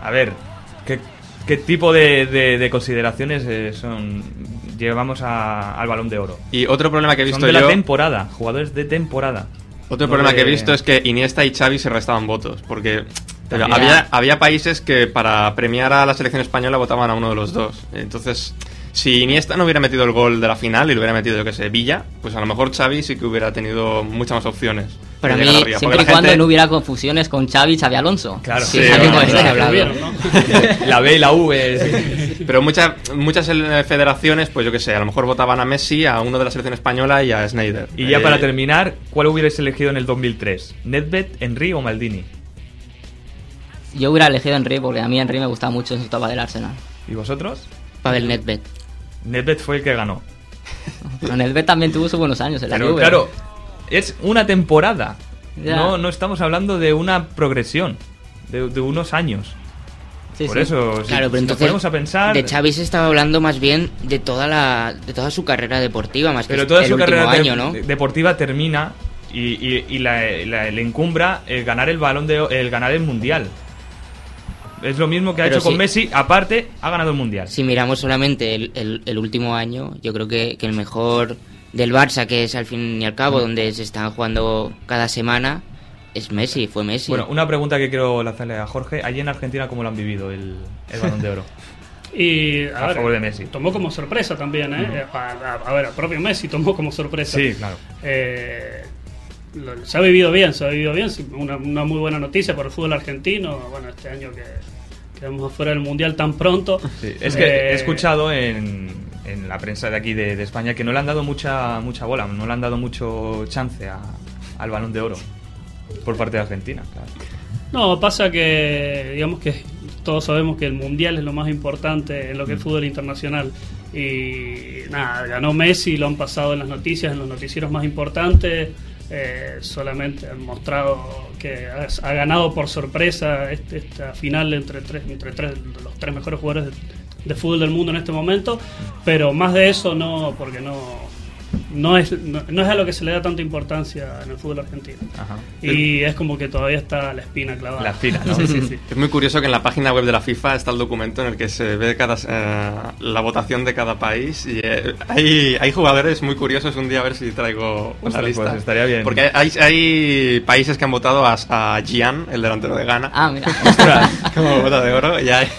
A ver, ¿qué, qué tipo de, de- de consideraciones eh, son llevamos a- al balón de oro?
Y otro problema que he
Son
visto
de
yo-
la temporada, jugadores de temporada.
Otro
No
problema
de-
que he visto es que Iniesta y Xavi se restaban votos, porque
También.
había, había países que para premiar a la selección española votaban a uno de los dos. Entonces, si Iniesta no hubiera metido el gol de la final y lo hubiera metido, yo que sé, Villa, pues a lo mejor Xavi sí que hubiera tenido muchas más opciones. de
Para mí,
llegar arriba, porque
siempre
la
y cuando
gente-
no hubiera confusiones con Xavi y Xavi Alonso.
Claro,
Sí, también con esto he hablado.
<laughs> la B y la V. Pero muchas, muchas eh, federaciones, pues yo que sé, a lo mejor votaban a Messi, a uno de la selección española y a Eh, Snyder.
Y ya para terminar, ¿cuál hubierais elegido en el 2003? ¿Nedved, Henry o Maldini?
Yo hubiera elegido a Henry porque a mí Henry me gustaba mucho en su etapa del Arsenal.
¿Y vosotros?
Pavel Nedved.
Nedved fue el
<laughs>
que ganó.
Pero Nedved también tuvo sus buenos años en la
Pero,
Juve.
claro, es una temporada.
Ya.
No, no estamos hablando de una progresión, de, de unos años.
Sí,
Por
sí.
eso, si-
Claro, pero
si nos
entonces,
ponemos a pensar.
De Xavi se estaba hablando más bien de toda la de toda su carrera deportiva, más
Pero
que
toda
el
su
último
carrera de-
año, ¿no?
deportiva termina y, y- y la, la- le encumbra el ganar el balón de el ganar el mundial. Es lo mismo que ha
Pero
hecho con
sí.
Messi, aparte ha ganado el mundial.
Si miramos solamente el, el- el último año, yo creo que, que el
Mm.
mejor del Barça, que es al fin y al cabo donde se están jugando cada semana, Es Messi, fue Messi.
Bueno, una pregunta que quiero lanzarle a Jorge. Allí en Argentina, ¿cómo lo han vivido el, el balón de oro?
Y a,
A
ver,
favor de Messi.
tomó como sorpresa también, ¿eh?
Ujú.
a, a- a ver, al propio Messi tomó como sorpresa.
Sí, claro.
Eh, lo- se ha vivido bien, se ha vivido bien. sí, Una, una muy buena noticia para el fútbol argentino. Bueno, este año que quedamos afuera del <laughs> Mundial tan pronto.
<laughs> Sí, es que
Eh,
he escuchado en, en la prensa de aquí de, de España que no le han dado mucha mucha bola, no le han dado mucho chance a- al balón de oro por parte de Argentina. claro.
No, pasa que, digamos que todos sabemos que el mundial es lo más importante en lo que es fútbol internacional. Y nada, ganó Messi, lo han pasado en las noticias, en los noticieros más importantes. eh, solamente han mostrado que ha, ha ganado por sorpresa este- esta final entre, tres, entre tres, los tres mejores jugadores de, de fútbol del mundo en este momento. Pero más de eso no, porque no, no, es, no, no es a lo que se le da tanta importancia en el fútbol argentino.
Ajá.
Y es como que todavía está la espina clavada.
La espina, ¿no?
<laughs> Sí, sí,
Mm.
sí.
Es muy curioso que en la página web de la FIFA está el documento en el que se ve cada, eh, la votación de cada país y eh, hay, hay jugadores muy curiosos. Un día a ver si traigo la
Ostras,
lista.
pues estaría bien.
Porque hay, hay países que han votado a, a Gian, el delantero de Ghana.
Ah, mira.
<laughs> Ostras, como bota de oro. Y hay <laughs>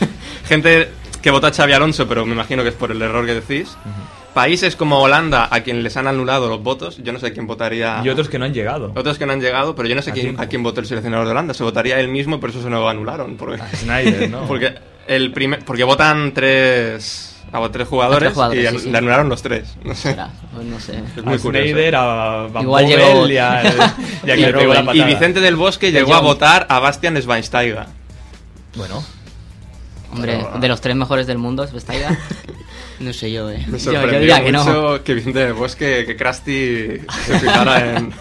gente que vota a Xavi Alonso, pero me imagino que es por el error que decís.
Mm.
Países como Holanda, a quien les han anulado los votos, yo no sé quién votaría.
Y otros que no han llegado.
Otros que no han llegado, pero yo no sé
¿A
quién,
tiempo?
a quién votó el seleccionador de Holanda. Se votaría él mismo, por eso se lo anularon. Porque,
Snyder, ¿no?
<laughs> porque, el primer, porque votan tres, a tres jugadores,
A tres jugadores,
y
sí,
an-
sí.
le anularon los tres. No sé.
Pues no sé.
Es muy
A
curioso.
Snyder, a Van
Igual
Bommel
llegó- <laughs>
y al- y a quien
Y-
le pegó la
y
patada.
Vicente del Bosque
De
llegó a
Jong.
votar a Bastian Schweinsteiger.
Bueno.
Hombre,
ah.
de los tres mejores del mundo, Svestaiga.
<laughs>
no sé yo, eh.
Me
Yo- yo
sorprendió
diría que no.
mucho que Vicente del Bosque, que Krusty se fijara en...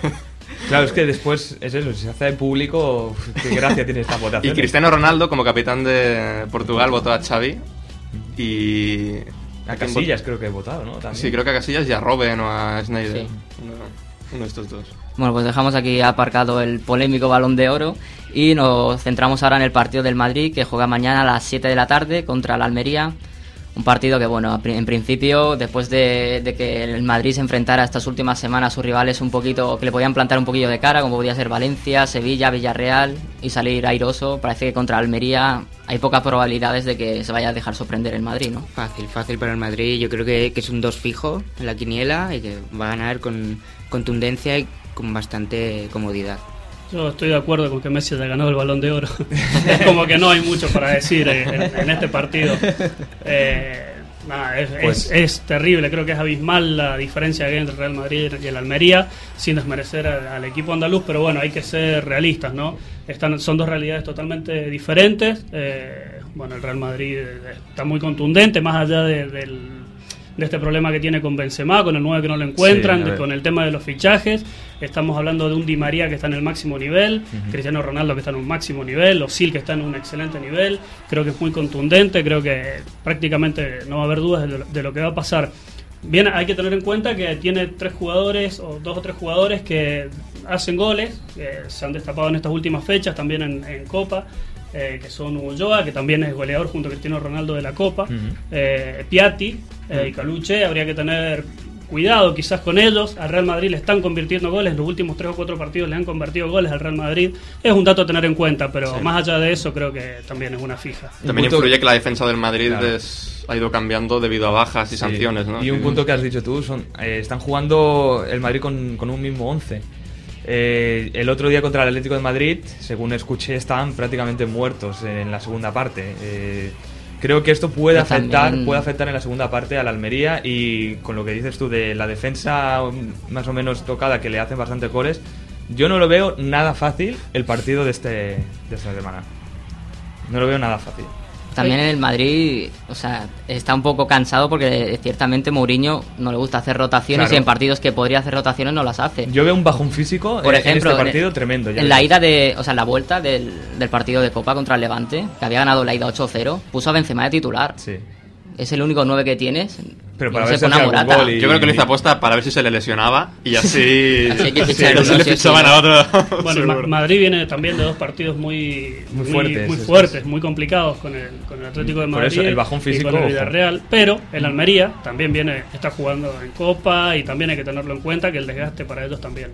Claro, es que después Pues es eso, si se hace público, uf, qué gracia tiene esta
<laughs>
Y
votación.
Cristiano Ronaldo, como capitán de Portugal, votó a Xavi. Y...
A
quién
Casillas
votó?
creo que he votado, ¿no? También.
Sí, creo que a Casillas y a Robben o a Snyder.
Sí.
Uno, uno de estos dos.
Bueno, pues dejamos aquí aparcado el polémico balón de oro y nos centramos ahora en el partido del Madrid que juega mañana a las 7 de la tarde contra la Almería. Un partido que, bueno, a pri- en principio, después de, de que el Madrid se enfrentara estas últimas semanas a sus rivales un poquito, que le podían plantar un poquillo de cara, como podía ser Valencia, Sevilla, Villarreal, y salir airoso, parece que contra Almería hay pocas probabilidades de que se vaya a dejar sorprender el Madrid, ¿no? Fácil, fácil para el Madrid. Yo creo que, que es un 2 fijo en la quiniela y que va a ganar con contundencia y con bastante comodidad.
Yo estoy de acuerdo con que Messi haya ganado el balón de oro. <laughs> es como que no hay mucho para decir en, en- en este partido. Eh, nada, es,
Pues-
es- es terrible, creo que es abismal la diferencia que hay entre el Real Madrid y el Almería, sin desmerecer al, al equipo andaluz, pero bueno, hay que ser realistas, ¿no? Están, son dos realidades totalmente diferentes. Eh, bueno, el Real Madrid eh, está muy contundente, más allá de- del de este problema que tiene con Benzema, con el 9 que no lo encuentran,
Sí, a
de-
ver.
con el tema de los fichajes. Estamos hablando de un Di María que está en el máximo nivel, Cristiano Ronaldo que está en un máximo nivel, Osil que está en un excelente nivel. Creo que es muy contundente, creo que prácticamente no va a haber dudas de lo, de lo que va a pasar. Bien, hay que tener en cuenta que tiene tres jugadores o dos o tres jugadores que hacen goles, que se han destapado en estas últimas fechas, también en, en Copa, eh, que son Ulloa, que también es goleador junto a Cristiano Ronaldo de la Copa,
Ujú.
eh, Piatti eh, y
Mm.
Caluche, habría que tener cuidado quizás con ellos. Al Real Madrid le están convirtiendo goles, en los últimos tres o cuatro partidos le han convertido goles al Real Madrid. Es un dato a tener en cuenta, pero
Sí.
más allá de eso creo que también es una fija.
También
punto-
influye que la defensa del Madrid
Claro.
es- ha ido cambiando debido a bajas y
Sí.
sanciones, ¿no?
Y un
Que-
punto que has dicho tú, son, eh, están jugando el Madrid con, con un mismo 11. Eh, el otro día contra el Atlético de Madrid, según escuché, estaban prácticamente muertos en la segunda parte. Eh, creo que esto puede
Pero
afectar,
también-
puede afectar en la segunda parte a la Almería y con lo que dices tú de la defensa mm, más o menos tocada que le hacen bastantes goles. Yo no lo veo nada fácil el partido de, este, de esta semana. No lo veo nada fácil.
También
Eh,
en el Madrid, o sea, está un poco cansado porque eh, ciertamente Mourinho no le gusta hacer rotaciones
Claro.
y en partidos que podría hacer rotaciones no las hace.
Yo veo un bajón físico
Por
en-
ejemplo,
en este
en-
partido tremendo. ya
en la
verás.
ida de, o sea, en la vuelta del, del partido de Copa contra el Levante, que había ganado la ida 8-0, puso a Benzema de titular. Es el único 9 que tienes.
Pero
Y
para
no se
ver si
pone a
hacía algún
Morata.
gol y-
Yo creo que lo hizo aposta para ver si se le lesionaba y así,
Así
<laughs>
hay que
así
fichar
no
uno,
se le
sí o sí,
fichaban
¿no?
a <laughs> otro.
<laughs>
Bueno,
seguro.
Ma- Madrid viene también de dos partidos muy,
Muy fuertes,
muy,
estos.
fuertes, muy complicados con el, con el Atlético de
Por
Madrid.
eso, el bajón
y
físico,
con el
ojo.
Villarreal. Pero el Almería también viene, está jugando en Copa y también hay que tenerlo en cuenta que el desgaste para ellos también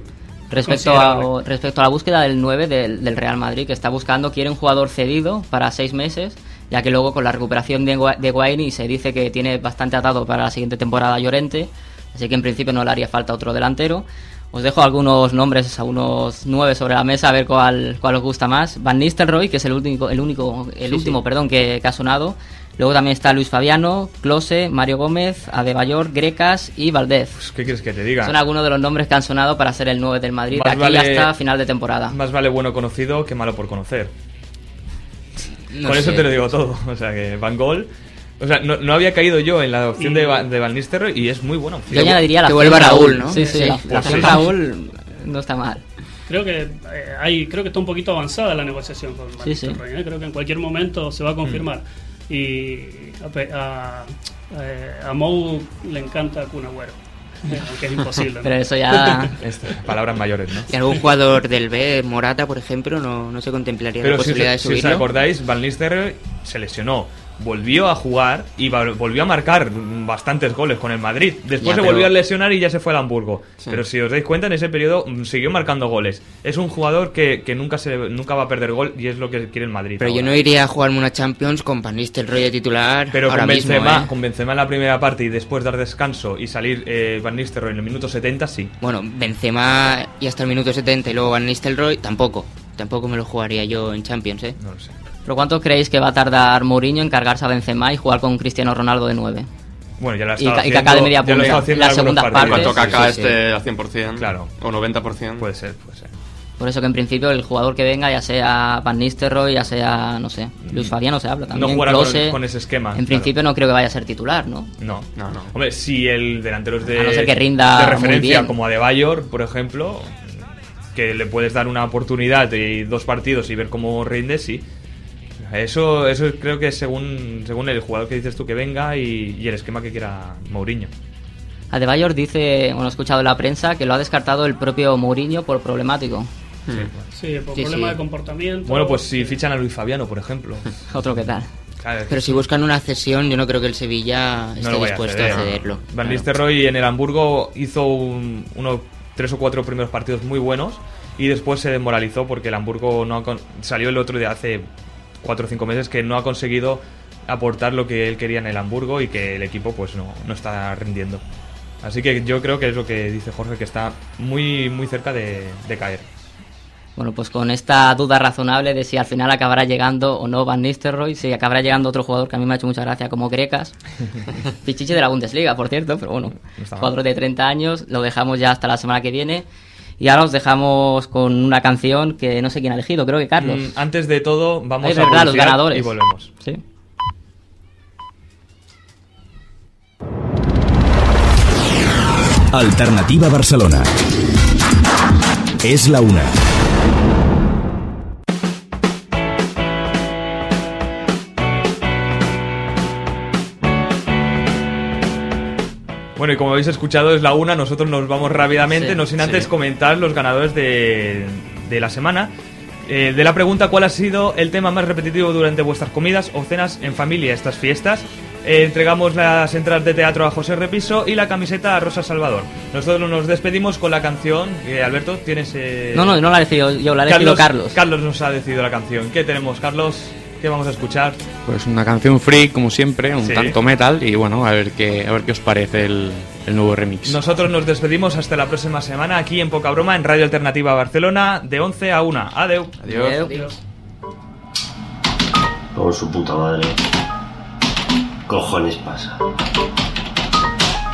Respecto a, respecto a la búsqueda del 9 del, del Real Madrid, que está buscando, quiere un jugador cedido para seis meses, ya que luego con la recuperación de, Gua- de Guaini se dice que tiene bastante atado para la siguiente temporada a Llorente, así que en principio no le haría falta otro delantero. Os dejo algunos nombres, algunos nueve sobre la mesa, a ver cuál, cuál os gusta más. Van Nistelrooy, que es el único, el único, el
Sí,
último,
sí.
perdón, que, que ha sonado. Luego también está Luis Fabiano, Close, Mario Gómez, Adebayor, Grecas y Valdez.
Pues, ¿Qué quieres que te diga?
Son algunos de los nombres que han sonado para ser el 9 del Madrid de
Más
aquí
vale-
hasta final de temporada.
Más vale bueno conocido que malo por conocer.
No
Con eso
sé.
te lo digo todo. <laughs> O sea, que Van Gol. O sea, no, no había caído yo en la opción de, Va- de Van Nistelrooy y es muy buena opción.
Yo añadiría la
que
opción
vuelva Raúl,
Raúl,
¿no?
Sí, sí,
Sí.
la, la
Pues
opción
sí.
Raúl no está mal.
Creo que eh, hay, creo que está un poquito avanzada la negociación con Van
Sí, sí. Mm.
Nistelrooy, ¿eh? Creo que en cualquier momento se va a confirmar. Y a, pe- a, eh, a Mou le encanta Kun Agüero, eh, aunque es imposible.
<laughs>
<laughs>
¿no? <laughs>
Esto, Este, palabras mayores, ¿no?
¿Y algún jugador del B, Morata, por ejemplo, no, no se contemplaría la
Pero si,
posibilidad
os-
de
si os
subirlo?
acordáis, Van Nistelrooy se lesionó. Volvió a jugar y va- volvió a marcar bastantes goles con el Madrid. Después
Ya,
se
pero-
volvió a lesionar y ya se fue al Hamburgo. Pero si os dais cuenta, en ese periodo mm, siguió marcando goles. Es un jugador que, que nunca, se, nunca va a perder gol y es lo que quiere el Madrid.
Pero yo
ahora.
no iría a jugarme una Champions con Van Nistelrooy de titular
Pero
ahora
con
mismo,
Benzema,
¿eh?
con Benzema en la primera parte y después dar descanso y salir eh, Van Nistelrooy en el minuto 70, sí.
Bueno, Benzema y hasta el minuto 70 y luego Van Nistelrooy, tampoco. Tampoco me lo jugaría yo en Champions, ¿eh?
No lo sé.
¿Pero cuánto creéis que va a tardar Mourinho en cargarse a Benzema y jugar con Cristiano Ronaldo de 9?
Bueno, ya lo ha
Y,
estado
Ca- y
haciendo-
Kaká de media
ya lo ha estado
punta.
haciendo
La
en algunos
segunda
partidos.
parte.
Cuanto Kaká
este
Sí, sí.
esté al 100%.
Claro.
O 90%.
Puede ser, puede ser.
Por eso que en principio el jugador que venga, ya sea Van Nistelrooy, ya sea, no sé, Luis Fabiano se habla
Mm. No
también.
jugará con-
Klose,
con ese esquema,
En
claro.
principio no creo que vaya a ser titular, ¿no?
No. no, Hombre, si el delantero es de,
A no ser que rinda
de
muy
referencia,
bien.
como a De Bayor, por ejemplo, que le puedes dar una oportunidad y dos partidos y ver cómo rinde, sí. Eso, eso creo que es según, según el jugador que dices tú que venga y, y el esquema que quiera Mourinho.
Adebayor dice, bueno, he escuchado en la prensa que lo ha descartado el propio Mourinho por problemático.
Sí, por
Sí,
problema
sí.
de comportamiento.
Bueno, pues si fichan a Luis Fabiano, por
<laughs>
ejemplo.
Otro que tal.
Claro, es que
Pero si buscan una cesión, yo no creo que el Sevilla esté
voy
dispuesto
ceder,
a
no.
cederlo.
Van
Claro.
Nistelrooy en el Hamburgo hizo un- unos tres o cuatro primeros partidos muy buenos y después se desmoralizó porque el Hamburgo no ha con- salió el otro día hace cuatro o cinco meses que no ha conseguido aportar lo que él quería en el Hamburgo y que el equipo pues no, no está rindiendo. Así que yo creo que es lo que dice Jorge, que está muy, muy cerca de, de caer.
Bueno, pues con esta duda razonable de si al final acabará llegando o no Van Nistelrooy, si acabará llegando otro jugador que a mí me ha hecho mucha gracia como
<laughs>
Grecas, Pichichi de la Bundesliga, por cierto, pero bueno,
No está mal.
jugador de 30 años, lo dejamos ya hasta la semana que viene. Y ahora os dejamos con una canción que no sé quién ha elegido, creo que Carlos.
Mm, Antes de todo, vamos
Ay,
a
verdad, los
publicidad
ganadores.
y volvemos.
Sí.
Alternativa Barcelona. És la una.
Bueno, y como habéis escuchado, es la una, nosotros nos vamos rápidamente,
Sí,
no sin antes
sí.
comentar los ganadores de, de la semana. Eh, de la pregunta, ¿cuál ha sido el tema más repetitivo durante vuestras comidas o cenas en familia estas fiestas? Eh, entregamos las entradas de teatro a José Repiso y la camiseta a Rosa Salvador. Nosotros nos despedimos con la canción que Alberto tienes... eh,
No, no, no la he decidido yo, la ha elegido Carlos.
Carlos nos ha decidido la canción. ¿Qué tenemos, Carlos? ¿Qué vamos a escuchar?
Pues una canción free, como siempre, un
Sí.
tanto metal, y bueno, a ver qué, a ver qué os parece el, el nuevo remix.
Nosotros nos despedimos hasta la próxima semana aquí en Poca Broma en Radio Alternativa Barcelona de 11 a 1. Adeu.
Adiós.
Adiós.
Por su puta madre. Cojones pasa.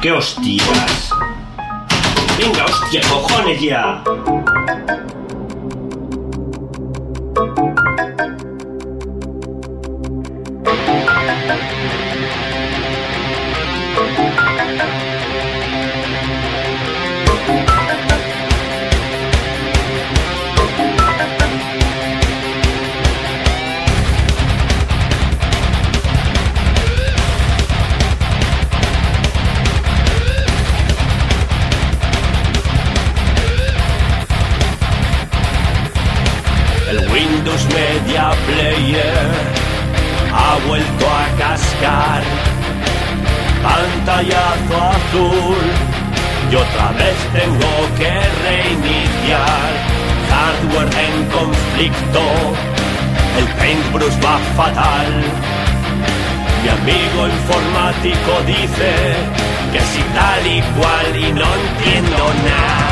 ¡Qué hostias! Venga, hostia, cojones ya.
El Windows Media Player ha vuelto a cascar. Pantallazo azul. y otra vez tengo que reiniciar. Hardware en conflicto, el paintbrush va fatal. Mi amigo informático dice que si tal y cual y no entiendo nada.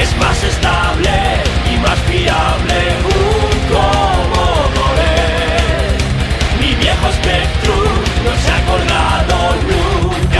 Es más estable y más fiable. Uh.